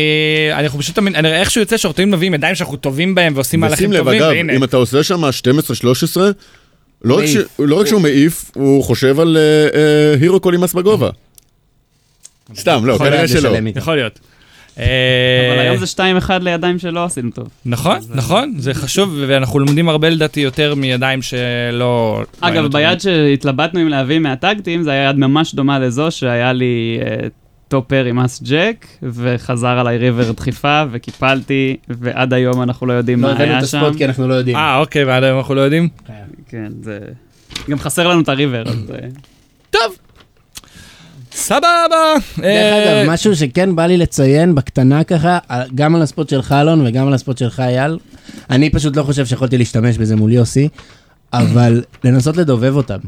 Speaker 1: אנחנו פשוט, תמיד- אני איכשהו יוצא שאנחנו מביאים ידיים שאנחנו טובים בהם ועושים מהלכים
Speaker 2: ושים לב,
Speaker 1: טובים,
Speaker 2: אגב,
Speaker 1: והנה.
Speaker 2: אם אתה עושה שם 12-13, לא רק
Speaker 4: מעיף.
Speaker 2: ש- לא רק שהוא מעיף, הוא חושב על אה, אה, הירו קולימס בגובה. סתם, לא,
Speaker 1: יכול
Speaker 2: כנראה
Speaker 4: היה
Speaker 2: שלא.
Speaker 4: לשלם איתה.
Speaker 1: יכול להיות.
Speaker 3: אבל
Speaker 1: אה,
Speaker 3: היום זה 2-1 לידיים שלא עשינו טוב.
Speaker 1: נכון, נכון, זה חשוב, ואנחנו לומדים הרבה לדעתי יותר מידיים שלא... לא היינו
Speaker 3: אגב,
Speaker 1: טובים.
Speaker 3: ביד שהתלבטנו אם להביא מהטאגטים, זה היה יד ממש דומה לזו שהיה לי אה, טופ פר עם אס ג'ק, וחזר עליי ריבר דחיפה, וקיפלתי, ועד היום אנחנו לא יודעים
Speaker 4: לא
Speaker 3: מה
Speaker 4: הבאנו את
Speaker 3: היה שם.
Speaker 4: הספוט כי אנחנו לא יודעים.
Speaker 1: אה, אוקיי, ועד היום אנחנו לא יודעים.
Speaker 3: כן, זה... גם חסר לנו את הריבר, אז... אה,
Speaker 1: טוב. סבבה.
Speaker 4: דרך
Speaker 1: אה,
Speaker 4: אגב, משהו שכן בא לי לציין בקטנה ככה, על- גם על הספוט שלך אלון וגם על הספוט שלך אייל, אני פשוט לא חושב שיכולתי להשתמש בזה מול יוסי, אבל לנסות לדובב אותם.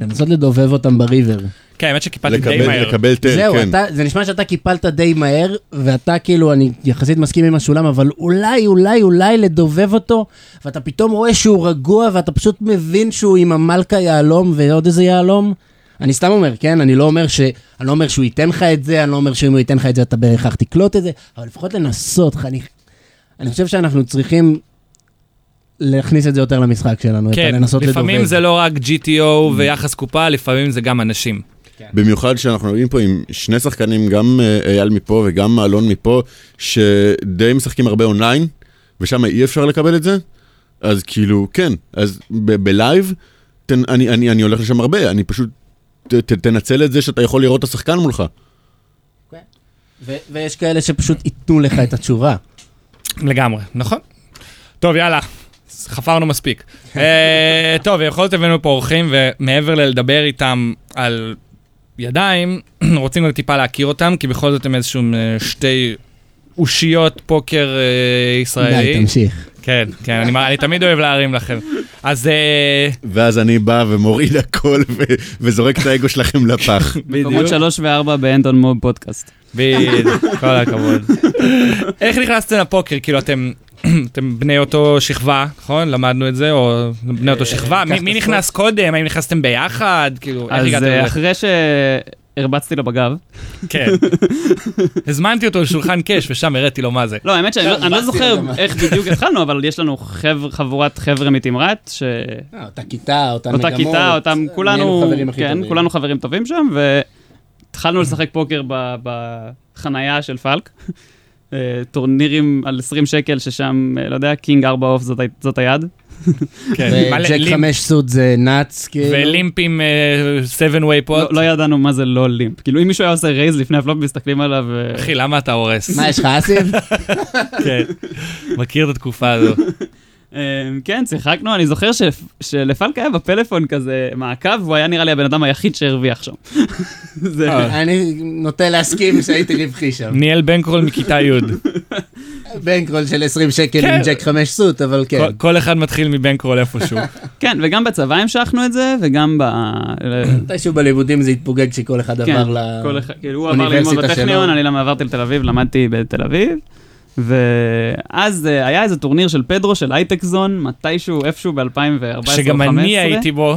Speaker 4: לנסות לדובב אותם בריבר.
Speaker 1: כן, האמת שקיפלתי די
Speaker 2: לקבל-
Speaker 1: מהר.
Speaker 2: לקבל תל,
Speaker 4: זהו,
Speaker 2: כן.
Speaker 4: אתה- זה נשמע שאתה קיפלת די מהר, ואתה כאילו, אני יחסית מסכים עם השולם, אבל אולי, אולי, אולי לדובב אותו, ואתה פתאום רואה שהוא רגוע, ואתה פשוט מבין שהוא עם המלכה יהלום ועוד איזה יהלום. אני סתם אומר, כן? אני לא אומר, ש... אני לא אומר שהוא ייתן לך את זה, אני לא אומר שאם הוא ייתן לך את זה אתה בהכרח תקלוט את זה, אבל לפחות לנסות, חניך. אני חושב שאנחנו צריכים להכניס את זה יותר למשחק שלנו, את
Speaker 1: כן,
Speaker 4: הלנסות לדובב.
Speaker 1: לפעמים זה לא רק GTO ויחס קופה, לפעמים זה גם אנשים.
Speaker 2: במיוחד שאנחנו נוגעים פה עם שני שחקנים, גם אה, אייל מפה וגם אלון מפה, שדי משחקים הרבה אונליין, ושם אי אפשר לקבל את זה. אז כאילו, כן, אז ב- בלייב, תן, אני, אני, אני הולך לשם הרבה, אני פשוט, ת, ת, תנצל את זה שאתה יכול לראות את השחקן מולך.
Speaker 1: לא-
Speaker 4: ו- ויש כאלה שפשוט ייתנו לך את התשובה.
Speaker 1: לגמרי, נכון. טוב, יאללה. חפרנו מספיק. אה, טוב, בכל זאת הבאנו פה אורחים, ומעבר ללדבר איתם על ידיים, רוצים גם טיפה להכיר אותם, כי בכל זאת הם איזשהו אה, שתי אושיות פוקר אה,
Speaker 4: די,
Speaker 1: ישראלי.
Speaker 4: תמשיך.
Speaker 1: כן, כן, אני- אני תמיד אוהב להרים לכם. אז אה,
Speaker 2: ואז אני בא ומוריד הכל ו, וזורק את האגו שלכם לפח.
Speaker 3: מקומות 3 ו-4 באנדון מוב פודקאסט.
Speaker 1: בדיוק, כל הכבוד. איך נכנסתם לפוקר? כאילו אתם... אתם בני אותו שכבה, נכון? למדנו את זה, או בני אותו שכבה? מי- מי נכנס קודם? האם נכנסתם ביחד? כאילו, איך
Speaker 3: אז
Speaker 1: הגעתם
Speaker 3: אה,
Speaker 1: לזה?
Speaker 3: אחרי שהרבצתי לו בגב,
Speaker 1: כן. הזמנתי אותו לשולחן קש, ושם הראתי לו מה זה.
Speaker 3: לא, האמת שאני לא- אני לא
Speaker 4: כן, הרבצתי
Speaker 3: זוכר
Speaker 4: לו גם.
Speaker 3: איך בדיוק התחלנו, אבל יש לנו חבר- חבורת חבר'ה מתמרת, ש...
Speaker 4: אה, אותה כיתה, אותן מגמות.
Speaker 3: אותה כיתה, אותם,
Speaker 4: אה,
Speaker 3: כולנו,
Speaker 4: נהיינו חברים הכי
Speaker 3: כן,
Speaker 4: טובים.
Speaker 3: כולנו חברים טובים שם, והתחלנו לשחק פוקר ב- בחנייה של פלק. אה, טורנירים על 20 שקל, ששם, אה, לא יודע, קינג 4 אוף זאת, הי- זאת היד.
Speaker 1: כן, מלא
Speaker 4: וג'ק
Speaker 1: לימפ-
Speaker 4: חמש סוד זה נאץ, כאילו.
Speaker 1: ולימפים 7 way
Speaker 3: לא,
Speaker 1: פוט.
Speaker 3: לא ידענו מה זה לא לימפ. כאילו, אם מישהו היה עושה רייז לפני הפלופ, מסתכלים עליו... אה,
Speaker 1: אחי, למה אתה הורס?
Speaker 4: מה, יש לך אסיב?
Speaker 1: כן. מכיר את התקופה הזו.
Speaker 3: אה, כן, שיחקנו, אני זוכר שלפ- שלפלק היה בפלאפון כזה מעקב, והוא היה נראה לי הבן אדם היחיד שהרוויח שם. זה...
Speaker 4: אני נוטה להסכים שהייתי רווחי שם.
Speaker 1: ניאל בנקרול מכיתה י'.
Speaker 4: בנקרול של 20 שקל
Speaker 1: כן.
Speaker 4: עם ג'ק חמש סוט, אבל כן.
Speaker 1: כל- כל אחד מתחיל מבנקרול איפשהו.
Speaker 3: כן, וגם בצבא המשכנו את זה, וגם ב...
Speaker 4: מתישהו בלימודים זה התפוגג שכל אחד
Speaker 3: כן,
Speaker 4: עבר ל...
Speaker 3: כל אחד, כאילו הוא עבר ללמוד
Speaker 4: אוניברסיטה
Speaker 3: בטכניון,
Speaker 4: שלו.
Speaker 3: אני למה עברתי לתל אביב, למדתי בתל אביב. ואז אה, היה איזה טורניר של פדרו של הייטק זון, מתישהו, איפשהו ב-2014 או
Speaker 1: שגם אני
Speaker 3: 2015.
Speaker 1: הייתי בו.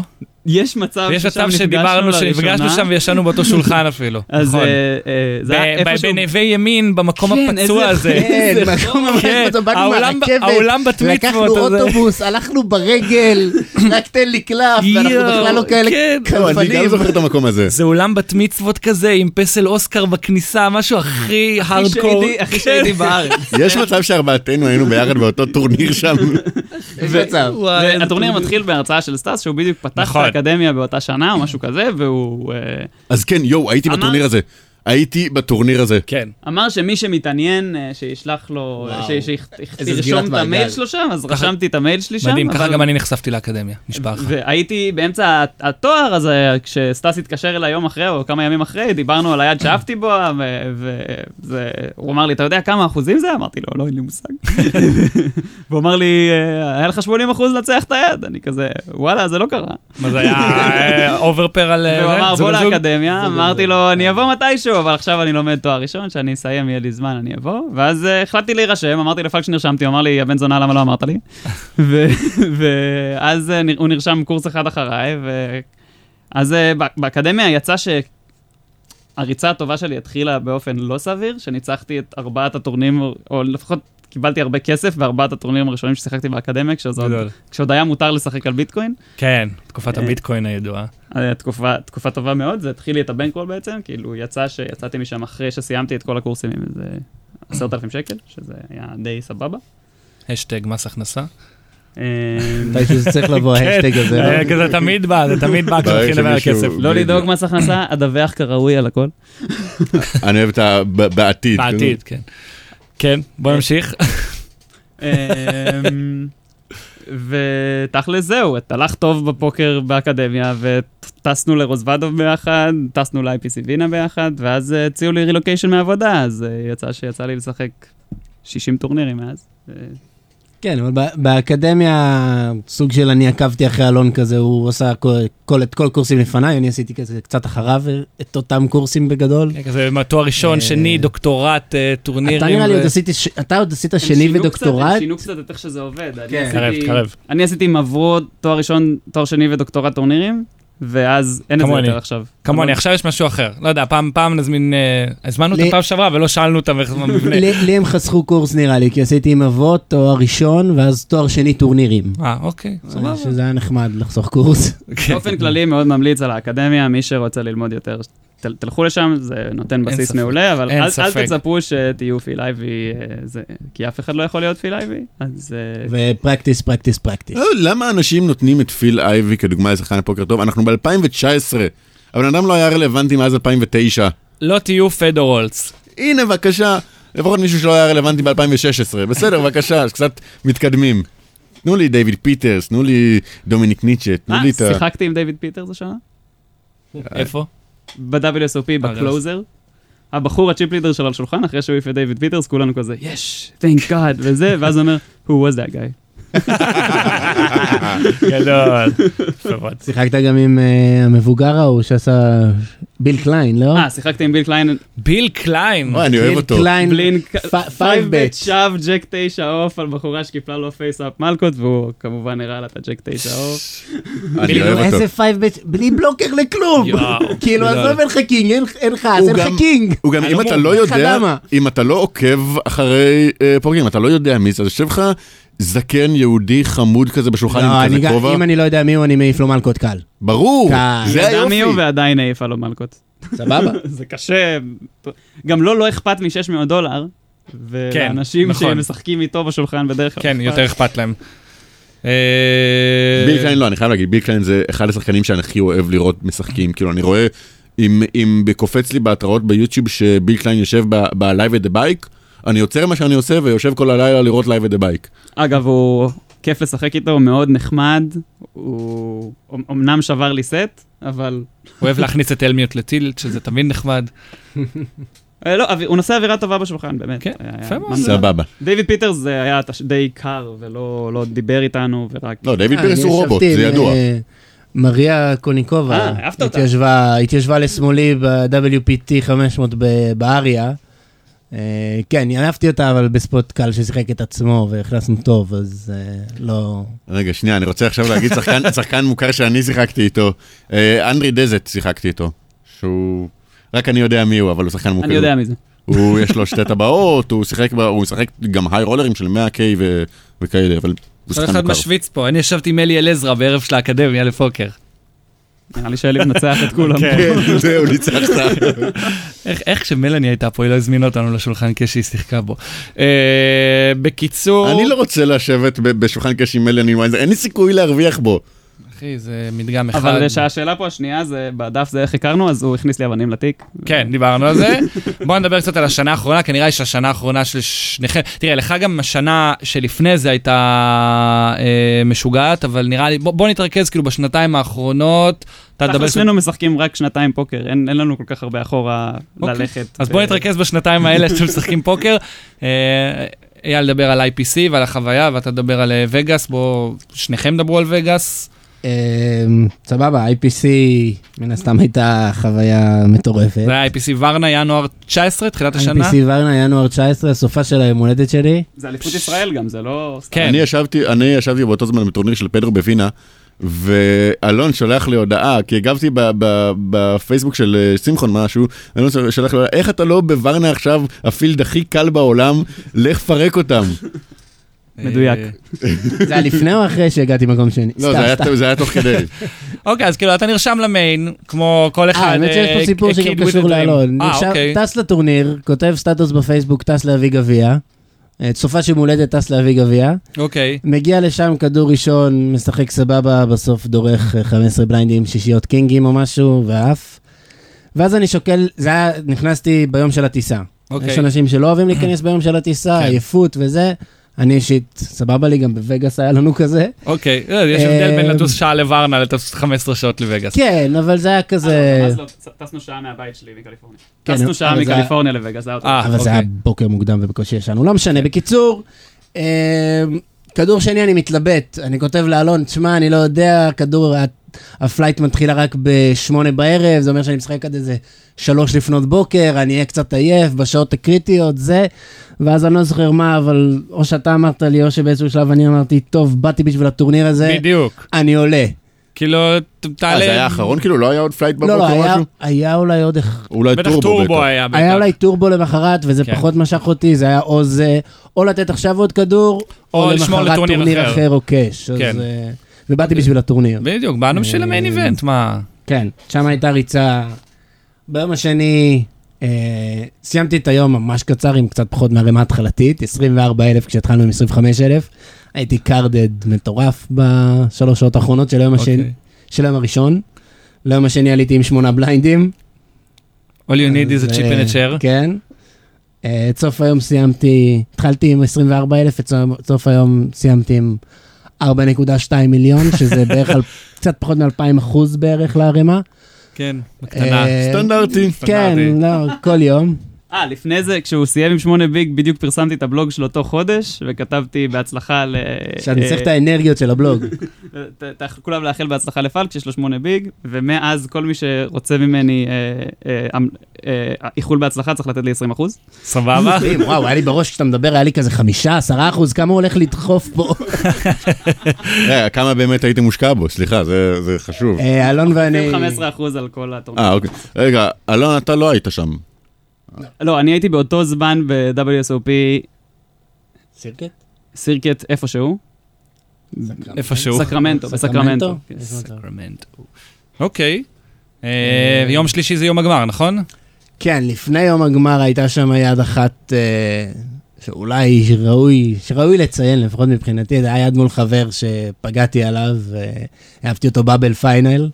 Speaker 3: יש מצב
Speaker 1: יש
Speaker 3: ששם
Speaker 1: מצב
Speaker 3: נפגשנו
Speaker 1: שדיברנו,
Speaker 3: לראשונה.
Speaker 1: שנפגשנו שם וישנו באותו שולחן אפילו.
Speaker 3: אז
Speaker 1: נכון.
Speaker 3: אה, אה, זה היה
Speaker 1: ב- ב-
Speaker 3: איפשהו...
Speaker 1: בנווה ימין, במקום
Speaker 3: כן,
Speaker 1: הפצוע
Speaker 3: איזה-
Speaker 1: הזה.
Speaker 4: כן, מקום ממש
Speaker 1: כן,
Speaker 4: מצב, באנו
Speaker 1: העולם-
Speaker 4: מהרכבת,
Speaker 1: העולם בת
Speaker 4: לקחנו
Speaker 1: מצוות הזה.
Speaker 4: אוטובוס, הלכנו ברגל, רק תן לי קלף, ואנחנו
Speaker 1: יואו,
Speaker 4: בכלל לא כאלה
Speaker 1: כן.
Speaker 2: לא, אני גם
Speaker 4: קלפנים.
Speaker 2: זוכר את המקום הזה.
Speaker 1: זה אולם בת מצוות כזה עם פסל אוסקר בכניסה, משהו הכי הארדקור.
Speaker 3: שהייתי- הכי שהייתי בארץ.
Speaker 2: יש מצב שארבעתנו היינו ביחד באותו טורניר שם.
Speaker 4: יש מצב.
Speaker 3: הטורניר מתחיל בהרצאה של סטאס, שהוא בדיוק פתח את
Speaker 1: נכון.
Speaker 3: האקדמיה באותה שנה או משהו כזה, והוא... אה,
Speaker 2: אז כן, יואו, הייתי
Speaker 3: אמר-
Speaker 2: בטורניר הזה. הייתי בטורניר הזה.
Speaker 1: כן.
Speaker 3: אמר שמי שמתעניין, אה, שישלח לו, אה,
Speaker 4: וואו.
Speaker 3: ש- שיכ-
Speaker 4: איזה סגירת
Speaker 3: שירשום את
Speaker 4: מעגל.
Speaker 3: המייל שלו שם, אז רשמתי את המייל שלי שם.
Speaker 1: מדהים, ככה
Speaker 3: אבל-
Speaker 1: גם אני נחשפתי לאקדמיה, נשבע לך.
Speaker 3: והייתי באמצע התואר, אז אה, כשסטס התקשר אליי יום אחרי, או כמה ימים אחרי, דיברנו על היד שאהבתי בו, והוא אמר לי, אתה יודע כמה אחוזים זה? אמרתי לו, לא, אין לי מושג. והוא אמר לי, "אה, היה לך 80 אחוז לנצח את היד? אני כזה, וואלה, זה לא קרה.
Speaker 1: מה זה היה אוברפר על... אה,
Speaker 3: והוא אמר,
Speaker 1: זוג
Speaker 3: בוא
Speaker 1: לזוג"?
Speaker 3: לאקדמיה, אמרתי לו, אני אבוא מתישהו, אבל עכשיו אני לומד תואר ראשון, שאני אסיים, יהיה לי זמן, אני אבוא. ואז אה, החלטתי להירשם, אמרתי לפלק שנרשמתי, הוא אמר לי, הבן זונה, למה לא אמרת לי? ו- ואז אה, נר- הוא נרשם קורס אחד אחריי, ואז אה, בא- באקדמיה יצא ש... הריצה הטובה שלי התחילה באופן לא סביר, שניצחתי את ארבעת הטורנירים, או לפחות קיבלתי הרבה כסף בארבעת הטורנירים הראשונים ששיחקתי באקדמיה, כשעוד-
Speaker 1: גדול.
Speaker 3: כשעוד היה מותר לשחק על ביטקוין.
Speaker 1: כן, תקופת
Speaker 3: אה.
Speaker 1: הביטקוין הידועה.
Speaker 3: היה אה, תקופה, תקופה טובה מאוד, זה התחיל לי את הבנקרול בעצם, כאילו יצא שיצאתי משם אחרי שסיימתי את כל הקורסים עם איזה עשרת אלפים שקל, שזה היה די סבבה.
Speaker 1: השטג מס הכנסה.
Speaker 3: אה,
Speaker 4: מתישהו זה צריך לבוא ההשטג הזה. לא?
Speaker 1: אה, זה תמיד בא, זה תמיד בא כשמתחילים לדבר על
Speaker 2: שמישהו-
Speaker 1: כסף.
Speaker 3: לא
Speaker 2: בדיוק.
Speaker 3: לדאוג מס הכנסה, אדווח כראוי על הכל.
Speaker 2: אני אוהב את ה... ב- בעתיד.
Speaker 1: בעתיד, כן. כן, בוא
Speaker 4: אה,
Speaker 1: נמשיך.
Speaker 3: אמ, ותכל'ס זהו, את הלך טוב בפוקר באקדמיה, וטסנו לרוזוודוב ביחד, טסנו ל-IPC וינה ביחד, ואז אה, הציעו לי רילוקיישן מעבודה, אז אה, יצא שיצא לי לשחק 60 טורנירים מאז. אה,
Speaker 4: כן, אבל ב- באקדמיה, סוג של אני עקבתי אחרי אלון כזה, הוא עשה כל- כל- את כל הקורסים לפניי, אני עשיתי כזה קצת אחריו את אותם קורסים בגדול.
Speaker 1: כן, כזה מה, תואר ראשון,
Speaker 4: אה,
Speaker 1: שני, דוקטורט, אה, טורנירים.
Speaker 4: אתה נראה לי
Speaker 1: ו-
Speaker 4: עוד עשית, ש- אתה עוד עשית
Speaker 3: הם
Speaker 4: שני
Speaker 3: שינו קצת, הם
Speaker 4: ודוקטורט?
Speaker 3: שינו קצת את איך שזה עובד. אני
Speaker 4: כן.
Speaker 1: קרב,
Speaker 3: עשיתי-
Speaker 1: קרב.
Speaker 3: אני עשיתי מברות, תואר ראשון, תואר שני ודוקטורט טורנירים, ואז אין את זה
Speaker 1: כמוני.
Speaker 3: יותר עכשיו.
Speaker 1: כמוני, עכשיו יש משהו אחר. לא יודע, פעם, פעם נזמין... אה, הזמנו אותם
Speaker 4: לי-
Speaker 1: פעם שעברה ולא שאלנו אותם איך זה במבנה.
Speaker 4: לי לי הם חסכו קורס נראה לי, כי עשיתי עם אבות, תואר ראשון, ואז תואר שני טורנירים.
Speaker 1: אה, אוקיי, סבבה.
Speaker 4: שזה היה נחמד לחסוך קורס.
Speaker 1: כן.
Speaker 3: באופן כללי מאוד ממליץ על האקדמיה, מי שרוצה ללמוד יותר, תל, תלכו לשם, זה נותן בסיס
Speaker 1: ספק.
Speaker 3: מעולה, אבל
Speaker 1: אין
Speaker 3: אל,
Speaker 1: ספק.
Speaker 3: אל תצפו שתהיו פיל אייבי, אה, זה- כי אף אחד לא יכול להיות פיל אייבי, אז אה,
Speaker 4: ופרקטיס, פרקטיס, פרקטיס.
Speaker 2: לא, למה אנשים נותנים את פיל אייבי כדוגמה לשחקן פוקר טוב? אנחנו ב-2019. הבן אדם לא היה רלוונטי מאז 2009.
Speaker 1: לא תהיו פדורולס.
Speaker 2: הנה, בבקשה. לפחות מישהו שלא היה רלוונטי ב-2016. בסדר, בבקשה, אז קצת מתקדמים. תנו לי דיוויד פיטרס, תנו לי דומיניק ניטשה, תנו לי
Speaker 3: אה,
Speaker 2: את ה...
Speaker 3: שיחקתי עם דיוויד פיטרס השנה?
Speaker 4: אה,
Speaker 1: איפה?
Speaker 3: ב-WSOP,
Speaker 1: אה,
Speaker 3: בקלוזר. הבחור הצ'יפ לידר של השולחן, אחרי שהוא העיף את דיוויד פיטרס, כולנו כזה, יש, thank God, וזה, ואז הוא אומר, who was that guy?
Speaker 1: גדול. יפה מאוד.
Speaker 4: שיחקת גם עם אה, המבוגר ההוא שעשה ביל קליין, לא?
Speaker 3: אה, שיחקתי עם ביל קליין,
Speaker 1: ביל קליין.
Speaker 2: אוי, אני אוהב
Speaker 4: ביל
Speaker 2: אותו.
Speaker 4: קליין,
Speaker 3: בלין,
Speaker 4: פ-
Speaker 3: פייב
Speaker 4: פייב
Speaker 3: בט
Speaker 4: בט.
Speaker 3: שב ג'ק תשע עוף על בחורה שקיפלה לו פייסאפ מלקות, והוא כמובן הראה לה את הג'ק תשע עוף.
Speaker 2: אני
Speaker 4: כאילו,
Speaker 2: אוהב אותו.
Speaker 4: איזה פייב בט, בלי בלוקר לכלום.
Speaker 1: יואו.
Speaker 4: כאילו,
Speaker 1: גדול.
Speaker 4: עזוב, אין לך קינג, אין אין לך, אז
Speaker 2: הוא
Speaker 4: אין לך
Speaker 2: גם-
Speaker 4: קינג.
Speaker 2: הוא גם, אם אתה לא יודע,
Speaker 4: למה?
Speaker 2: אם אתה לא עוקב אחרי אה, פוקר, אם אתה לא יודע מי זה, אז יושב לך זקן יהודי חמוד כזה בשולחן
Speaker 4: לא,
Speaker 2: עם
Speaker 4: אני
Speaker 2: כזה
Speaker 4: גם-
Speaker 2: כובע.
Speaker 4: אם אני לא יודע מי הוא, אני מעיף לו מלקות קל.
Speaker 2: ברור,
Speaker 4: קל.
Speaker 2: זה
Speaker 3: ידע מי
Speaker 2: היופי.
Speaker 3: הוא ועדיין העיפה לו מלקות.
Speaker 4: סבבה?
Speaker 3: זה קשה. גם לו לא אכפת מ-600 דולר, ולאנשים
Speaker 1: כן, נכון.
Speaker 3: שמשחקים איתו בשולחן בדרך כלל.
Speaker 1: כן,
Speaker 3: אכפת.
Speaker 1: יותר אכפת להם. אה,
Speaker 2: ביל קליין לא, אני חייב להגיד, ביל קליין זה אחד השחקנים שאני הכי אוהב לראות משחקים. כאילו, אני רואה, אם, אם קופץ לי בהתראות ביוטיוב שביל קליין יושב ב- ב-Live at the Bike, אני עוצר מה שאני עושה ויושב כל הלילה לראות Live at the Bike.
Speaker 3: אגב, הוא כיף לשחק איתו, הוא מאוד נחמד, הוא אמנם שבר לי סט, אבל...
Speaker 1: הוא אוהב להכניס את אלמיוט לטילט, שזה תמיד נחמד.
Speaker 3: אה, לא, אבי- הוא נושא אווירה טובה בשולחן, באמת.
Speaker 1: כן,
Speaker 3: היה-
Speaker 1: יפה מאוד.
Speaker 3: ממש-
Speaker 2: סבבה.
Speaker 3: דיוויד פיטרס זה היה תש- די קר ולא לא דיבר איתנו ורק...
Speaker 2: לא, דיוויד
Speaker 4: אני
Speaker 2: פירס הוא רובוט,
Speaker 4: ישבתי
Speaker 2: זה
Speaker 4: עם,
Speaker 2: ידוע.
Speaker 4: אה, מריה קוניקובה
Speaker 3: אה, אהבת אותה.
Speaker 4: התיישבה, התיישבה לשמאלי ב-WPT 500 ב- באריה. אה, כן, אהבתי אותה, אבל בספוט קל ששיחק את עצמו והכנסנו טוב, אז אה, לא...
Speaker 2: רגע, שנייה, אני רוצה עכשיו להגיד שחקן, שחקן מוכר שאני שיחקתי איתו. אה, אנדרי דזט שיחקתי איתו. שהוא... רק אני יודע מי הוא, אבל הוא שחקן מוכר.
Speaker 3: אני יודע מי זה.
Speaker 2: הוא, יש לו שתי טבעות, הוא שיחק, ב- הוא משחק גם היי רולרים של 100K ו- וכאלה, אבל הוא
Speaker 1: כל
Speaker 2: שחקן
Speaker 1: אחד
Speaker 2: מוכר.
Speaker 1: משוויץ פה, אני ישבתי עם אלי אלעזרה בערב של האקדמיה לפוקר.
Speaker 3: נראה לי שאלי מנצח את כולם.
Speaker 2: כן, זהו, ניצחת.
Speaker 1: איך- איך כשמלאני הייתה פה, היא לא הזמינה אותנו לשולחן כשהיא שיחקה בו. אה, בקיצור...
Speaker 2: אני לא רוצה לשבת ב- בשולחן קש עם מלאני ויינזר, אין לי סיכוי להרוויח בו.
Speaker 1: אחי, זה מדגם אחד.
Speaker 3: אבל שהשאלה פה השנייה זה, בדף זה איך הכרנו, אז הוא הכניס לי אבנים לתיק.
Speaker 1: כן, דיברנו על זה. בואו נדבר קצת על השנה האחרונה, כי נראה לי שהשנה האחרונה של שניכם... תראה, לך גם השנה שלפני זה הייתה אה, משוגעת, אבל נראה לי... בוא, בוא נתרכז כאילו בשנתיים האחרונות. אתה תדבר...
Speaker 3: תכל'ס שנינו משחקים רק שנתיים פוקר, אין אין לנו כל כך הרבה אחורה
Speaker 1: אוקיי.
Speaker 3: ללכת.
Speaker 1: אז בוא
Speaker 3: ו-
Speaker 1: נתרכז בשנתיים האלה שאתם משחקים פוקר. אה, אייל לדבר על IPC ועל החוויה, ואתה תדבר על אה, וגאס, בואו שניכם דברו על וגאס.
Speaker 4: אה, סבבה, IPC מן הסתם הייתה חוויה מטורפת.
Speaker 1: זה היה IPC ורנה, ינואר 19, תחילת השנה.
Speaker 4: IPC ורנה, ינואר 19, סופה של היום הולדת שלי.
Speaker 3: זה אליפות ישראל גם, זה לא... סתם.
Speaker 1: כן.
Speaker 2: אני ישבתי, אני ישבתי באותו זמן בטורניר של פדרו בווינה, ואלון שלח לי הודעה, כי הגבתי ב- ב- בפייסבוק של אה, שמחון משהו, אלון של- שלח לי הודעה, איך אתה לא בוורנה עכשיו, הפילד הכי קל בעולם, לך פרק אותם.
Speaker 3: מדויק.
Speaker 1: אה,
Speaker 4: זה היה לפני או אחרי שהגעתי מקום שני?
Speaker 2: לא, זה היה- זה היה תוך כדי.
Speaker 1: אוקיי, אז כאילו, אתה נרשם למיין, כמו כל אחד.
Speaker 4: אה, האמת שיש
Speaker 1: אה,
Speaker 4: פה סיפור
Speaker 1: a
Speaker 4: שגם
Speaker 1: kid with a
Speaker 4: קשור
Speaker 1: dream.
Speaker 4: לאלון.
Speaker 1: אה,
Speaker 4: נרשם-
Speaker 1: אוקיי.
Speaker 4: טס לטורניר, כותב סטטוס בפייסבוק, טס להביא גביע. אה, סופה של מולדת טס להביא גביע.
Speaker 1: אוקיי.
Speaker 4: מגיע לשם כדור ראשון, משחק סבבה, בסוף דורך אה, 15 בליינדים, שישיות קינגים או משהו, ואף. ואז אני שוקל, זה היה, נכנסתי ביום של הטיסה.
Speaker 1: אוקיי.
Speaker 4: יש אנשים שלא אוהבים להיכנס ביום של הטיסה,
Speaker 1: כן.
Speaker 4: עייפות וזה. אני אישית, סבבה לי, גם בווגאס היה לנו כזה.
Speaker 1: אוקיי, אה, יש הבדל בין
Speaker 4: אה,
Speaker 1: לטוס שעה לוורנה לטוס 15 שעות לווגאס.
Speaker 4: כן, אבל זה היה
Speaker 1: אה,
Speaker 4: כזה...
Speaker 3: אז לא, טסנו שעה מהבית שלי מקליפורניה.
Speaker 4: כן,
Speaker 3: טסנו שעה
Speaker 4: אבל זה היה-
Speaker 3: מקליפורניה לווגאס, זה היה אותו.
Speaker 1: אה,
Speaker 4: אבל זה היה
Speaker 1: אוקיי.
Speaker 4: בוקר מוקדם ובקושי ישנו, לא משנה. בקיצור, אמ, כדור שני אני מתלבט, אני כותב לאלון, תשמע, אני לא יודע, כדור, ה- הפלייט מתחילה רק בשמונה בערב, זה אומר שאני משחק עד איזה שלוש לפנות בוקר, אני אהיה קצת עייף בשעות הקריטיות, זה. ואז אני לא זוכר מה, אבל או שאתה אמרת לי, או שבאיזשהו שלב אני אמרתי, טוב, באתי בשביל הטורניר הזה,
Speaker 1: בדיוק.
Speaker 4: אני עולה.
Speaker 1: כאילו, ת-
Speaker 2: אה,
Speaker 1: תעלה...
Speaker 2: זה היה האחרון כאילו? לא היה עוד פלייט
Speaker 4: לא,
Speaker 2: בבוקר
Speaker 4: לא,
Speaker 2: או
Speaker 4: היה-
Speaker 2: משהו?
Speaker 4: היה אולי עוד אחד.
Speaker 2: אולי
Speaker 1: בטח
Speaker 2: טורבו
Speaker 1: טורבו
Speaker 2: בטח.
Speaker 1: היה בטח.
Speaker 4: היה אולי טורבו למחרת, וזה
Speaker 1: כן.
Speaker 4: פחות משך אותי, זה היה או זה, או לתת עכשיו עוד כדור,
Speaker 1: או
Speaker 4: או
Speaker 1: לשמור
Speaker 4: למחרת
Speaker 1: לטורניר
Speaker 4: טורניר
Speaker 1: אחר.
Speaker 4: אחר או קאש. אז,
Speaker 1: כן.
Speaker 4: אה, ובאתי בשביל הטורניר.
Speaker 1: בדיוק, באנו בשביל המיין
Speaker 4: אה,
Speaker 1: איבנט, מה?
Speaker 4: כן, שם הייתה ריצה. ביום השני אה, סיימתי את היום ממש קצר, עם קצת פחות מהרמה התחלתית, 24,000 כשהתחלנו עם 25,000. הייתי קארדד מטורף בשלוש שעות האחרונות של היום השני,
Speaker 1: אוקיי.
Speaker 4: של היום הראשון. ליום השני עליתי עם שמונה בליינדים.
Speaker 1: All you need is a
Speaker 4: אז,
Speaker 1: chip
Speaker 4: אה,
Speaker 1: and a chair.
Speaker 4: כן. אה, את סוף היום סיימתי, התחלתי עם 24,000, את סוף- סוף היום סיימתי עם 4.2 מיליון, שזה בערך על קצת פחות מ-2,000 אחוז בערך לערימה.
Speaker 1: כן, בקטנה.
Speaker 4: אה,
Speaker 2: סטנדרטי.
Speaker 4: כן,
Speaker 1: סטנדרטי.
Speaker 4: לא, כל יום.
Speaker 3: אה, לפני זה, כשהוא סיים עם שמונה ביג, בדיוק פרסמתי את הבלוג של אותו חודש, וכתבתי בהצלחה ל...
Speaker 4: שאני
Speaker 3: אה,
Speaker 4: צריך את האנרגיות של הבלוג.
Speaker 3: ת- ת- כולם לאחל בהצלחה לפלק, שיש לו שמונה ביג, ומאז כל מי שרוצה ממני אה, אה, אמ- אה, איחול בהצלחה צריך לתת לי 20 אחוז.
Speaker 1: סבבה?
Speaker 4: אם, וואו, היה לי בראש כשאתה מדבר, היה לי כזה חמישה, עשרה אחוז, כמה הוא הולך לדחוף פה?
Speaker 2: רגע, אה, כמה באמת הייתם מושקע בו? סליחה, זה זה חשוב.
Speaker 4: אה, אלון ואני...
Speaker 3: 15 אחוז על כל הטורניר.
Speaker 2: אה, אוקיי. רגע, אלון, אתה לא היית שם.
Speaker 3: לא, אני הייתי באותו זמן ב-WSOP
Speaker 4: סירקט?
Speaker 3: סירקט איפשהו,
Speaker 1: איפשהו.
Speaker 3: סקרמנטו, בסקרמנטו. כן.
Speaker 5: אה,
Speaker 1: סקרמנט. אוקיי. אה, יום שלישי זה יום הגמר, נכון?
Speaker 4: כן, לפני יום הגמר הייתה שם יד אחת אה, שאולי ראוי, שראוי לציין, לפחות מבחינתי, זה היה יד מול חבר שפגעתי עליו, אה, אהבתי אותו באבל פיינל.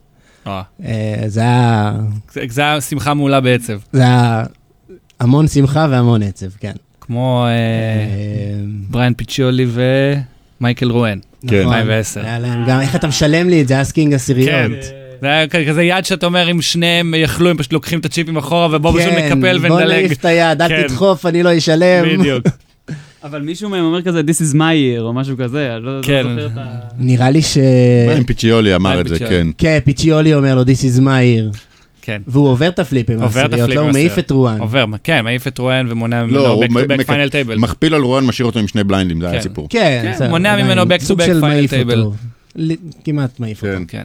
Speaker 1: אה,
Speaker 4: אה, זה היה,
Speaker 1: זה- זה היה שמחה מעולה בעצב.
Speaker 4: זה היה המון שמחה והמון עצב, כן.
Speaker 1: כמו אה,
Speaker 4: אה,
Speaker 1: בריאן פיצ'יולי ומייקל רואן.
Speaker 4: נכון.
Speaker 1: 2010.
Speaker 4: היה להם גם, איך אתה משלם לי את זה, אסקינג
Speaker 1: כן.
Speaker 4: עשיריות.
Speaker 1: זה היה כ- כזה יד שאתה אומר, אם שניהם יכלו, הם פשוט לוקחים את הצ'יפים אחורה, ובוא פשוט
Speaker 4: כן,
Speaker 1: נקפל
Speaker 4: בוא
Speaker 1: ונדלג.
Speaker 4: נעיף את היד,
Speaker 1: כן.
Speaker 4: אל תדחוף, אני לא אשלם.
Speaker 1: בדיוק.
Speaker 3: אבל מישהו מהם אומר כזה, This is my year, או משהו כזה, אני לא לא
Speaker 1: כן.
Speaker 3: זוכר את ה...
Speaker 4: נראה לי ש...
Speaker 2: חיים פיצ'יולי אמר
Speaker 1: חיים
Speaker 2: את זה,
Speaker 1: פיצ'יולי.
Speaker 2: כן.
Speaker 4: כן, פיצ'יולי אומר לו, This is my year.
Speaker 1: כן.
Speaker 4: והוא עובר את הפליפ עם
Speaker 1: עובר את
Speaker 4: העשיריות,
Speaker 1: הפליפ
Speaker 4: לא, הוא
Speaker 1: עם
Speaker 4: מעיף
Speaker 1: העשיריות.
Speaker 4: את רואן.
Speaker 1: עובר, כן, מעיף את רואן ומונע ממנו
Speaker 2: הוא
Speaker 1: back to
Speaker 2: מק-
Speaker 1: back
Speaker 2: מק-
Speaker 1: final table.
Speaker 2: כן. מכפיל על רואן, משאיר אותו עם שני בליינדים, זה היה
Speaker 1: כן.
Speaker 2: הסיפור.
Speaker 4: כן,
Speaker 1: כן,
Speaker 4: בסדר,
Speaker 1: מונע
Speaker 4: עדיין,
Speaker 1: ממנו back to
Speaker 4: סוג
Speaker 1: back
Speaker 4: של
Speaker 1: final
Speaker 4: מעיף
Speaker 1: table.
Speaker 4: אותו. ל- כמעט מעיף אותו.
Speaker 2: כן.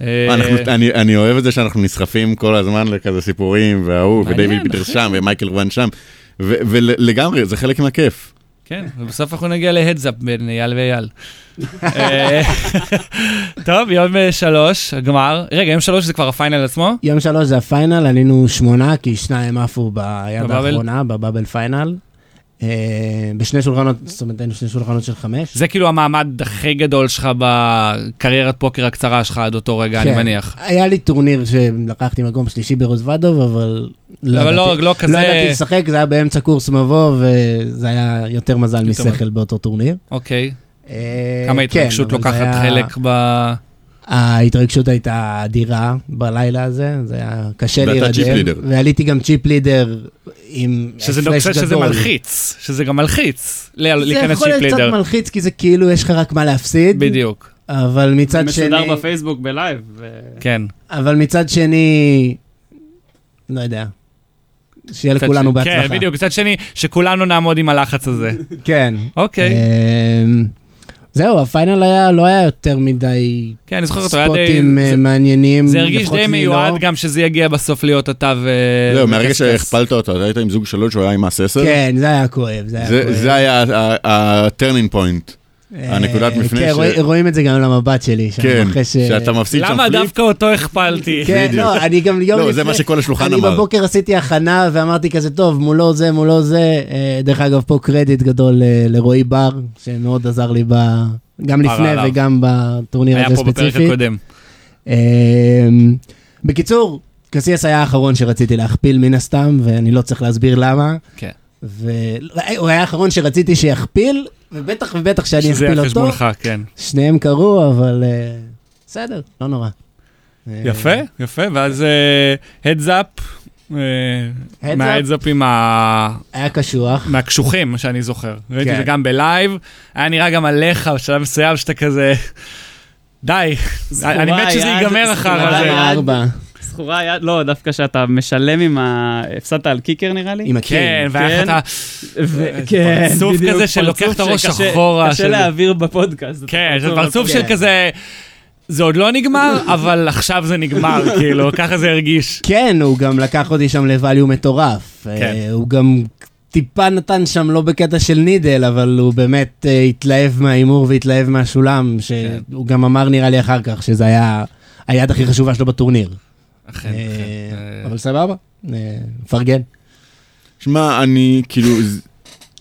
Speaker 1: כן.
Speaker 2: מה, אנחנו-
Speaker 1: אה,
Speaker 2: אני- אני אוהב את זה שאנחנו נסחפים כל הזמן לכזה סיפורים, וההוא,
Speaker 1: מעניין,
Speaker 2: ודייוויד פיטרס שם, ומייקל רואן שם, ו- ולגמרי, זה חלק מהכיף.
Speaker 1: כן, ובסוף אנחנו נגיע להדזאפ בין אייל ואייל. אה, טוב, יום אה, שלוש, הגמר. רגע, יום שלוש זה כבר הפיינל עצמו?
Speaker 4: יום שלוש זה הפיינל, עלינו שמונה, כי שניים עפו ביד
Speaker 1: בבאבל?
Speaker 4: האחרונה, בבאבל פיינל. אה, בשני שולחנות, זאת אומרת, היינו שני שולחנות של חמש.
Speaker 1: זה כאילו המעמד הכי גדול שלך בקריירת פוקר הקצרה שלך עד אותו רגע, אני
Speaker 4: כן.
Speaker 1: מניח.
Speaker 4: היה לי טורניר שלקחתי מקום שלישי ברוזוודוב, אבל... לא
Speaker 1: אבל לא-
Speaker 4: ידעתי-
Speaker 1: לא
Speaker 4: לא ידעתי
Speaker 1: כזה...
Speaker 4: לשחק, זה היה באמצע קורס מבוא, וזה היה יותר מזל
Speaker 1: יותר
Speaker 4: משכל באותו טורניר.
Speaker 1: אוקיי.
Speaker 4: אה,
Speaker 1: כמה
Speaker 4: כן,
Speaker 1: התרגשות
Speaker 4: אבל זה
Speaker 1: לוקחת
Speaker 4: היה-
Speaker 1: חלק ב...
Speaker 4: ההתרגשות הייתה אדירה בלילה הזה, זה היה קשה
Speaker 2: ואתה
Speaker 4: להירדם.
Speaker 2: צ'יפ לידר.
Speaker 4: ועליתי גם צ'יפ לידר עם
Speaker 1: שזה
Speaker 4: הפרש
Speaker 1: דוקסט שזה
Speaker 4: גדול.
Speaker 1: מלחיץ, שזה גם מלחיץ ל-
Speaker 4: זה
Speaker 1: להיכנס
Speaker 4: יכול
Speaker 1: צ'יפ
Speaker 4: להיות קצת
Speaker 1: לידר.
Speaker 4: מלחיץ, כי זה כאילו יש לך רק מה להפסיד,
Speaker 1: בדיוק,
Speaker 4: אבל מצד שני,
Speaker 3: מסודר בפייסבוק בלייב. ו-
Speaker 1: כן.
Speaker 4: אבל מצד שני, לא יודע, שיהיה
Speaker 1: מצד
Speaker 4: לכולנו
Speaker 1: שני-
Speaker 4: בהצלחה.
Speaker 1: כן, בדיוק. מצד שני, שכולנו נעמוד עם הלחץ הזה.
Speaker 4: כן.
Speaker 1: אוקיי.
Speaker 4: אמ, זהו, הפיינל היה, לא היה יותר מדי
Speaker 5: כן, אני זוכר אותו, היה די...
Speaker 4: ספוטים אה,
Speaker 5: זה-
Speaker 4: מעניינים.
Speaker 5: זה הרגיש
Speaker 4: לפחות
Speaker 5: די
Speaker 4: לי
Speaker 5: מיועד
Speaker 4: לא.
Speaker 5: גם שזה יגיע בסוף להיות אה, אתה ו...
Speaker 2: זהו,
Speaker 5: וקשקש.
Speaker 1: אה,
Speaker 2: לא, מהרגע שהכפלת אותו, אתה היית עם זוג שלוש, הוא היה עם מס עשר?
Speaker 4: כן, זה היה כואב, זה היה
Speaker 2: זה-
Speaker 4: כואב.
Speaker 2: זה היה הטרנינג פוינט.
Speaker 4: אה,
Speaker 2: הנקודת מפנה
Speaker 4: כן,
Speaker 2: ש-
Speaker 4: רואי- רואים את זה גם למבט שלי. שם,
Speaker 2: כן,
Speaker 4: אחרי ש-
Speaker 2: שאתה מפסיד שם
Speaker 5: למה
Speaker 2: פליפ.
Speaker 5: דווקא אותו הכפלתי?
Speaker 4: כן, לא, אני גם יום
Speaker 2: לא,
Speaker 4: לפני...
Speaker 2: זה מה שכל השולחן
Speaker 4: אני
Speaker 2: אמר.
Speaker 4: בבוקר עשיתי הכנה ואמרתי כזה, טוב, מולו זה, מולו זה. אה, דרך אגב, פה קרדיט גדול אה, לרועי בר, שמאוד עזר לי ב... גם
Speaker 5: כפרה
Speaker 4: לפני
Speaker 5: עליו.
Speaker 4: וגם בטורניר
Speaker 5: היה
Speaker 4: הזה
Speaker 5: פה בפרק
Speaker 4: ספציפית.
Speaker 5: הקודם.
Speaker 4: אה, בקיצור, קסיאס היה האחרון שרציתי להכפיל מן הסתם, ואני לא צריך להסביר למה.
Speaker 5: כן.
Speaker 4: והוא היה האחרון שרציתי שיכפיל, ובטח ובטח שאני
Speaker 5: שזה
Speaker 4: אכפיל
Speaker 5: על
Speaker 4: אותו.
Speaker 5: חשבונך, כן.
Speaker 4: שניהם קרו, אבל אה, בסדר, לא נורא. אה,
Speaker 5: יפה, יפה, ואז אה, הדזאפ, אה,
Speaker 4: Heads up.
Speaker 5: מההדזאפים ה...
Speaker 4: היה קשוח.
Speaker 5: מהקשוחים שאני זוכר. ראיתי
Speaker 4: כן.
Speaker 5: את זה גם בלייב, היה נראה גם עליך בשלב מסוים שאתה כזה... די,
Speaker 4: כן,
Speaker 5: אני מת שזה
Speaker 3: יד,
Speaker 5: ייגמר אחר
Speaker 3: זכורה
Speaker 5: הזה.
Speaker 3: יד.
Speaker 4: ארבע.
Speaker 3: זכורה היד, לא, דווקא שאתה משלם עם ה... הפסדת על קיקר נראה לי.
Speaker 4: עם הקיר.
Speaker 5: כן, והיה לך את ה...
Speaker 3: ו- כן,
Speaker 5: פרצוף
Speaker 3: בדיוק,
Speaker 5: כזה שלוקח
Speaker 3: פרצוף
Speaker 5: את הראש
Speaker 3: שקשה-
Speaker 5: אחורה,
Speaker 3: קשה
Speaker 5: של-
Speaker 3: להעביר בפודקאסט.
Speaker 5: כן, זה
Speaker 3: פרצוף- לא-
Speaker 5: פרצוף של
Speaker 4: כן.
Speaker 5: כזה... זה עוד לא נגמר, אבל עכשיו זה נגמר, כאילו, ככה זה הרגיש.
Speaker 4: כן, הוא גם לקח אותי שם לvalue מטורף.
Speaker 5: כן.
Speaker 4: אה, הוא גם טיפה נתן שם, לא בקטע של נידל, אבל הוא באמת אה, התלהב מההימור והתלהב מהשולם, שהוא גם אמר נראה לי אחר כך, שזה היה היד הכי חשובה שלו בטורניר.
Speaker 5: אכן,
Speaker 4: אה,
Speaker 5: אכן. אה,
Speaker 4: אבל סבבה, אה, מפרגן.
Speaker 2: שמע, אני כאילו... ז-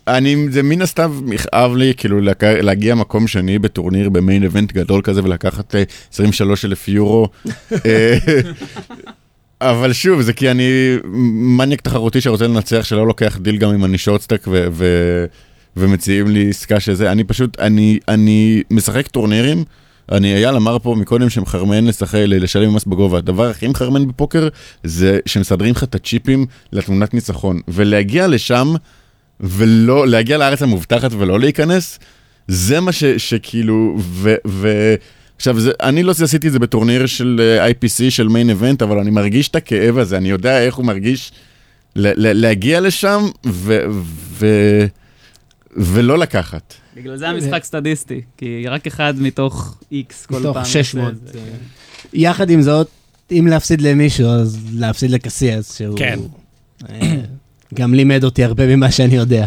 Speaker 2: אני, זה מן הסתם יכאב לי כאילו לק- להגיע מקום שני בטורניר במיין איבנט גדול כזה ולקחת אה, 23 אלף יורו. אה, אבל שוב, זה כי אני מניאק תחרותי שרוצה לנצח, שלא לוקח דיל גם אם אני שורטסטק ו- ו- ומציעים לי עסקה שזה. אני פשוט, אני, אני משחק טורנירים. אני, אייל אמר פה מקודם שמחרמן לשחק, לשלם מס בגובה. הדבר הכי מחרמן בפוקר זה שמסדרים לך את הצ'יפים לתמונת ניצחון. ולהגיע לשם, ולא, להגיע לארץ המובטחת ולא להיכנס, זה מה ש, שכאילו, ו... ו עכשיו, זה, אני לא עשיתי את זה בטורניר של אה, IPC, של מיין איבנט, אבל אני מרגיש את הכאב הזה, אני יודע איך הוא מרגיש ל- ל- להגיע לשם ו, ו, ולא לקחת.
Speaker 3: בגלל זה המשחק סטטיסטי, כי רק אחד מתוך איקס כל פעם.
Speaker 4: מתוך
Speaker 3: עושה
Speaker 4: 600.
Speaker 3: את זה.
Speaker 5: כן.
Speaker 4: יחד עם זאת, אם להפסיד למישהו, אז להפסיד לקסיאס, שהוא...
Speaker 5: כן.
Speaker 4: אה, גם לימד אותי הרבה ממה שאני יודע.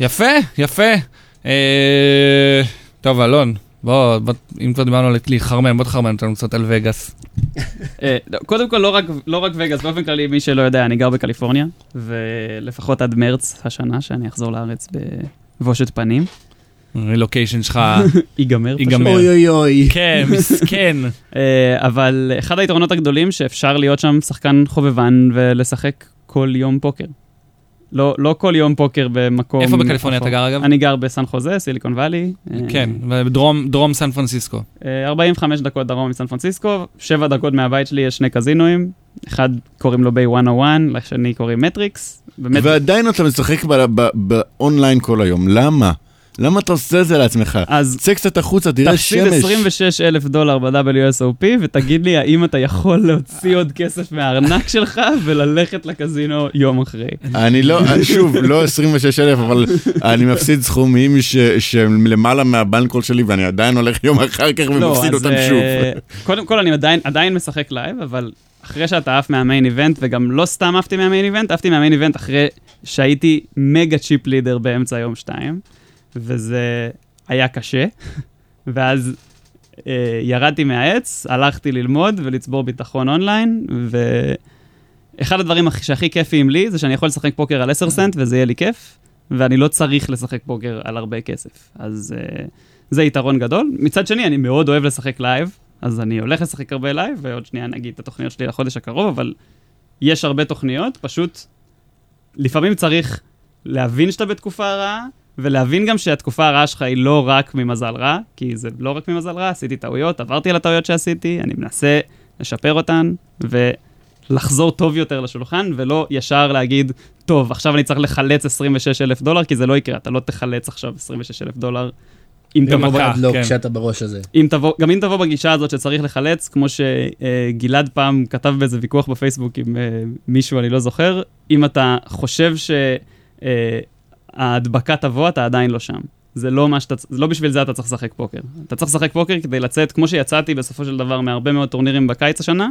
Speaker 5: יפה, יפה. אה, טוב, אלון, בוא, בוא, אם כבר דיברנו על להתחרמן, בוא תחרמן אותנו קצת על וגאס.
Speaker 3: אה, לא, קודם כל, לא רק- לא רק וגאס, באופן כללי, מי שלא יודע, אני גר בקליפורניה, ולפחות עד מרץ השנה, שאני אחזור לארץ בבושת פנים.
Speaker 5: רילוקיישן שלך,
Speaker 3: ייגמר פשוט.
Speaker 5: ייגמר.
Speaker 4: אוי אוי אוי.
Speaker 5: כן, מסכן.
Speaker 3: אה, אבל אחד היתרונות הגדולים שאפשר להיות שם שחקן חובבן ולשחק כל יום פוקר. לא, לא כל יום פוקר במקום...
Speaker 5: איפה בקליפורניה אתה
Speaker 3: אפור.
Speaker 5: גר אגב?
Speaker 3: אני גר בסן חוזה, סיליקון וואלי. אה,
Speaker 5: כן, בדרום דרום סן פרנסיסקו.
Speaker 3: אה, 45 דקות דרום מסן פרנסיסקו, 7 דקות מהבית שלי יש שני קזינואים, אחד קוראים לו ביי 101, לשני קוראים מטריקס. באמת,
Speaker 2: ועדיין אתה משחק ב- ב- באונליין כל היום, למה? למה אתה עושה את זה לעצמך?
Speaker 3: אז
Speaker 2: צא קצת החוצה, תראה
Speaker 3: תפסיד
Speaker 2: שמש.
Speaker 3: 26 אלף דולר ב-WSOP, ותגיד לי האם אתה יכול להוציא עוד כסף מהארנק שלך וללכת לקזינו יום אחרי.
Speaker 2: אני לא, שוב, לא 26 אלף, אבל אני מפסיד סכומים ש- שהם למעלה מהבנקול שלי, ואני עדיין הולך יום אחר כך ומפסיד
Speaker 3: אז,
Speaker 2: אותם
Speaker 3: אה,
Speaker 2: שוב.
Speaker 3: קודם כל, אני עדיין, עדיין משחק לייב, אבל אחרי שאתה עף מהמיין איבנט, וגם לא סתם עפתי מהמיין איבנט, עפתי מהמיין איבנט אחרי שהייתי מגה צ'יפ לידר באמצע היום 2, וזה היה קשה, ואז אה, ירדתי מהעץ, הלכתי ללמוד ולצבור ביטחון אונליין, ו... אחד הדברים הכ- שהכי כיפיים לי זה שאני יכול לשחק פוקר על 10 סנט וזה יהיה לי כיף, ואני לא צריך לשחק פוקר על הרבה כסף. אז אה, זה יתרון גדול. מצד שני, אני מאוד אוהב לשחק לייב, אז אני הולך לשחק הרבה לייב, ועוד שנייה נגיד את התוכניות שלי לחודש הקרוב, אבל יש הרבה תוכניות, פשוט לפעמים צריך להבין שאתה בתקופה רעה, ולהבין גם שהתקופה הרעה שלך היא לא רק ממזל רע, כי זה לא רק ממזל רע, עשיתי טעויות, עברתי על הטעויות שעשיתי, אני מנסה לשפר אותן, ולחזור טוב יותר לשולחן, ולא ישר להגיד, טוב, עכשיו אני צריך לחלץ 26 אלף דולר, כי זה לא יקרה, אתה לא תחלץ עכשיו 26 אלף דולר. אם אתה
Speaker 5: גם
Speaker 3: לא
Speaker 5: אתה,
Speaker 4: לא,
Speaker 5: כן.
Speaker 4: כשאתה בראש הזה.
Speaker 3: אם תבוא, גם אם תבוא בגישה הזאת שצריך לחלץ, כמו שגלעד פעם כתב באיזה ויכוח בפייסבוק עם אה, מישהו, אני לא זוכר, אם אתה חושב שההדבקה אה, תבוא, אתה עדיין לא שם. זה לא מה שאתה, צ- זה לא בשביל זה אתה צריך לשחק פוקר. אתה צריך לשחק פוקר כדי לצאת, כמו שיצאתי בסופו של דבר מהרבה מאוד טורנירים בקיץ השנה,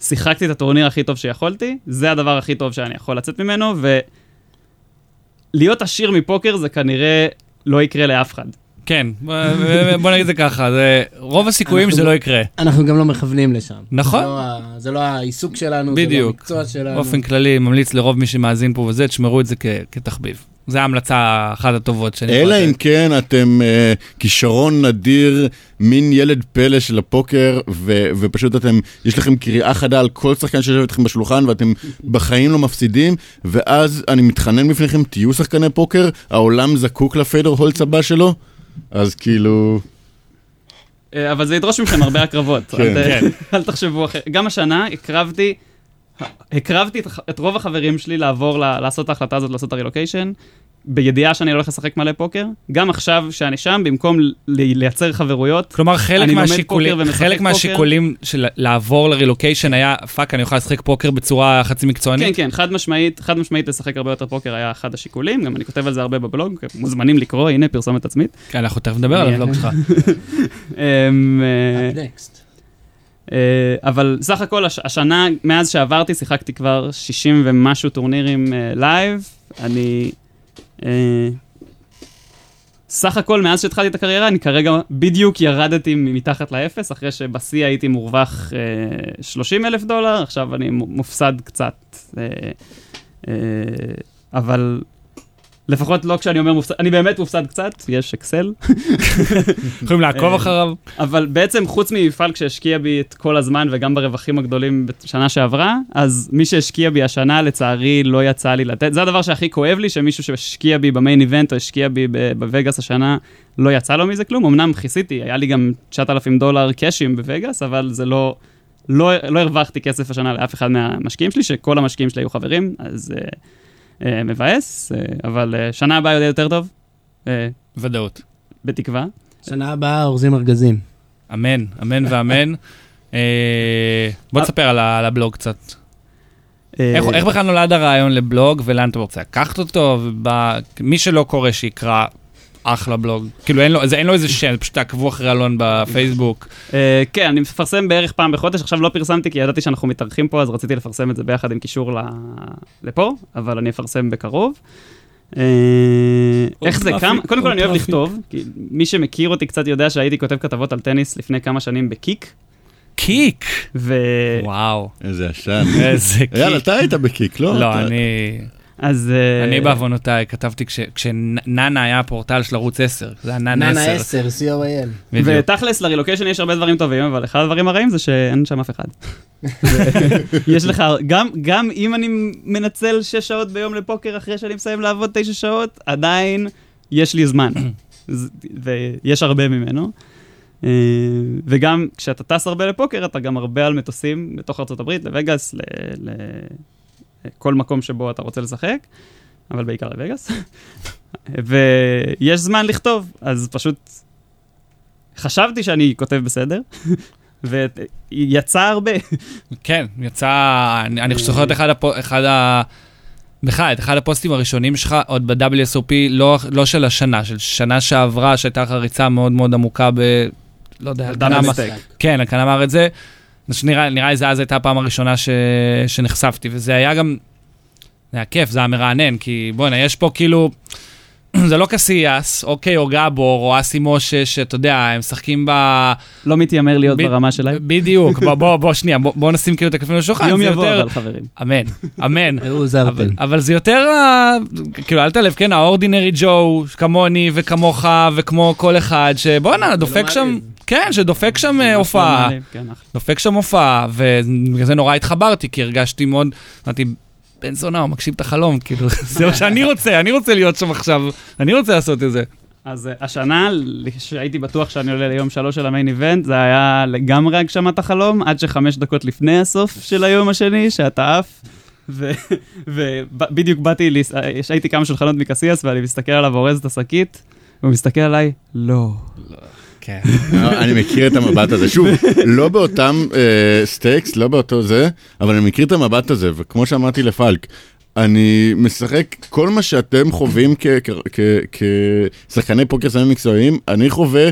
Speaker 3: שיחקתי את הטורניר הכי טוב שיכולתי, זה הדבר הכי טוב שאני יכול לצאת ממנו, ולהיות עשיר מפוקר זה כנראה לא יקרה לאף אחד.
Speaker 1: כן, בוא- בוא נגיד את זה ככה, זה- רוב הסיכויים שזה לא יקרה.
Speaker 4: אנחנו גם לא מכוונים לשם.
Speaker 1: נכון.
Speaker 4: זה לא ה- זה לא העיסוק שלנו, זה לא
Speaker 1: בדיוק.
Speaker 4: המקצוע שלנו.
Speaker 1: באופן כללי, ממליץ לרוב מי שמאזין פה וזה, תשמרו את זה כ- כתחביב. זו ההמלצה אחת הטובות שאני יכול
Speaker 2: אלא אם
Speaker 1: לתת.
Speaker 2: כן אתם אה, כישרון נדיר, מין ילד פלא של הפוקר, ו- ופשוט אתם, יש לכם קריאה חדה על כל שחקן שיושב איתכם בשולחן, ואתם בחיים לא מפסידים, ואז אני מתחנן בפניכם, תהיו שחקני פוקר, העולם זקוק לפיידר הולץ הבא שלו, אז כאילו...
Speaker 3: אה, אבל זה ידרוש מכם הרבה הקרבות.
Speaker 2: כן.
Speaker 3: אל ת- אל תחשבו אחרת. גם השנה הקרבתי, הקרבתי את הח- את רוב החברים שלי לעבור, ל- לעשות את ההחלטה הזאת, לעשות את הרילוקיישן, בידיעה שאני הולך לשחק מלא פוקר. גם עכשיו שאני שם, במקום ל- לייצר חברויות,
Speaker 1: כלומר, חלק
Speaker 3: אני לומד
Speaker 1: מהשיקולים-
Speaker 3: פוקר ומשחק
Speaker 1: חלק
Speaker 3: פוקר.
Speaker 1: מהשיקולים של לעבור לרילוקיישן היה, פאק, אני אוכל לשחק פוקר בצורה חצי
Speaker 3: כן,
Speaker 1: מקצוענית?
Speaker 3: כן, חד משמעית, חד משמעית לשחק הרבה יותר פוקר היה אחד השיקולים, גם אני כותב על זה הרבה בבלוג, מוזמנים לקרוא, הנה פרסומת עצמית.
Speaker 1: כן. אנחנו תכף נדבר על
Speaker 3: אני-
Speaker 1: הבלוג שלך.
Speaker 3: אמ, אה,
Speaker 4: נקסט.
Speaker 3: אה, אבל סך הכל הש- השנה, מאז שעברתי, שיחקתי כבר 60 ומשהו טורנירים אה, לייב. אני... אה, סך הכל, מאז שהתחלתי את הקריירה, אני כרגע בדיוק ירדתי מתחת לאפס, אחרי שבשיא הייתי מורווח אה, 30 אלף דולר, עכשיו אני מ- מופסד קצת. אה, אה, אבל לפחות לא כשאני אומר מופסד, אני באמת מופסד קצת, יש אקסל.
Speaker 1: יכולים לעקוב
Speaker 3: אה,
Speaker 1: אחריו?
Speaker 3: אבל בעצם חוץ ממפעל שהשקיע בי את כל הזמן וגם ברווחים הגדולים בשנה שעברה, אז מי שהשקיע בי השנה לצערי לא יצא לי לתת. זה הדבר שהכי כואב לי, שמישהו שהשקיע בי במיין איבנט או השקיע בי ב- בווגאס השנה, לא יצא לו מזה כלום. אמנם כיסיתי, היה לי גם 9,000 דולר קאשים בווגאס, אבל זה לא... לא, לא הרווחתי כסף השנה לאף אחד מהמשקיעים שלי, שכל המשקיעים שלי היו חברים, אז אה, אה, מבאס, אה, אבל אה, שנה הבאה יודע יותר טוב, אה,
Speaker 1: ודאות.
Speaker 3: בתקווה.
Speaker 4: שנה הבאה אורזים ארגזים.
Speaker 1: אמן, אמן ואמן. אה, בוא תספר על ה- על הבלוג קצת.
Speaker 3: אה,
Speaker 1: איך איך בכלל נולד הרעיון לבלוג ולאן אתה רוצה לקחת אותו? ובא- מי שלא קורא שיקרא אחלה בלוג. כאילו אין לו זה- אין לו איזה שם, פשוט תעקבו אחרי אלון בפייסבוק.
Speaker 3: אה, כן, אני מפרסם בערך פעם בחודש, עכשיו לא פרסמתי כי ידעתי שאנחנו מתארחים פה, אז רציתי לפרסם את זה ביחד עם קישור ל... לפה, אבל אני אפרסם בקרוב. אה, איך זה
Speaker 1: טראפיק,
Speaker 3: קם? קודם כל
Speaker 1: עוד
Speaker 3: אני אוהב
Speaker 1: טראפיק.
Speaker 3: לכתוב, כי מי שמכיר אותי קצת יודע שהייתי כותב כתבות על טניס לפני כמה שנים בקיק,
Speaker 1: קיק!
Speaker 3: ו...
Speaker 1: וואו,
Speaker 2: איזה עשן.
Speaker 1: איזה קיק.
Speaker 2: יאללה, אתה היית בקיק, לא?
Speaker 1: לא,
Speaker 2: אתה-
Speaker 1: אני...
Speaker 3: אז... אה,
Speaker 1: אני בעוונותיי כתבתי כש- כשננה היה הפורטל של ערוץ 10, זה היה ננה
Speaker 4: ננה
Speaker 1: 10.
Speaker 4: 10, COIL.
Speaker 1: בדיוק.
Speaker 3: ותכלס לרילוקיישן יש הרבה דברים טובים, אבל אחד הדברים הרעים זה שאין שם אף אחד. יש לך, גם, גם אם אני מנצל 6 שעות ביום לפוקר אחרי שאני מסיים לעבוד 9 שעות, עדיין יש לי זמן. ז- ויש הרבה ממנו. אה, וגם כשאתה טס הרבה לפוקר, אתה גם הרבה על מטוסים בתוך ארה"ב, לווגאס, ל- ל- כל מקום שבו אתה רוצה לשחק, אבל בעיקר לווגאס. ויש זמן לכתוב, אז פשוט חשבתי שאני כותב בסדר, ויצא הרבה.
Speaker 1: כן, יצא, אני אני זוכר את אחד הפו... אחד ה... בכלל, את אחד הפוסטים הראשונים שלך, עוד ב-WSOP, לא, לא של השנה, של שנה שעברה, שהייתה לך ריצה מאוד מאוד עמוקה ב... לא יודע,
Speaker 3: דאבל
Speaker 1: אלקנה אמר-
Speaker 3: סטייק.
Speaker 1: כן, אלקנה אמר את זה. זה שנראה, נראה לי זה אז הייתה הפעם הראשונה ש... שנחשפתי, וזה היה גם... זה היה כיף, זה היה מרענן, כי בואנה, יש פה כאילו... זה לא קסיאס, אוקיי, או גבור, או אסי משה, שאתה יודע, הם משחקים ב...
Speaker 3: לא מתיימר להיות
Speaker 1: ב-
Speaker 3: ברמה שלהם.
Speaker 1: בדיוק, בוא, בוא, בוא, שנייה, בוא, בוא נשים כאילו את הקלפים על השולחן.
Speaker 3: יום
Speaker 1: זה
Speaker 3: יבוא
Speaker 1: יותר-
Speaker 3: אבל חברים.
Speaker 1: אמן, אמן.
Speaker 4: ראו
Speaker 1: אבל,
Speaker 4: זרפל.
Speaker 1: אבל זה יותר, ה- כאילו, אל תלב, כן, האורדינרי ג'ו, כמוני וכמוך וכמו כל אחד, שבואנה, דופק שם, כן, שדופק שם אה, הופעה,
Speaker 3: כן, אחלה.
Speaker 1: דופק שם הופעה, ובגלל זה נורא התחברתי, כי הרגשתי מאוד, אמרתי, בן זונה, הוא מגשים את החלום, כאילו, זה מה שאני רוצה, אני רוצה להיות שם עכשיו, אני רוצה לעשות את זה.
Speaker 3: אז אה, השנה, שהייתי בטוח שאני עולה ליום שלוש של המיין איבנט, זה היה לגמרי הגשמת החלום, עד שחמש דקות לפני הסוף של היום השני, שאתה עף. ובדיוק באתי, לס- אה, הייתי כמה שולחנות מקסיאס, ואני מסתכל עליו, אורז את השקית, והוא מסתכל עליי, לא.
Speaker 1: כן.
Speaker 2: לא, אני מכיר את המבט הזה. שוב, לא באותם אה, סטייקס, לא באותו זה, אבל אני מכיר את המבט הזה, וכמו שאמרתי לפלק, אני משחק, כל מה שאתם חווים כ- כ- כ- כשחקני פוקר סמים מקצועיים, אני חווה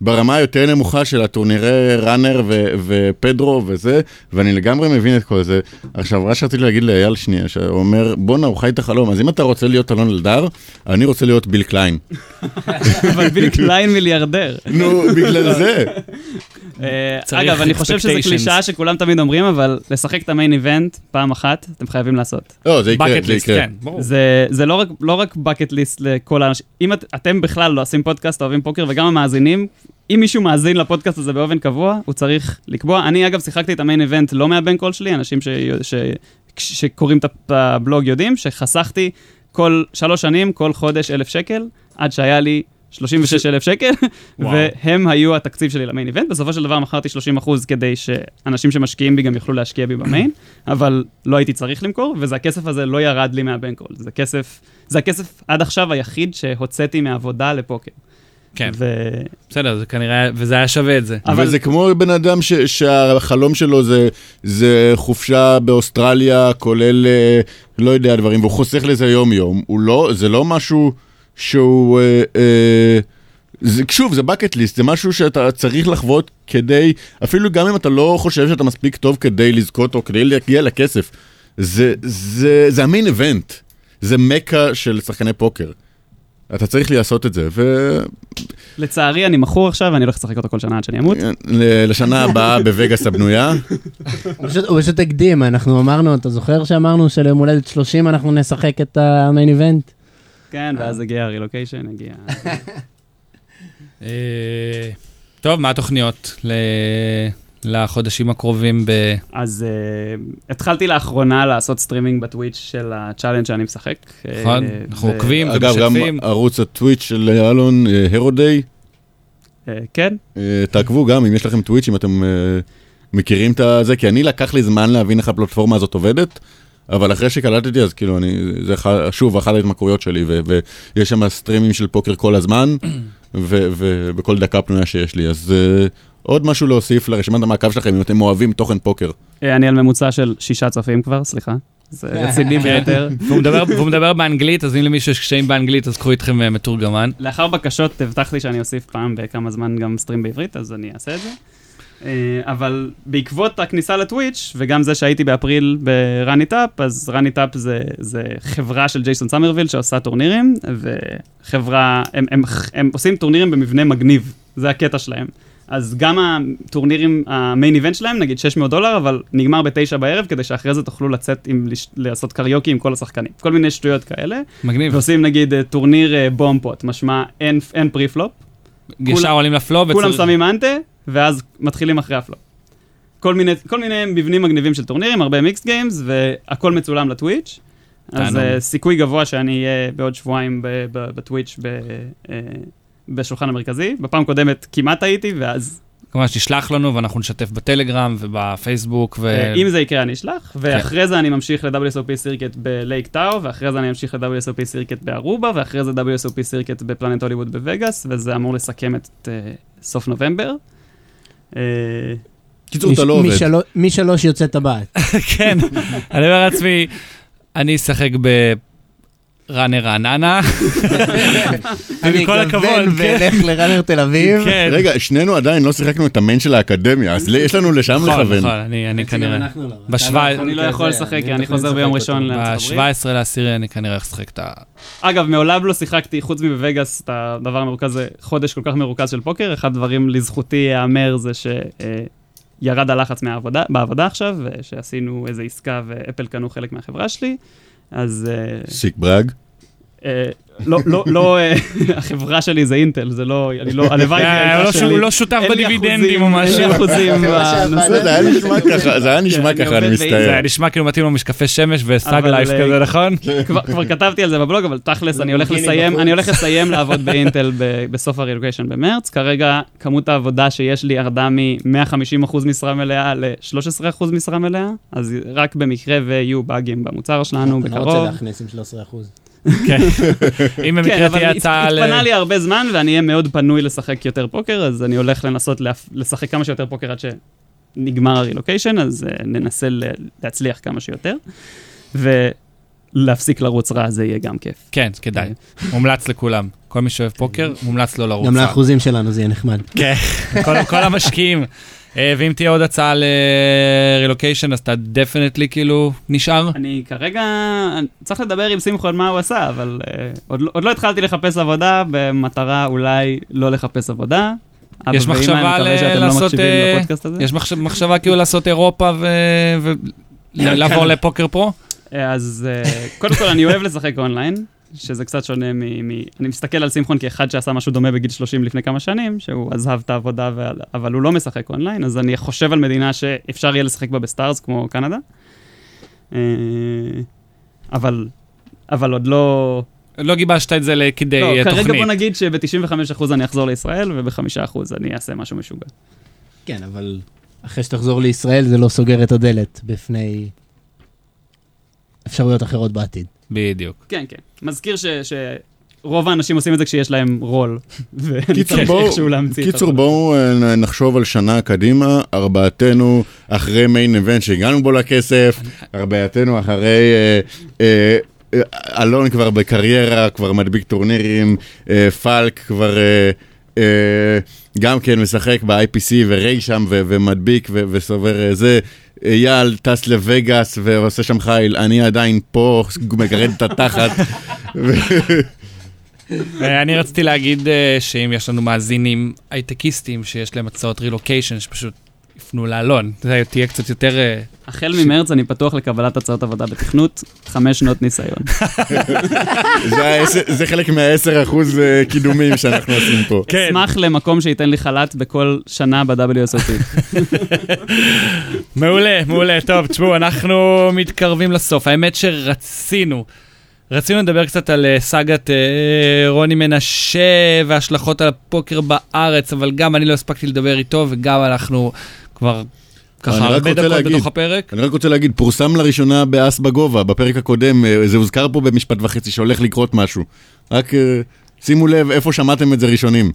Speaker 2: ברמה היותר נמוכה של הטורנירי ראנר ו- ופדרו וזה, ואני לגמרי מבין את כל זה. עכשיו, מה שרציתי להגיד לאייל שנייה, שהוא אומר, בואנה, הוא חי את החלום, אז אם אתה רוצה להיות אלון אלדר, אני רוצה להיות ביל קליין.
Speaker 3: אבל ביל קליין מיליארדר.
Speaker 2: נו, בגלל זה.
Speaker 3: אה,
Speaker 1: צריך
Speaker 3: אגב, אני חושב שזו
Speaker 1: expectations.
Speaker 3: קלישאה שכולם תמיד אומרים, אבל לשחק את המיין איבנט פעם אחת, אתם חייבים לעשות.
Speaker 2: לא, זה יקרה,
Speaker 1: bucket
Speaker 2: זה
Speaker 1: list,
Speaker 2: יקרה.
Speaker 1: כן, ברור.
Speaker 3: זה, זה לא רק, לא רק bucket list לכל האנשים. אם את, אתם בכלל לא עושים פודקאסט, אוהבים פוקר, וגם המאזינים, אם מישהו מאזין לפודקאסט הזה באופן קבוע, הוא צריך לקבוע. אני, אגב, שיחקתי את המיין איבנט לא מהבנקול שלי, אנשים ש, ש, ש, שקוראים את הבלוג יודעים, שחסכתי כל שלוש שנים, כל חודש אלף שקל, עד שהיה לי 36 אלף שקל,
Speaker 1: וואו.
Speaker 3: והם היו התקציב שלי למיין איבנט. בסופו של דבר מכרתי 30 אחוז כדי שאנשים שמשקיעים בי גם יוכלו להשקיע בי במיין, אבל לא הייתי צריך למכור, וזה הכסף הזה לא ירד לי מהבנקול. זה כסף, זה הכסף עד עכשיו היחיד שהוצאתי מעבודה לפוקר.
Speaker 1: כן,
Speaker 3: ו...
Speaker 1: בסדר, זה כנראה, היה- וזה היה שווה את זה.
Speaker 3: אבל-
Speaker 2: אבל זה כמו בן אדם ש, שהחלום שלו זה, זה חופשה באוסטרליה, כולל, אה, לא יודע, דברים, והוא חוסך לזה יום-יום. הוא לא, זה לא משהו שהוא... אה, אה, זה, שוב, זה bucket list, זה משהו שאתה צריך לחוות כדי, אפילו גם אם אתה לא חושב שאתה מספיק טוב כדי לזכות או כדי להגיע לכסף. זה, זה, זה המיין איבנט, זה מכה של שחקני פוקר. אתה צריך לעשות את זה, ו-
Speaker 3: לצערי, אני מכור עכשיו, לא אני הולך לשחק אותו כל שנה עד שאני אמות.
Speaker 2: לשנה הבאה בווגאס הבנויה.
Speaker 4: הוא פשוט- הוא פשוט הקדים, אנחנו אמרנו, אתה זוכר שאמרנו שליום הולדת 30 אנחנו נשחק את המיין איבנט?
Speaker 3: כן, ואז הגיע הרילוקיישן, הגיע...
Speaker 1: אה, טוב, מה התוכניות ל- לחודשים הקרובים ב...
Speaker 3: אז uh, התחלתי לאחרונה לעשות סטרימינג בטוויץ' של הצ'אלנג שאני משחק.
Speaker 1: נכון?
Speaker 3: אה,
Speaker 1: אנחנו
Speaker 3: ו-
Speaker 1: עוקבים
Speaker 2: אגב, גם
Speaker 1: ומשתפים.
Speaker 2: ערוץ הטוויץ' של אלון, אה, הרודיי,
Speaker 3: אה, כן,
Speaker 2: אה, תעקבו גם אם יש לכם טוויץ', אם אתם אה, מכירים את זה, כי אני לקח לי זמן להבין איך הפלטפורמה הזאת עובדת, אבל אחרי שקלטתי אז כאילו, אני, זה אחד- שוב אחת ההתמכרויות שלי, ו- ויש שם סטרימים של פוקר כל הזמן, ו- ובכל דקה פנויה שיש לי, אז אה, עוד משהו להוסיף לרשימת המעקב שלכם, אם אתם אוהבים תוכן פוקר.
Speaker 3: אה, אני על ממוצע של שישה צופים כבר, סליחה. זה רציני ביותר.
Speaker 1: והוא מדבר- והוא מדבר באנגלית, אז אם למישהו יש קשיים באנגלית, אז קחו איתכם אה, מתורגמן.
Speaker 3: לאחר בקשות הבטחתי שאני אוסיף פעם בכמה זמן גם סטרים בעברית, אז אני אעשה את זה. אה, אבל בעקבות הכניסה לטוויץ', וגם זה שהייתי באפריל ב-Run It Up, אז Run It Up זה, זה חברה של ג'ייסון סמרוויל שעושה טורנירים, וחברה, הם, הם, הם עושים טורנירים במבנה מגניב, זה הקטע שלהם. אז גם הטורנירים, המיין איבנט שלהם, נגיד 600 דולר, אבל נגמר בתשע בערב, כדי שאחרי זה תוכלו לצאת עם, לש- לעשות קריוקי עם כל השחקנים. כל מיני שטויות כאלה.
Speaker 1: מגניב.
Speaker 3: ועושים נגיד אה, טורניר אה, בומפות, משמע אין, אין פרי-פלופ,
Speaker 1: ישר עולים לפלו
Speaker 3: כולם שמים אנטה, ואז מתחילים אחרי הפלופ. כל מיני, כל מיני מבנים מגניבים של טורנירים, הרבה מיקס גיימס, והכל מצולם לטוויץ'. אז
Speaker 1: תענוג.
Speaker 3: אה, סיכוי גבוה שאני אהיה בעוד שבועיים ב- ב- בטוויץ' ב- אה, בשולחן המרכזי. בפעם הקודמת כמעט הייתי, ואז
Speaker 1: כמובן שתשלח לנו ואנחנו נשתף בטלגרם ובפייסבוק. ו-
Speaker 3: אה, אם זה יקרה אני אשלח, ואחרי זה אני ממשיך ל-WSOP סירקט בלייק טאו, ואחרי זה אני אמשיך ל-WSOP סירקט בארובה, ואחרי זה WSOP סירקט בפלנט הוליווד בווגאס, וזה אמור לסכם את אה, סוף נובמבר. אה,
Speaker 2: קיצור, אתה לא
Speaker 4: מש-
Speaker 2: עובד.
Speaker 4: משלו- משלוש יוצא טבעת.
Speaker 1: כן, אני אומר לעצמי, אני אשחק ב... ראנר רעננה,
Speaker 4: אני
Speaker 1: כל הכבוד, כן.
Speaker 4: אגוון ואלך לראנר תל אביב.
Speaker 1: כן.
Speaker 2: רגע, שנינו עדיין לא שיחקנו את המיין של האקדמיה, אז לי- יש לנו לשם
Speaker 1: נכון,
Speaker 2: לכוון.
Speaker 1: נכון, אני אני כנראה,
Speaker 4: בשבע-
Speaker 3: אני לא יכול לשחק, כי אני חוזר ביום ראשון לארצות הברית.
Speaker 1: ב-17 לעשירי אני כנראה אשחק את ה...
Speaker 3: אגב, מעולם לא שיחקתי, חוץ מבווגאס, את הדבר המרוכז, זה חודש כל כך מרוכז של פוקר. אחד הדברים לזכותי ייאמר זה ש... אה, ירד הלחץ מהעבודה, בעבודה עכשיו, שעשינו איזו עסקה ואפל קנו חלק מהחברה שלי, אז... אה,
Speaker 2: סיק ברג.
Speaker 3: אה, לא, לא, לא, אה, החברה שלי זה אינטל, זה לא, אני לא, הלוואי
Speaker 1: אה,
Speaker 3: שהיא
Speaker 1: הוא
Speaker 3: הייתה
Speaker 1: לא
Speaker 3: שלי.
Speaker 1: שהוא לא שותף
Speaker 3: אין לי
Speaker 1: בדיבידנדים או
Speaker 3: אחוזים, אין
Speaker 1: משהו.
Speaker 3: לי אחוזים בנושא.
Speaker 2: זה היה נשמע ככה, זה היה נשמע
Speaker 3: כן, אני
Speaker 2: ככה,
Speaker 3: עובד
Speaker 2: אני
Speaker 1: זה
Speaker 2: מצטער.
Speaker 1: היה נשמע כאילו מתאים לו משקפי שמש וסאג
Speaker 3: אבל,
Speaker 1: לייף
Speaker 3: אה,
Speaker 1: כזה, נכון?
Speaker 3: כבר- כבר כתבתי על זה בבלוג, אבל תכלס, אני הולך
Speaker 4: למגינים
Speaker 3: לסיים,
Speaker 4: בחוץ.
Speaker 3: אני הולך לסיים לעבוד באינטל ב- בסוף הרילוקיישן במרץ. כרגע, כמות העבודה שיש לי ירדה מ-150% משרה מלאה ל-13% משרה מלאה, אז רק במקרה ויהיו באגים במוצר שלנו
Speaker 1: אוקיי.
Speaker 4: אני לא רוצה
Speaker 3: בקרוב.
Speaker 4: להכניס עם 13 אחוז.
Speaker 1: כן. אם
Speaker 3: כן,
Speaker 1: במקרה
Speaker 3: אבל
Speaker 1: תהיה
Speaker 3: הת-
Speaker 1: הצעה ל...
Speaker 3: התפנה לי הרבה זמן ואני אהיה מאוד פנוי לשחק יותר פוקר, אז אני הולך לנסות להפ- לשחק כמה שיותר פוקר עד שנגמר הרילוקיישן, אז אה, ננסה ל- להצליח כמה שיותר. ו... להפסיק לרוץ רע, זה יהיה גם כיף.
Speaker 1: כן, כדאי. מומלץ לכולם. כל מי שאוהב פוקר, מומלץ לו לרוץ.
Speaker 7: גם
Speaker 1: רע.
Speaker 7: לאחוזים שלנו זה יהיה נחמד.
Speaker 1: כן, כל- כל המשקיעים. אה, ואם תהיה עוד הצעה לרילוקיישן, אז אתה דפנטלי כאילו נשאר?
Speaker 3: אני כרגע אני צריך לדבר עם שמחו על מה הוא עשה, אבל uh, עוד, לא- עוד לא התחלתי לחפש עבודה במטרה אולי לא לחפש עבודה. אבא
Speaker 1: יש
Speaker 3: ואמא,
Speaker 1: מחשבה
Speaker 3: אני מקווה
Speaker 1: ל-
Speaker 3: שאתם לא
Speaker 1: לעשות,
Speaker 3: מקשיבים
Speaker 1: אה,
Speaker 3: לפודקאסט הזה.
Speaker 1: יש מחש- מחשבה כאילו לעשות אירופה
Speaker 3: כן.
Speaker 1: ולעבור לפוקר פרו?
Speaker 3: אה, אז אה, קודם כל, אני אוהב לשחק אונליין, שזה קצת שונה מ... מ- אני מסתכל על שמחון כאחד שעשה משהו דומה בגיל 30 לפני כמה שנים, שהוא עזב את העבודה, ועל- אבל הוא לא משחק אונליין, אז אני חושב על מדינה שאפשר יהיה לשחק בה בסטארס, כמו קנדה. אה, אבל... אבל עוד לא...
Speaker 1: לא גיבשת את זה לכדי
Speaker 3: לא,
Speaker 1: אה,
Speaker 3: כרגע
Speaker 1: תוכנית.
Speaker 3: בוא נגיד שב-95% אני אחזור לישראל, וב-5% אני אעשה משהו משוגע.
Speaker 7: כן, אבל אחרי שתחזור לישראל זה לא סוגר את הדלת בפני אפשרויות אחרות בעתיד.
Speaker 1: בדיוק.
Speaker 3: כן, כן. מזכיר ש... ש... רוב האנשים עושים את זה כשיש להם רול.
Speaker 2: קיצור,
Speaker 3: וצריך
Speaker 2: בואו-
Speaker 3: איכשהו להמציא את
Speaker 2: קיצור,
Speaker 3: הרול.
Speaker 2: בואו אה, נחשוב על שנה קדימה, ארבעתנו אחרי מיין איבנט שהגענו בו לכסף, ארבעתנו אחרי... אה, אה, אה, אלון כבר בקריירה, כבר מדביק טורנירים, אה, פלק כבר אה, אה, גם כן משחק ב-IPC וריי שם ו- ומדביק ו- וסובר אה, זה. אייל טס לווגאס ועושה שם חיל, אני עדיין פה, מגרד את התחת. ו-
Speaker 1: אה, אני רציתי להגיד אה, שאם יש לנו מאזינים הייטקיסטים שיש להם הצעות רילוקיישן, שפשוט יפנו לאלון. זה תהיה קצת יותר... אה,
Speaker 3: החל ממרץ אני פתוח לקבלת הצעות עבודה בתכנות, חמש שנות ניסיון.
Speaker 2: זה העשר- זה חלק מה-10% קידומים שאנחנו עושים פה.
Speaker 1: כן.
Speaker 3: אשמח למקום שייתן לי חל"ת בכל שנה ב-WSOT.
Speaker 1: מעולה, מעולה. טוב, תשמעו, אנחנו מתקרבים לסוף. האמת שרצינו, רצינו לדבר קצת על אה, סאגת אה, רוני מנשה וההשלכות על הפוקר בארץ, אבל גם אני לא הספקתי לדבר איתו, וגם אנחנו כבר
Speaker 2: אני
Speaker 1: ככה
Speaker 2: רק
Speaker 1: הרבה
Speaker 2: רוצה
Speaker 1: דקות
Speaker 2: להגיד.
Speaker 1: בתוך הפרק.
Speaker 2: אני רק רוצה להגיד, פורסם לראשונה באס בגובה, בפרק הקודם, אה, זה הוזכר פה במשפט וחצי שהולך לקרות משהו. רק אה, שימו לב איפה שמעתם את זה ראשונים.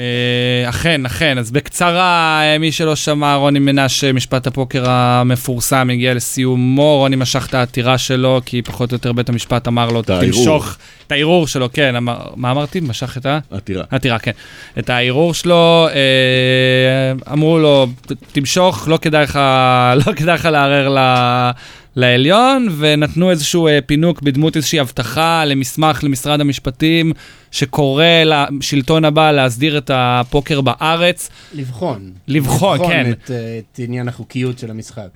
Speaker 1: אה, אכן, אכן. אז בקצרה, אה, מי שלא שמע, רוני מנשה, משפט הפוקר המפורסם, הגיע לסיומו. רוני משך את העתירה שלו, כי פחות או יותר בית המשפט אמר לו,
Speaker 2: הערעור.
Speaker 1: תמשוך את הערעור שלו, כן. אמר, מה אמרתי? משך את ה...
Speaker 2: עתירה.
Speaker 1: עתירה, כן. את הערעור שלו, אה, אמרו לו, "ת- תמשוך, לא כדאי לך, לא כדאי לך לערער ל... לעליון, ונתנו איזשהו אה, פינוק בדמות איזושהי הבטחה למסמך למשרד המשפטים, שקורא לשלטון הבא להסדיר את הפוקר בארץ.
Speaker 7: לבחון.
Speaker 1: לבחון, כן.
Speaker 7: את, אה, את עניין החוקיות של המשחק.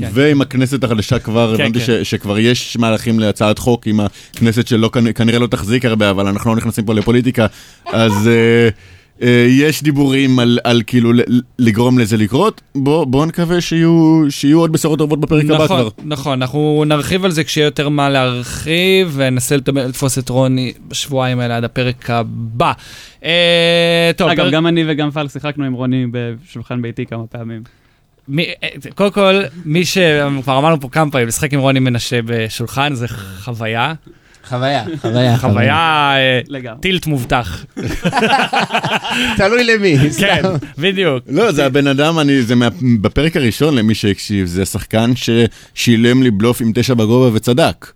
Speaker 1: כן.
Speaker 2: ועם הכנסת החדשה כבר,
Speaker 1: כן,
Speaker 2: הבנתי
Speaker 1: כן.
Speaker 2: ש- שכבר יש מהלכים להצעת חוק עם הכנסת שלא כנ- כנראה לא תחזיק הרבה, אבל אנחנו לא נכנסים פה לפוליטיקה, אז אה, אה, יש דיבורים על- על כאילו ל- לגרום לזה לקרות. בוא- בואו נקווה שיהיו שיהיו עוד בשורות טובות בפרק הבא
Speaker 1: נכון,
Speaker 2: כבר.
Speaker 1: נכון, אנחנו נרחיב על זה כשיהיה יותר מה להרחיב, וננסה לטמ- לתפוס את רוני בשבועיים האלה עד הפרק הבא. אה, טוב,
Speaker 3: אגב,
Speaker 1: פרק-
Speaker 3: גם אני וגם פלק שיחקנו עם רוני בשולחן ביתי כמה פעמים.
Speaker 1: מי- אה, קודם כל, מי שכבר אמרנו פה כמה פעמים, לשחק עם רוני מנשה בשולחן זה חוויה,
Speaker 7: חוויה.
Speaker 4: חוויה,
Speaker 1: חוויה, אה,
Speaker 3: לגמרי.
Speaker 1: טילט מובטח.
Speaker 7: תלוי למי.
Speaker 1: כן, בדיוק.
Speaker 2: לא, זה הבן אדם, אני, זה מה, בפרק הראשון למי שהקשיב, זה שחקן ששילם לי בלוף עם תשע בגובה וצדק.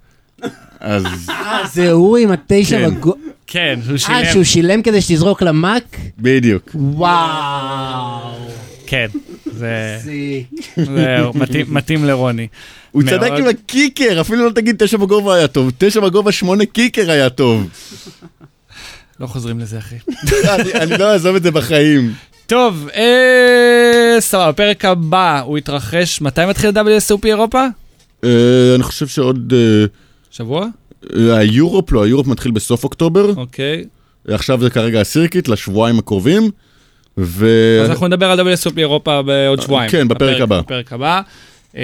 Speaker 2: אז
Speaker 7: אה, זה הוא עם התשע
Speaker 2: כן.
Speaker 7: בגו...
Speaker 1: כן, הוא שילם.
Speaker 7: אה, שהוא שילם כדי שתזרוק למאק?
Speaker 2: בדיוק.
Speaker 7: וואו.
Speaker 1: כן, זה
Speaker 7: זה-
Speaker 1: זה מתאים- מתאים לרוני.
Speaker 2: הוא
Speaker 1: מאוד.
Speaker 2: צדק עם הקיקר, אפילו לא תגיד תשע בגובה היה טוב, תשע בגובה שמונה קיקר היה טוב.
Speaker 1: לא חוזרים לזה, אחי.
Speaker 2: אני- אני לא אעזוב את זה בחיים.
Speaker 1: טוב, אה, סבבה, הפרק הבא, הוא יתרחש, מתי מתחיל ה-WSOP אירופה?
Speaker 2: אה, אני חושב שעוד... אה,
Speaker 1: שבוע?
Speaker 2: אה, היורופ לא, היורופ מתחיל בסוף אוקטובר,
Speaker 1: אוקיי.
Speaker 2: כן. עכשיו זה כרגע הסירקיט לשבועיים הקרובים, ו...
Speaker 1: אז אנחנו נדבר על WSOP אירופה בעוד שבועיים.
Speaker 2: כן, בפרק הבא.
Speaker 1: בפרק הבא. אה,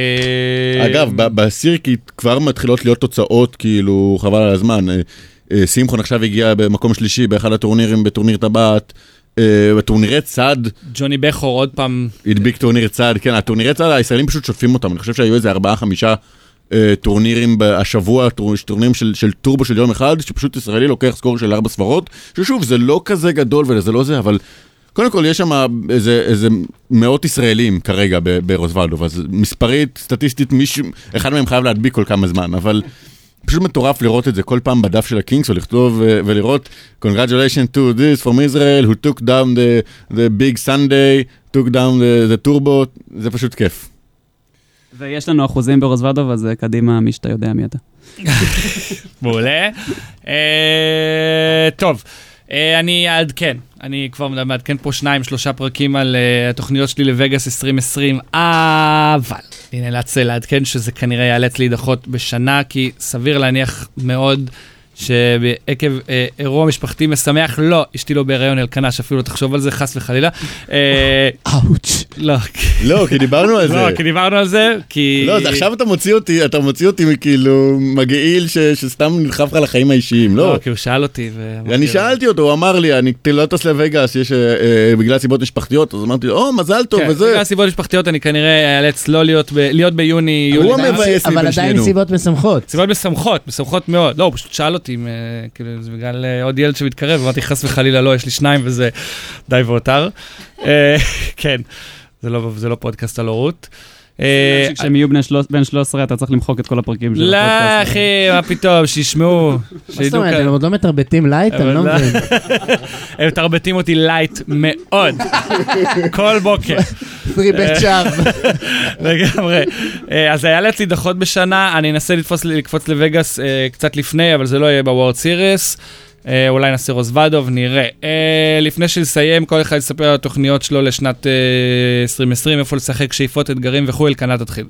Speaker 2: אגב, ב- בסירקיט כבר מתחילות להיות תוצאות, כאילו, חבל על הזמן. אה, אה, שמחון עכשיו הגיע במקום שלישי באחד הטורנירים בטורניר טבעת. אה, בטורנירי צד,
Speaker 1: ג'וני בכור עוד פעם
Speaker 2: הדביק טורניר צד, כן, הטורנירי צד, הישראלים פשוט שוטפים אותם, אני חושב שהיו איזה ארבעה, חמישה אה, טורנירים ב- השבוע, טור- טורנירים של, של טורבו של יום אחד, שפשוט ישראלי לוקח סקור של ארבע ספרות, ששוב, זה לא כזה גדול וזה לא זה, אבל קודם כל יש שם איזה, איזה מאות ישראלים כרגע ב- ברוזוולדוב, אז מספרית, סטטיסטית, מישהו, אחד מהם חייב להדביק כל כמה זמן, אבל... פשוט מטורף לראות את זה כל פעם בדף של הקינגס ולכתוב אה, ולראות Congratulations to this from Israel who took down the, the big Sunday, took down the, the turbo, זה פשוט כיף.
Speaker 3: ויש לנו אחוזים ברוזוודוב, אז אה, קדימה, מי שאתה יודע מי אתה.
Speaker 1: מעולה. אה, טוב, אה, אני אעדכן. אני כבר מעדכן פה שניים, שלושה פרקים על אה, התוכניות שלי לווגאס 2020, אבל אני נאלץ אה, לעדכן שזה כנראה ייאלץ להידחות בשנה, כי סביר להניח מאוד שעקב אה, אירוע משפחתי משמח, לא, אשתי לא בהיריון אלקנה, שאפילו לא תחשוב על זה, חס וחלילה. אה,
Speaker 4: אאוץ'.
Speaker 1: לא,
Speaker 2: לא, כי דיברנו על זה.
Speaker 1: לא, כי דיברנו על זה, כי...
Speaker 2: לא, אז עכשיו אתה מוציא אותי, אתה מוציא אותי מכאילו מגעיל ש- שסתם נלחם לך לחיים האישיים, לא.
Speaker 1: לא, כי הוא שאל אותי. ואמרתי
Speaker 2: אני
Speaker 1: לו,
Speaker 2: שאלתי אותו, הוא אמר לי, אני לא טס לווגאס, יש אה, אה, בגלל סיבות משפחתיות, אז אמרתי לו, או, מזל טוב
Speaker 1: כן,
Speaker 2: וזה.
Speaker 1: בגלל סיבות משפחתיות אני כנראה אאלץ לא להיות, ב- להיות ביוני, יולי. אה,
Speaker 2: הוא המבאס לי
Speaker 4: אבל
Speaker 2: בין
Speaker 4: עדיין
Speaker 2: שנינו.
Speaker 4: סיבות משמחות.
Speaker 1: סיבות משמחות, משמחות מאוד. לא, הוא פשוט שאל אותי, אם, אה, כאילו, זה בגלל אה, עוד ילד שמתקרב, אמרתי, חס וחלילה, לא, יש לי שניים וזה די והותר. אה, כן, זה לא, זה לא פודקאסט על הורות. אה,
Speaker 3: כשהם יהיו בני שלוש- בן 13 אתה צריך למחוק את כל הפרקים של
Speaker 1: לא,
Speaker 3: הפודקאסט.
Speaker 1: אחי, מה פתאום, שישמעו.
Speaker 4: מה זאת
Speaker 1: שידעו
Speaker 4: אומרת,
Speaker 1: כאן.
Speaker 4: הם עוד לא מתרבטים לייט? אני לא
Speaker 1: אבל- לא.
Speaker 4: מבין.
Speaker 1: הם מתרבטים אותי לייט מאוד, כל בוקר.
Speaker 4: פרי בית שער.
Speaker 1: לגמרי. אה, אז היה להציל דחות בשנה, אני אנסה לתפוס, לקפוץ לווגאס אה, קצת לפני, אבל זה לא יהיה בוורד סיריס. אה, אולי נעשה רוזוודוב, נראה. אה, לפני שנסיים, כל אחד יספר על התוכניות שלו לשנת אה, 2020, איפה לשחק, שאיפות, אתגרים וכו', אלקנה תתחיל.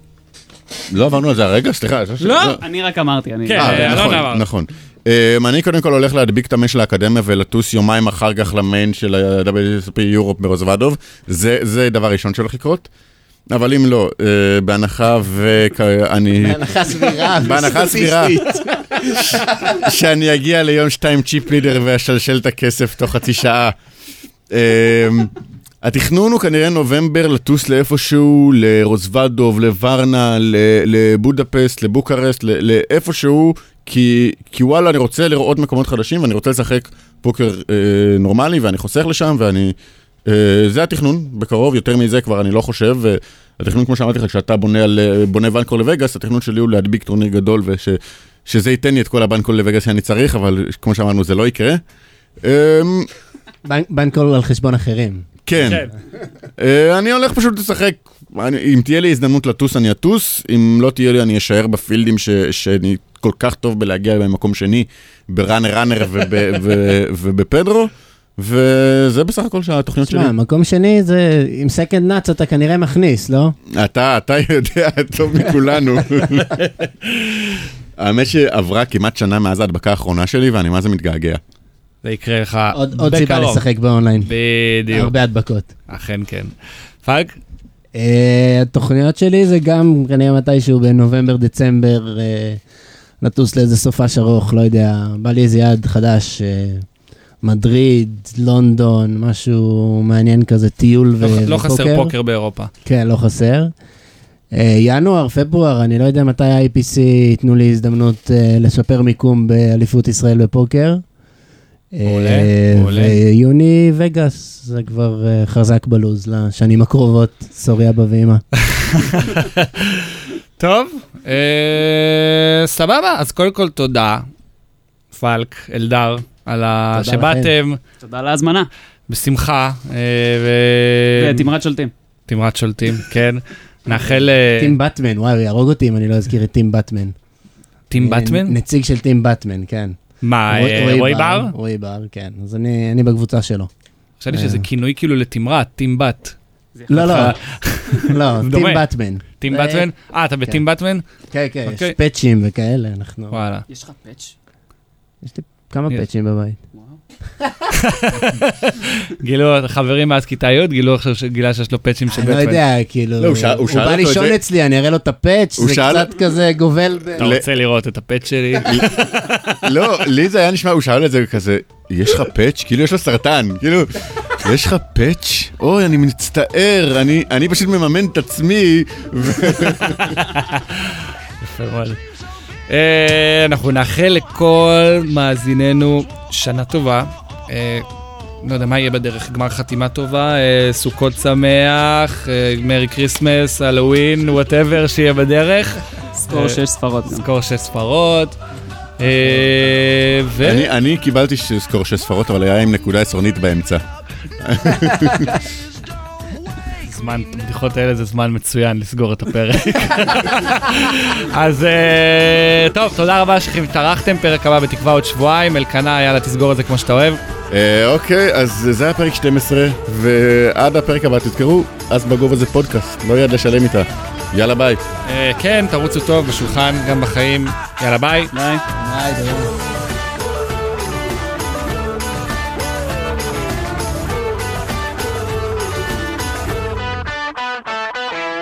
Speaker 2: לא עברנו על זה הרגע? סליחה. אני חושב ש-
Speaker 1: לא.
Speaker 3: אני רק אמרתי, אני...
Speaker 1: כן.
Speaker 2: אה,
Speaker 1: אה,
Speaker 2: נכון,
Speaker 1: אלון אמר.
Speaker 2: נכון. אה, אני קודם כל הולך להדביק את המש לאקדמיה ולטוס יומיים אחר כך למיין של ה-WSP יורופ ברוזוודוב. זה זה דבר ראשון שהולך לקרות. אבל אם לא, אה, בהנחה ואני...
Speaker 4: בהנחה סבירה.
Speaker 2: בהנחה הסבירה.
Speaker 4: סטטיסטית.
Speaker 2: שאני אגיע ליום שתיים צ'יפ לידר ואשלשל את הכסף תוך חצי שעה. אמ, התכנון הוא כנראה נובמבר לטוס לאיפשהו, לרוזוודוב, לוורנה, ל- לבודפסט, לבוקרסט, ל- לאיפשהו, כי, כי וואלה, אני רוצה לראות מקומות חדשים ואני רוצה לשחק פוקר אה, נורמלי ואני חוסך לשם ואני... אה, זה התכנון, בקרוב, יותר מזה כבר אני לא חושב. אה, התכנון, כמו שאמרתי לך, כשאתה בונה, על, אה, בונה ונקור לווגאס, התכנון שלי הוא להדביק טורניר גדול וש... שזה ייתן לי את כל הבנקול לווגאס שאני צריך, אבל כמו שאמרנו, זה לא יקרה. אמ,
Speaker 4: בנק- בנקול על חשבון אחרים.
Speaker 2: כן. אה, אני הולך פשוט לשחק. אני- אם תהיה לי הזדמנות לטוס, אני אטוס. אם לא תהיה לי, אני אשאר בפילדים ש- שאני כל כך טוב בלהגיע במקום שני, בראנר ראנר וב- ו- ובפדרו. וזה בסך הכל שהתוכניות שלי.
Speaker 4: תשמע, מקום שני זה, עם סקנד נאץ אתה כנראה מכניס, לא?
Speaker 2: אתה, אתה יודע טוב מכולנו. האמת שעברה כמעט שנה מאז ההדבקה האחרונה שלי, ואני מה זה מתגעגע.
Speaker 1: זה יקרה לך
Speaker 4: עוד עוד סיבה
Speaker 1: אה, בקרוב.
Speaker 4: לשחק באונליין.
Speaker 1: בדיוק,
Speaker 4: הרבה הדבקות.
Speaker 1: אכן כן. פאג?
Speaker 4: אה, התוכניות שלי זה גם כנראה מתישהו בנובמבר-דצמבר אה, לטוס לאיזה סופש ארוך, לא יודע, בא לי איזה יעד חדש, אה, מדריד, לונדון, משהו מעניין כזה, טיול
Speaker 1: לא-
Speaker 4: ו-
Speaker 1: לא חסר פוקר באירופה.
Speaker 4: כן, לא חסר. אה, ינואר, פברואר, אני לא יודע מתי ה-IPC ייתנו לי הזדמנות אה, לשפר מיקום באליפות ישראל בפוקר.
Speaker 1: מעולה,
Speaker 4: אה,
Speaker 1: מעולה.
Speaker 4: ויוני וגאס, זה כבר אה, חזק בלוז לשנים הקרובות, סורי אבא ואמא.
Speaker 1: אה. טוב, אה, סבבה, אז קודם כל תודה, פלק, אלדר, על ה-
Speaker 4: תודה
Speaker 1: שבאתם.
Speaker 3: תודה על ההזמנה.
Speaker 1: בשמחה, אה, ו...
Speaker 3: ותמרת שולטים.
Speaker 1: תמרת שולטים, כן. נאחל... אה,
Speaker 4: טים באטמן, וואי, הוא יהרוג אותי אם אני לא אזכיר את טים באטמן.
Speaker 1: טים באטמן?
Speaker 4: אה, נציג של טים באטמן, כן.
Speaker 1: מה, אה, רועי בר?
Speaker 4: רועי בר, כן. אז אני אני בקבוצה שלו.
Speaker 1: חשבתי שזה
Speaker 4: אה.
Speaker 1: כינוי כאילו לתמרת, טים בת.
Speaker 4: לא, לא, לא,
Speaker 1: זה
Speaker 4: טים
Speaker 1: דומה.
Speaker 4: באטמן.
Speaker 1: טים
Speaker 4: אה,
Speaker 1: באטמן? אה, אתה בטים באטמן?
Speaker 4: כן, כן, יש
Speaker 1: אוקיי.
Speaker 4: פאצ'ים וכאלה, אנחנו...
Speaker 1: וואלה.
Speaker 3: יש לך פאץ'?
Speaker 4: יש לי כמה
Speaker 1: יש.
Speaker 4: פאצ'ים בבית.
Speaker 1: גילו, חברים מאז כיתה י' גילו עכשיו שגילה שיש לו פאצ'ים של
Speaker 4: אני לא
Speaker 1: באטמן.
Speaker 4: יודע, כאילו,
Speaker 2: לא, הוא שאל- הוא
Speaker 4: הוא
Speaker 2: שאל
Speaker 4: בא
Speaker 2: אותו את
Speaker 4: לישון
Speaker 2: זה-
Speaker 4: אצלי, אני אראה לו את הפאץ',
Speaker 2: הוא
Speaker 4: זה
Speaker 2: שאל-
Speaker 4: קצת כזה גובל ב...
Speaker 1: אתה רוצה לראות את הפאצ' שלי?
Speaker 2: לא, לי זה היה נשמע, הוא שאל את זה כזה, יש לך פאץ'? כאילו יש לו סרטן, כאילו, יש לך פאץ'? אוי, אני מצטער, אני, אני פשוט מממן את עצמי.
Speaker 1: יפה מאוד. אה, אנחנו נאחל לכל מאזיננו שנה טובה. אה, לא יודע מה יהיה בדרך, גמר חתימה טובה, אה, סוכות שמח, אה, מרי כריסמס, הלואוין, וואטאבר שיהיה בדרך.
Speaker 3: זכור שיש ספרות גם.
Speaker 1: זכור שיש ספרות. אה, ו...
Speaker 2: אני- אני קיבלתי שזכור שספרות, אבל היה עם נקודה עשרונית באמצע.
Speaker 1: זמן, הבדיחות האלה זה זמן מצוין לסגור את הפרק. אז אה, טוב, תודה רבה שטרחתם, פרק הבא בתקווה עוד שבועיים, אלקנה, יאללה, תסגור את זה כמו שאתה אוהב.
Speaker 2: אה, אוקיי, אז זה היה פרק 12, ועד הפרק הבא תזכרו, אז בגובה זה פודקאסט, לא יד לשלם איתה. יאללה ביי.
Speaker 1: אה, כן, תרוצו טוב בשולחן, גם בחיים. יאללה, ביי.
Speaker 3: ביי.
Speaker 8: היי, תודה.